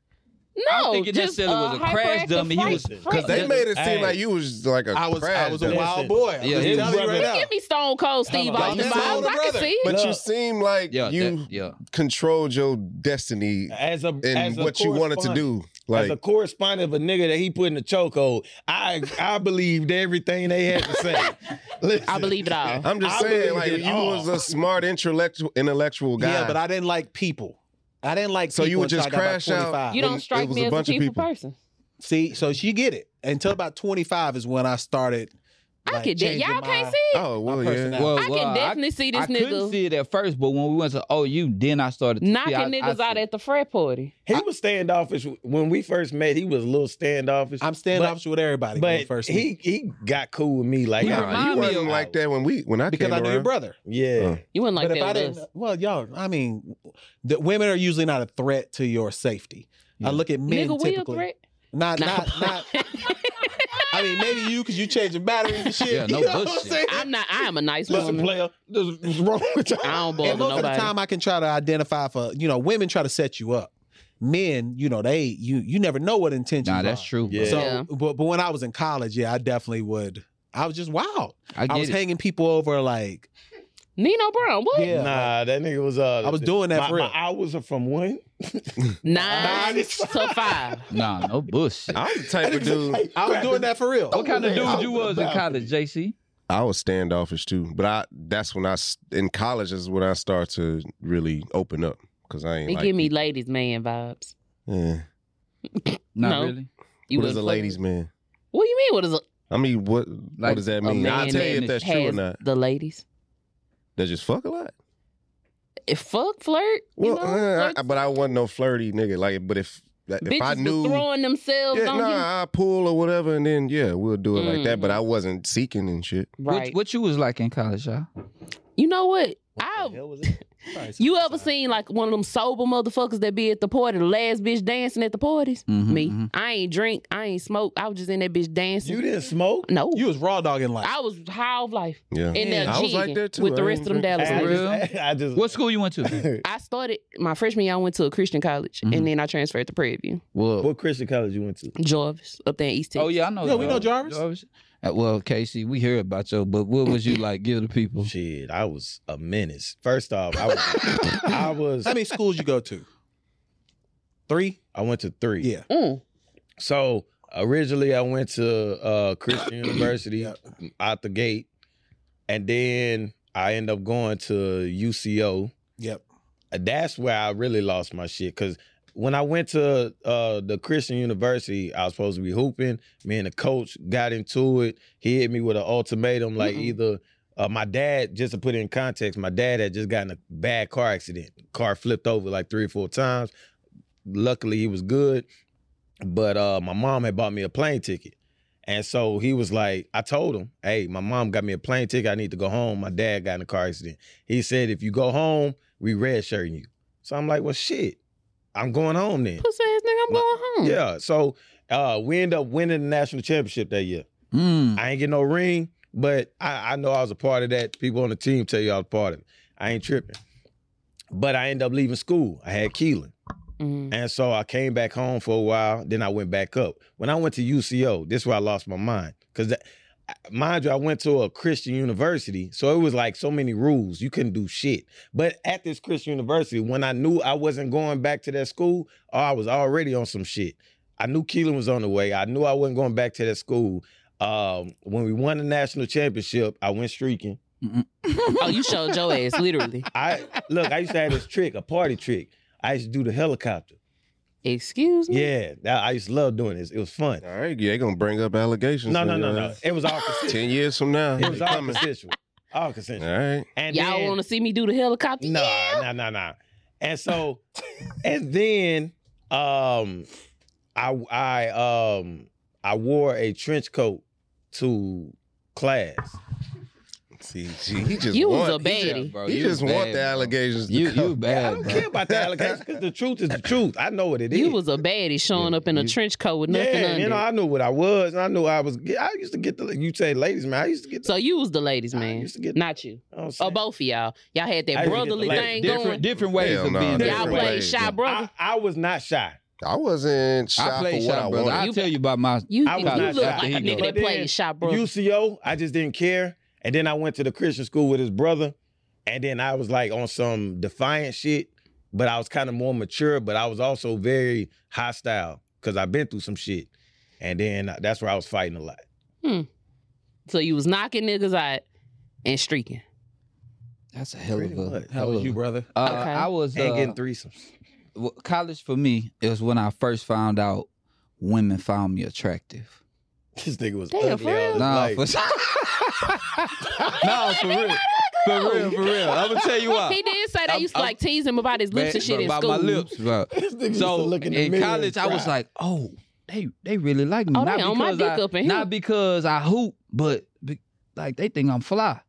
S5: I
S4: No,
S5: don't think it
S4: just
S5: necessarily was a crash
S4: hyperactive
S5: dummy. He
S4: fright-
S5: was- 'cause
S4: fright.
S3: They
S5: Yeah.
S3: made it seem
S1: Hey.
S3: like you was like a
S2: I was,
S3: crash
S2: I was a
S3: dummy.
S2: wild
S1: Listen.
S2: boy. I'm
S5: Yeah,
S2: just
S5: his
S2: telling you
S1: brother-
S2: right now.
S4: Give me Stone Cold Steve
S2: Hello.
S4: Austin
S2: He's
S4: vibes.
S2: his older
S4: I
S2: brother.
S4: can see.
S3: But you
S1: Look.
S3: seem like
S5: Yeah,
S3: you
S5: that- yeah.
S3: controlled your destiny
S1: As a as
S3: and
S1: a
S3: what you wanted to
S1: correspondent-
S3: do.
S1: as
S3: Like
S1: a correspondent of a nigga that he put in the chokehold, I I believed everything they had to say. Listen,
S4: I believe it all.
S3: I'm just
S1: I
S3: saying,
S1: believed
S3: like
S1: it
S3: you
S1: all.
S3: was a smart intellectual intellectual guy.
S2: Yeah, but I didn't like people. I didn't like
S3: So
S2: people
S3: you would
S2: until
S3: just
S2: I got about
S3: crash out?
S2: 25.
S4: You
S3: It
S4: don't
S3: was- it
S4: strike
S3: was
S4: me
S3: a
S4: as a
S3: bunch of
S4: people
S3: people.
S4: person.
S2: See, so she get it. Until about 25 is when I started.
S4: I
S2: like,
S4: could de-
S2: changing
S4: y'all
S2: my-
S4: can't see it.
S3: oh well,
S2: my
S3: yeah.
S2: personality.
S5: Well,
S4: I
S5: well,
S4: can definitely see this
S5: I couldn't
S4: nigga
S5: see it at first, but when we went to OU, then I started to see-
S4: knocking
S5: I-
S4: niggas
S5: I
S4: out at the frat party.
S1: he was standoffish when we first met. He was a little standoffish,
S2: I'm standoffish with everybody when we
S1: but
S2: first meet.
S1: he he got cool with me like
S5: He
S3: Nah,
S1: nah,
S5: remind
S3: you
S5: me
S3: wasn't
S5: of-
S3: like that when we when I
S2: because
S3: came
S2: I knew your
S3: around.
S2: brother.
S1: yeah.
S4: You wouldn't like
S2: but if I
S4: that with
S2: didn't,
S4: us.
S2: well, y'all, I mean, the women are usually not a threat to your safety.
S5: Yeah.
S2: I look at men
S4: Nigga, we a
S2: typically.
S4: threat?
S2: Not,
S4: Nah,
S2: not, not. I mean, maybe you because you changing batteries and shit.
S5: Yeah, no
S2: you know what I'm
S5: bullshit.
S2: saying?
S4: I'm not. I am a nice
S1: Listen,
S4: woman.
S1: player, this- what's wrong with you?
S4: I don't
S2: and
S4: bother
S2: most of the
S4: nobody.
S2: time, I can try to identify for you know, women try to set you up. Men, you know, they you you never know what intentions.
S5: Nah,
S2: are.
S5: that's true. bro.
S1: Yeah.
S2: So,
S4: Yeah.
S2: but but when I was in college, yeah, I definitely would. I was just wild.
S5: I
S2: I,
S5: get
S2: was
S5: it.
S2: hanging people over like
S4: Nino Brown, what?
S2: yeah, like,
S1: Nah, that nigga was. Uh,
S2: I was doing that
S1: my,
S2: for real.
S1: my hours are from one.
S4: Nine
S1: Nine.
S4: to five.
S5: Nah, no bullshit.
S3: I'm the type of dude.
S2: I was doing that for real.
S5: what kind of dude you was in
S1: Nah.
S5: college, JC?
S3: I was standoffish too, but I that's when I s- in college is when I start to really open up because I ain't.
S4: They
S3: like
S4: give me ladies man vibes.
S3: Yeah.
S5: Not
S4: No.
S5: really.
S4: You
S3: what is
S4: wouldn't
S3: a
S4: fuck-
S3: ladies man?
S4: What do you mean? What is a
S3: I mean, what what
S5: Like,
S3: does that
S5: a
S3: mean? I'll
S5: man
S3: tell
S5: that
S3: you if that's true or
S4: has
S3: not.
S4: The ladies.
S3: They just fuck a lot.
S4: If fuck flirt.
S3: Well,
S4: you know,
S3: uh, I-
S4: flirts-
S3: but I wasn't no flirty nigga. Like, but if if I
S4: bitches was
S3: knew,
S4: throwing themselves
S3: yeah,
S4: on you. Mm-hmm.
S3: nah, I pull or whatever, and then yeah, we'll do it like that. But I wasn't seeking and shit.
S4: Right.
S5: What, what you was like in college, y'all?
S4: you know what?
S1: What the
S4: I
S1: hell was it?
S4: you ever seen like one of them sober motherfuckers that be at the party, the last bitch dancing at the parties?
S5: Mhm,
S4: Me.
S5: mhm.
S4: I ain't drink, I ain't smoke. I was just in that bitch dancing.
S1: You didn't smoke?
S4: no.
S2: You was raw dogging like
S4: I was high of life.
S3: Yeah,
S4: In
S1: Yeah,
S4: there
S3: I was like
S4: jigging
S3: that too.
S4: with the
S3: I
S4: rest of them
S3: ain't-
S4: Dallas
S5: For
S1: I
S4: niggas.
S5: real?
S1: just, I just
S5: What school you went to?
S4: I started my freshman year, I went to a Christian college
S5: Mhm.
S1: Mm-hmm.
S4: and then I transferred to Prairie View.
S5: Well,
S1: What Christian college you went to?
S4: Jarvis up there in East Texas.
S5: oh yeah, I know.
S2: Yeah, we know Jarvis.
S5: Uh, well, Casey, we hear about you, but what was you like? Give the people.
S1: Shit, I was a menace. First off, I was, I was,
S2: How many schools you go to? Three.
S1: I went to three.
S2: Yeah.
S4: Mm.
S1: So originally, I went to uh, Christian University
S2: Yeah.
S1: out the gate, and then I end up going to UCO.
S2: Yep.
S1: Uh, That's where I really lost my shit because when I went to uh, the Christian University, I was supposed to be hooping. Me and the coach got into it. He hit me with an ultimatum, like
S4: Mm-mm.
S1: either. Uh, my dad, just to put it in context, my dad had just gotten a bad car accident. Car flipped over like three or four times. Luckily, he was good but uh my mom had bought me a plane ticket and so he was like i told him hey my mom got me a plane ticket i need to go home my dad got in a car accident he said if you go home we red shirting you So I'm like, well, shit, I'm going home then.
S4: Pussy ass nigga, I'm
S1: My-
S4: going home.
S1: Yeah. So uh, we end up winning the national championship that year.
S5: Mm.
S1: I ain't get no ring, but I, I know I was a part of that. People on the team tell you I was a part of it. I ain't tripping. But I ended up leaving school. I had Keelan.
S4: Mm.
S1: And so I came back home for a while. Then I went back up. When I went to UCO, this is where I lost my mind. Because, mind you, I went to a Christian university. So it was like so many rules. You couldn't do shit. But at this Christian university, when I knew I wasn't going back to that school, oh, I was already on some shit. I knew Keelan was on the way. I knew I wasn't going back to that school. Um, when we won the national championship, I went streaking.
S4: Oh, you showed your ass, literally.
S1: I look, I used to have this trick, a party trick. I used to do the helicopter.
S4: Excuse me.
S1: Yeah, that, I used to love doing this. It was fun.
S3: All right, yeah, they gonna bring up allegations.
S1: No, no,
S3: then,
S1: no,
S3: uh,
S1: no. It was all consensual.
S3: Ten years from now,
S1: It was
S3: they
S1: all
S3: coming.
S1: consensual. All
S3: All
S1: consensual.
S3: right,
S1: And
S4: Y'all
S1: then,
S4: want to see me do the helicopter?
S1: nah, nah, nah, nah. And so, and then, um, I, I, um, I wore a trench coat to class.
S3: see, gee, he just
S4: You was a
S3: want,
S4: baddie.
S5: bro,
S3: He
S5: you
S3: just
S5: bad,
S3: want the
S5: bro.
S3: allegations. To
S5: You
S3: come.
S5: you bad.
S1: I don't
S5: bro.
S1: care about the allegations because the truth is the truth. I know what it is.
S4: You was a baddie showing up in a
S3: You-
S4: trench coat with nothing
S1: yeah,
S4: under.
S1: you know, I knew what I was, and I knew I was. I used to get the. You say, ladies, man. I used to get. The,
S4: so you was the ladies,
S1: I
S4: man,
S1: used to get-
S4: not you.
S1: I was
S4: Or
S1: saying.
S4: both of y'all. Y'all
S1: I
S4: had that
S1: used to get the
S4: brotherly
S1: ladies.
S4: thing
S5: different
S4: going.
S5: different ways
S3: Hell
S5: of
S3: nah,
S5: being.
S3: different
S4: Y'all
S5: different
S4: played
S3: ways.
S4: shy
S3: Yeah.
S4: brother.
S1: I, I was not shy.
S3: I wasn't shy
S5: I played
S3: for what I
S5: shot, brother.
S3: wanted.
S5: I
S4: You-
S5: tell you about my.
S4: You,
S1: I
S4: you
S1: was
S4: look
S1: not
S4: like
S1: shy.
S4: a
S5: He
S4: nigga
S5: go.
S4: that played shot brother.
S1: UCO, I just didn't care. And then I went to the Christian school with his brother. And then I was like on some defiant shit, but I was kind of more mature, but I was also very hostile because I've been through some shit. And then uh, that's where I was fighting a lot.
S4: so you was knocking niggas out and streaking.
S5: That's a hell of a.
S1: How
S5: Hell
S1: was
S5: of
S1: you,
S5: a.
S1: brother?
S5: Uh,
S4: Okay.
S5: I was
S1: and
S5: uh,
S1: getting threesomes.
S5: w- college for me is when I first found out women found me attractive.
S1: This nigga was
S4: Damn,
S1: ugly.
S4: for
S1: all
S4: real?
S1: his
S5: Nah,
S1: life.
S5: for nah, for real, for real, for real. I'm gonna tell you
S4: He
S5: why.
S4: did say they
S5: I'm-
S4: used to
S5: I'm-
S4: like tease him about his lips
S5: Man,
S4: and shit in
S5: about
S4: school.
S5: my lips, bro.
S1: This nigga used to
S5: So
S1: look in, the
S5: in
S1: mirror
S5: college,
S1: and
S5: I was
S1: cry.
S5: like, oh, they they really like me.
S4: Oh, they
S5: not
S4: on my
S5: because
S4: dick
S5: I,
S4: up in here.
S5: not because I hoop, but be, like they think I'm fly.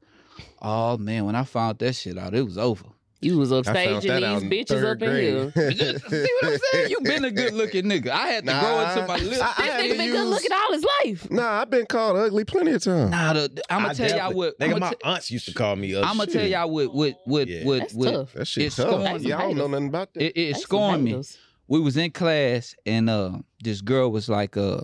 S5: Oh man, when I found that shit out, it was over.
S4: You was
S3: I found
S4: upstaging these
S3: that out in
S4: bitches
S3: third
S4: up in here.
S3: grade.
S5: See what I'm saying? You been a good looking nigga. I had to grow into my lips.
S3: I- I
S4: This
S3: had to
S4: nigga been good
S3: use-
S4: looking all his life.
S3: Nah, I've been called ugly plenty of times.
S5: Nah, the, I'm
S1: I
S5: gonna tell y'all
S1: definitely-
S5: what.
S1: Nigga,
S5: I'm
S1: my
S5: gonna
S1: aunts used to call me ugly.
S5: tell y'all what what what
S1: Yeah.
S5: what,
S4: That's
S5: what
S4: tough.
S3: That shit
S5: It's
S3: tough.
S5: scorned.
S3: Y'all don't know nothing about that.
S5: it, it
S4: That's
S5: scorned me.
S4: tomatoes.
S5: We was in class and uh this girl was like, uh,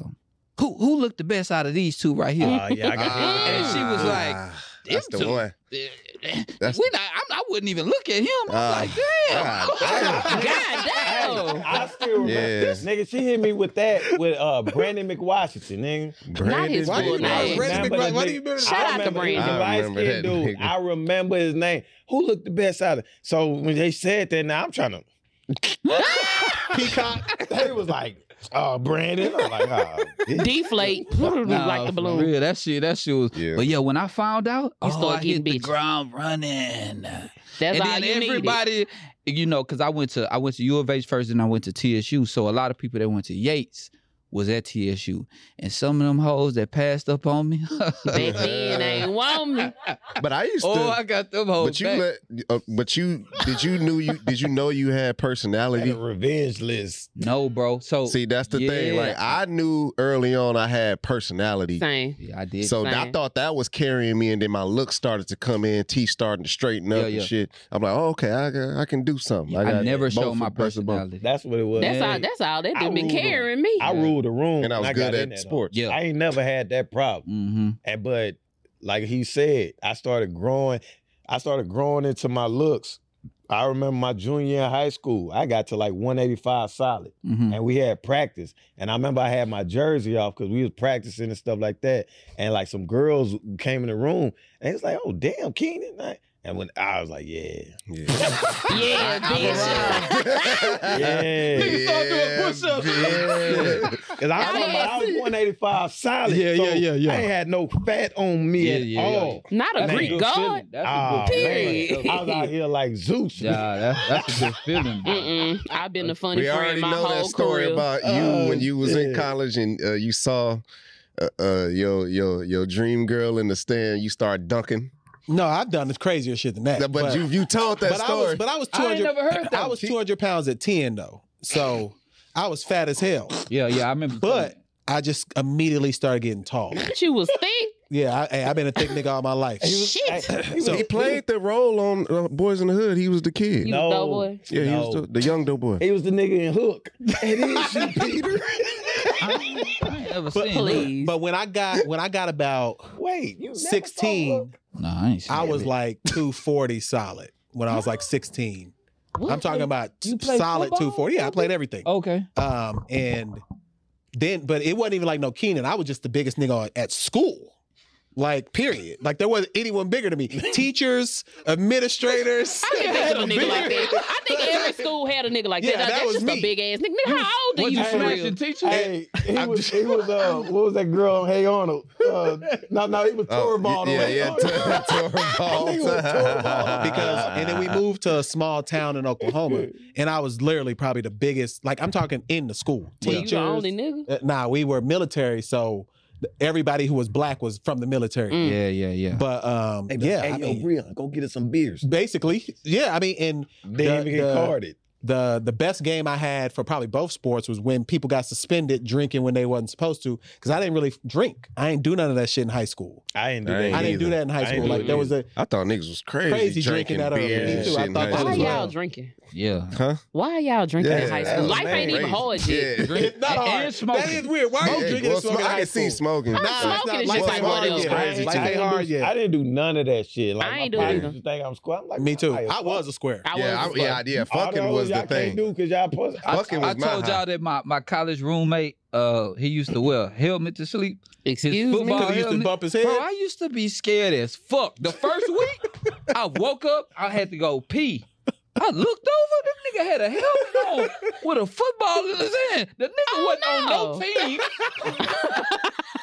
S5: who who looked the best out of these two right here?
S1: Oh, yeah, I got
S5: And she was like,
S3: Ah,
S5: "Them
S3: "That's the
S5: two-
S3: one."
S5: That's
S3: That's-
S5: we not, I'm, I wouldn't even look at him. I'm
S3: Ah,
S5: like, damn.
S3: God
S4: God damn.
S1: I still remember.
S3: Yeah.
S1: Nigga, she hit me with that with uh Brandon McWashington, nigga.
S4: Not his
S3: Why
S4: full
S3: you
S1: I
S3: call
S4: name.
S3: him Brandon?
S1: remember
S6: McWash-
S1: the
S6: why do
S1: nigga-
S6: you remember-
S4: Shout
S1: I
S4: out to
S1: remember
S4: Brandon.
S1: the
S3: I remember
S1: light-skinned
S3: that
S1: dude.
S3: nigga.
S1: I remember his name. Who looked the best out of? So when they said that, now I'm trying to. Peacock. They was like, "Oh, Brandon." I'm like, "Oh, bitch."
S4: Deflate like the
S5: for
S4: balloon.
S5: real, that shit, that shit was.
S3: Yeah.
S5: But yeah, when I found out, oh,
S4: started
S5: I hit
S4: getting
S5: the
S4: bitches.
S5: ground running.
S4: That's
S5: and
S4: all
S5: then
S4: you needed.
S5: everybody, you know, because I went to I went to U of H first, and I went to TSU. So a lot of people that went to Yates was at TSU, and some of them hoes that passed up on me.
S4: Back then, they ain't want me.
S3: But I used to.
S5: oh, I got them hoes.
S3: but you
S5: back.
S3: let. Uh, but you did you knew you did you know you had
S1: Had
S3: personality?
S1: a revenge list.
S5: no, bro. So
S3: See, that's the thing.
S5: Oh, Yeah.
S3: Like I knew early on, I had personality.
S4: Same.
S5: yeah, I did.
S3: So I
S4: Same.
S3: thought that was carrying me, and then my looks started to come in, teeth starting to straighten up
S5: Yeah, yeah.
S3: and shit. I'm like, oh, okay, I, got- I can do something.
S5: I,
S3: got
S5: never
S3: both
S5: showed
S3: of-
S5: my
S3: best of both.
S5: personality.
S1: That's what it was.
S4: That's
S5: Yeah.
S4: all. That's all. They
S1: I
S4: done been
S1: ruled 'em.
S4: carrying me.
S1: I ruled the room,
S3: and I was
S1: got
S3: good
S1: in
S3: at
S1: there, though.
S3: sports.
S5: Yeah.
S1: I ain't never had that problem.
S5: mm-hmm.
S1: And but like he said, I started growing. I started growing into my looks. I remember my junior year in high school, I got to like 185 solid,
S5: Mm-hmm.
S1: and we had practice. And I remember I had my jersey off because we was practicing and stuff like that. And like some girls came in the room, and it's like, "Oh damn, Keenan!" like- And when I was like, "Yeah,
S3: Yeah.
S4: yeah, bitch.
S1: yeah,"
S5: Nigga start doing push-ups.
S3: Yeah.
S1: because I remember I was 185 solid.
S3: Yeah,
S1: so
S3: yeah, yeah, yeah.
S1: I ain't had no fat on me
S5: Yeah,
S1: at
S5: yeah, yeah,
S1: all.
S4: Not a
S1: That's a
S4: Greek
S1: good
S4: god.
S5: That's
S1: Ah,
S5: a good
S1: man.
S5: feeling.
S1: I was out here like Zeus.
S5: Yeah, that, that's a good feeling. bro.
S4: Mm-mm. I've been the funny
S3: we
S4: friend
S3: already
S4: my
S3: know
S4: whole
S3: that story
S4: career.
S3: about you
S1: Oh,
S3: when you was in
S1: shit.
S3: college and uh, you saw uh, uh, your your your dream girl in the stand. You start dunking.
S2: No, I've done crazier shit than that.
S3: But, you you told that
S2: but I was
S3: story.
S2: but I was two
S5: I ain't
S2: hundred.
S5: never heard that.
S2: I was two hundred pounds at ten though, so I was fat as hell.
S5: Yeah, yeah, I remember.
S2: But I just immediately started getting tall.
S4: She was thick.
S2: Yeah, I, hey, I've been a thick nigga all my life.
S4: Shit.
S2: So-
S3: he played the role on uh, Boys in the Hood. He was the kid.
S4: You was boy.
S3: yeah, he was
S1: No.
S3: the, the young dope boy.
S1: He was the nigga in Hook.
S5: I, ain't- I ain't ever seen. it.
S4: Please.
S2: But when I got when I got about
S1: Wait, you never saw
S2: sixteen,
S1: Hook?
S5: Nah, I ain't seen.
S2: I
S5: it.
S2: was like two forty solid. When I was like sixteen,
S4: What?
S2: I'm talking about
S4: You played
S2: solid
S4: football? Oh.
S2: two forty. Yeah, I played everything.
S5: Okay.
S2: Um, and then, but it wasn't even like no Keenan. I was just the biggest nigga at- at school. Like, period. Like, there wasn't anyone bigger than me. Teachers, administrators.
S4: I didn't think of a nigga like
S2: bigger-
S4: that. I think every school had a nigga like
S2: Yeah, that
S4: that. That's
S2: was
S4: just
S2: me.
S4: a big ass nigga. Nigga, how old are
S5: What
S4: you
S5: you
S4: for
S5: smash
S4: real?
S5: your teacher?
S1: Hey, he
S3: I'm
S1: was,
S3: just-
S1: he was uh, what was that girl? on Hey Arnold. Uh, no, no, he was
S3: Oh,
S1: Torvald. on
S3: yeah,
S1: Hey
S3: yeah,
S1: Arnold.
S3: Torvald.
S1: Nigga was Torvald.
S2: because and then we moved to a small town in Oklahoma, and I was literally probably the biggest. Like I'm talking in the school.
S4: Well, you
S2: Teachers.
S4: the only nigga.
S2: Uh, Nah, we were military, so th- everybody who was black was from the military.
S4: Mm.
S5: Yeah, yeah, yeah.
S2: But um, yeah, I mean,
S1: Breon, go get us some beers.
S2: basically, yeah. I mean, and
S1: They
S2: The-
S1: didn't even
S2: the-
S1: get carded.
S2: the the best game I had for probably both sports was when people got suspended drinking when they wasn't supposed to because I didn't really drink. I ain't do none of that shit in high school.
S1: I ain't do
S3: I
S1: that.
S3: ain't
S2: I didn't do
S3: either.
S2: that in high
S1: I ain't
S2: school.
S1: do
S2: Like
S1: it
S2: there was a
S3: I thought niggas was crazy,
S2: Crazy drinking that early.
S3: beer
S1: Me
S3: and
S1: too.
S3: shit
S2: I
S3: in
S2: thought
S3: high
S2: that
S4: Why
S2: was
S4: are
S3: school.
S4: y'all
S2: wild.
S4: drinking?
S5: yeah.
S3: Huh?
S4: Why are y'all drinking in high
S3: that
S4: school?
S3: was
S4: Life ain't even
S3: crazy.
S4: hard yet.
S3: Yeah.
S5: Drink
S2: not hard.
S5: and smoking.
S2: That is weird. Why are you
S3: Hey,
S2: drinking
S3: well,
S2: and smoking?
S3: smoking
S2: in
S3: I
S2: high
S3: can see
S2: school?
S3: smoking.
S4: Nah, smoking is
S2: life
S4: just
S2: ain't
S4: like
S2: hard
S4: whatever.
S2: yet.
S3: Crazy
S2: Life
S3: too.
S2: ain't hard yet.
S1: I didn't do none of that shit. Like
S4: I
S1: my
S4: ain't do it
S1: partners
S4: either.
S1: just think I'm squat. I'm like,
S2: Me too.
S1: why
S2: I was a square.
S4: I
S3: yeah,
S4: was
S3: I, yeah, yeah.
S1: All the
S3: Fucking
S1: hoes
S3: was the
S1: y'all
S3: thing.
S1: Can't do because y'all pussy.
S3: Fucking
S5: I
S3: was my
S5: told
S3: high.
S5: y'all that my, my college roommate, uh, he used to wear a helmet to sleep.
S4: excuse
S5: His
S4: me.
S5: football
S2: Because he used to
S5: helmet.
S2: bump his head.
S5: Bro, I used to be scared as fuck. The first week, I woke up, I had to go pee. I looked over, this nigga had a helmet on with a football in his hand. The nigga wasn't on no
S4: no.
S5: team.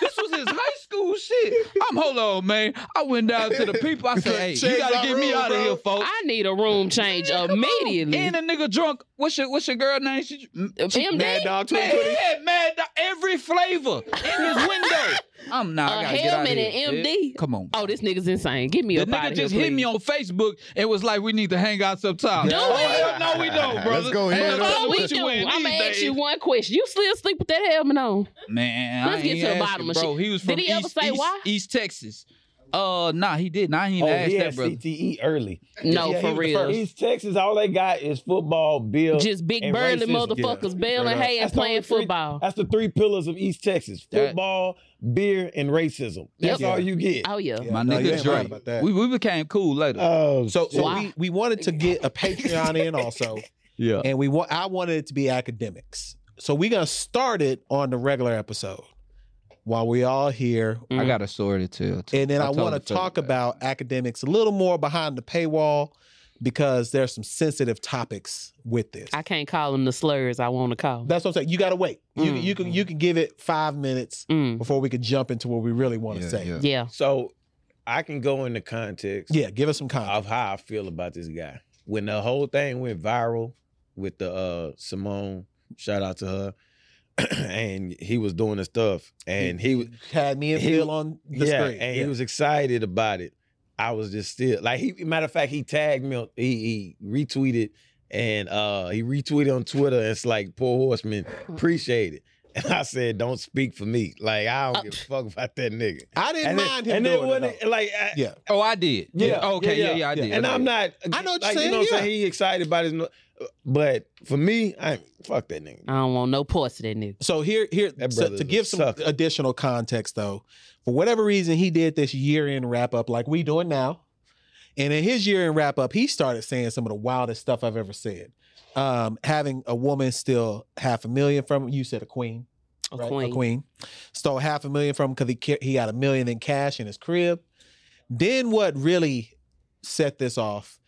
S5: this was his high school shit. I'm hold on, man. I went down to the people. I said, hey, you
S3: Change our
S5: gotta get me
S3: rule,
S5: out of
S3: bro.
S5: here, folks.
S4: I need a room change immediately.
S5: And the nigga drunk. What's your what's your girl name? She,
S4: MD?
S2: Mad dog
S5: Man,
S2: 2020.
S5: he had mad dog- every flavor in his window. I'm not.
S4: A
S5: I gotta get out of
S4: helmet
S5: here,
S4: and
S5: bitch.
S4: MD.
S5: Come on.
S4: Oh, this nigga's insane. Get me
S5: the
S4: up out
S5: nigga
S4: of
S5: just
S4: here,
S5: hit
S4: please.
S5: me on Facebook and was like, "We need to hang out sometime."
S4: Do
S5: oh
S4: we?
S5: hell no, we don't, brother.
S3: Let's go
S5: Ain't
S3: ahead.
S5: nothing
S4: Oh,
S5: wrong
S4: we
S5: with you
S4: do.
S5: in
S4: I'm gonna
S5: these
S4: ask you
S5: days.
S4: one question. You still sleep with that helmet on?
S5: Man,
S4: Let's
S5: I
S4: get
S5: ain't
S4: to the
S5: asking,
S4: bottom of
S5: bro.
S4: shit.
S5: He was
S4: Did
S5: from
S4: he ever
S5: East,
S4: say
S5: East,
S4: why?
S5: East Texas. Uh, nah, he didn't. I ain't even
S1: Oh,
S5: asked
S1: he
S5: that,
S1: had
S5: brother.
S1: CTE E early.
S4: No,
S1: Yeah, he
S4: for
S1: was the
S4: real.
S1: first. East Texas, all they got is football, bill.
S4: Just big
S1: And
S4: burly
S1: racism.
S4: motherfuckers bailing
S2: Straight
S4: hay and
S1: That's the only
S4: playing
S1: three-
S4: football.
S1: That's the three pillars of East Texas:
S5: That-
S1: football, beer, and racism. That's
S2: Yeah.
S1: all you get.
S4: Oh yeah.
S2: Yeah,
S5: My
S2: no, you
S5: nigga
S2: ain't right about
S5: Drake.
S2: that.
S5: We, we became cool later.
S1: Oh,
S2: So, so
S4: Why?
S2: we, we wanted to get a Patreon in also,
S5: yeah.
S2: and we want I wanted it to be academics. So we're gonna start it on the regular episode while we all here,
S5: I got a story to tell. too.
S2: and then I,
S5: told
S2: want
S5: the
S2: to
S5: fella
S2: talk
S5: that.
S2: about academics a little more behind the paywall because there's some sensitive topics with this.
S4: I can't call him the slurs I want to call.
S2: That's what I'm saying. You gotta wait. You can you can
S4: Mhm.
S2: you can give it five minutes
S4: Mm.
S2: before we can jump into what we really want to
S5: Yeah,
S2: say. Yeah.
S5: yeah.
S4: Yeah.
S1: so I can go into context
S2: give us some context.
S1: of how I feel about this guy. When the whole thing went viral with the uh Simone, shout out to her, and he was doing his stuff, and he was
S2: had me and
S1: he-
S2: Phil on the
S1: yeah,
S2: screen.
S1: and
S2: Yeah.
S1: he was excited about it. I was just still like he matter of fact, he tagged me on he, he retweeted and uh he retweeted on Twitter and it's like poor horseman, appreciate it. And I said, Don't speak for me. Like I don't
S4: Uh,
S1: give a fuck about that nigga.
S2: I didn't
S1: And
S2: mind him doing
S1: then, and then
S2: it.
S1: when
S2: though.
S1: it, like I-
S2: Yeah.
S5: Oh, I did.
S1: Yeah,
S5: Okay.
S1: yeah,
S5: Yeah.
S1: yeah.
S5: Yeah. I did.
S1: and
S5: I
S1: I'm
S5: did.
S1: not
S2: I know what you're
S1: like,
S2: saying,
S1: you know what
S2: yeah.
S1: I'm saying? He excited about his no- but for me, I fuck that nigga.
S4: I don't want no parts of that nigga.
S2: So here, here
S1: That
S2: so
S1: brother's
S2: to
S1: a
S2: give some
S1: sucker.
S2: additional context, though, for whatever reason, he did this year-end wrap-up like we doing now, and in his year-end wrap-up, he started saying some of the wildest stuff I've ever said. Um, having a woman steal half a million from you said a queen,
S4: A
S2: right?
S4: queen.
S2: a queen, stole half a million from because he ca- he got a million in cash in his crib. Then what really set this off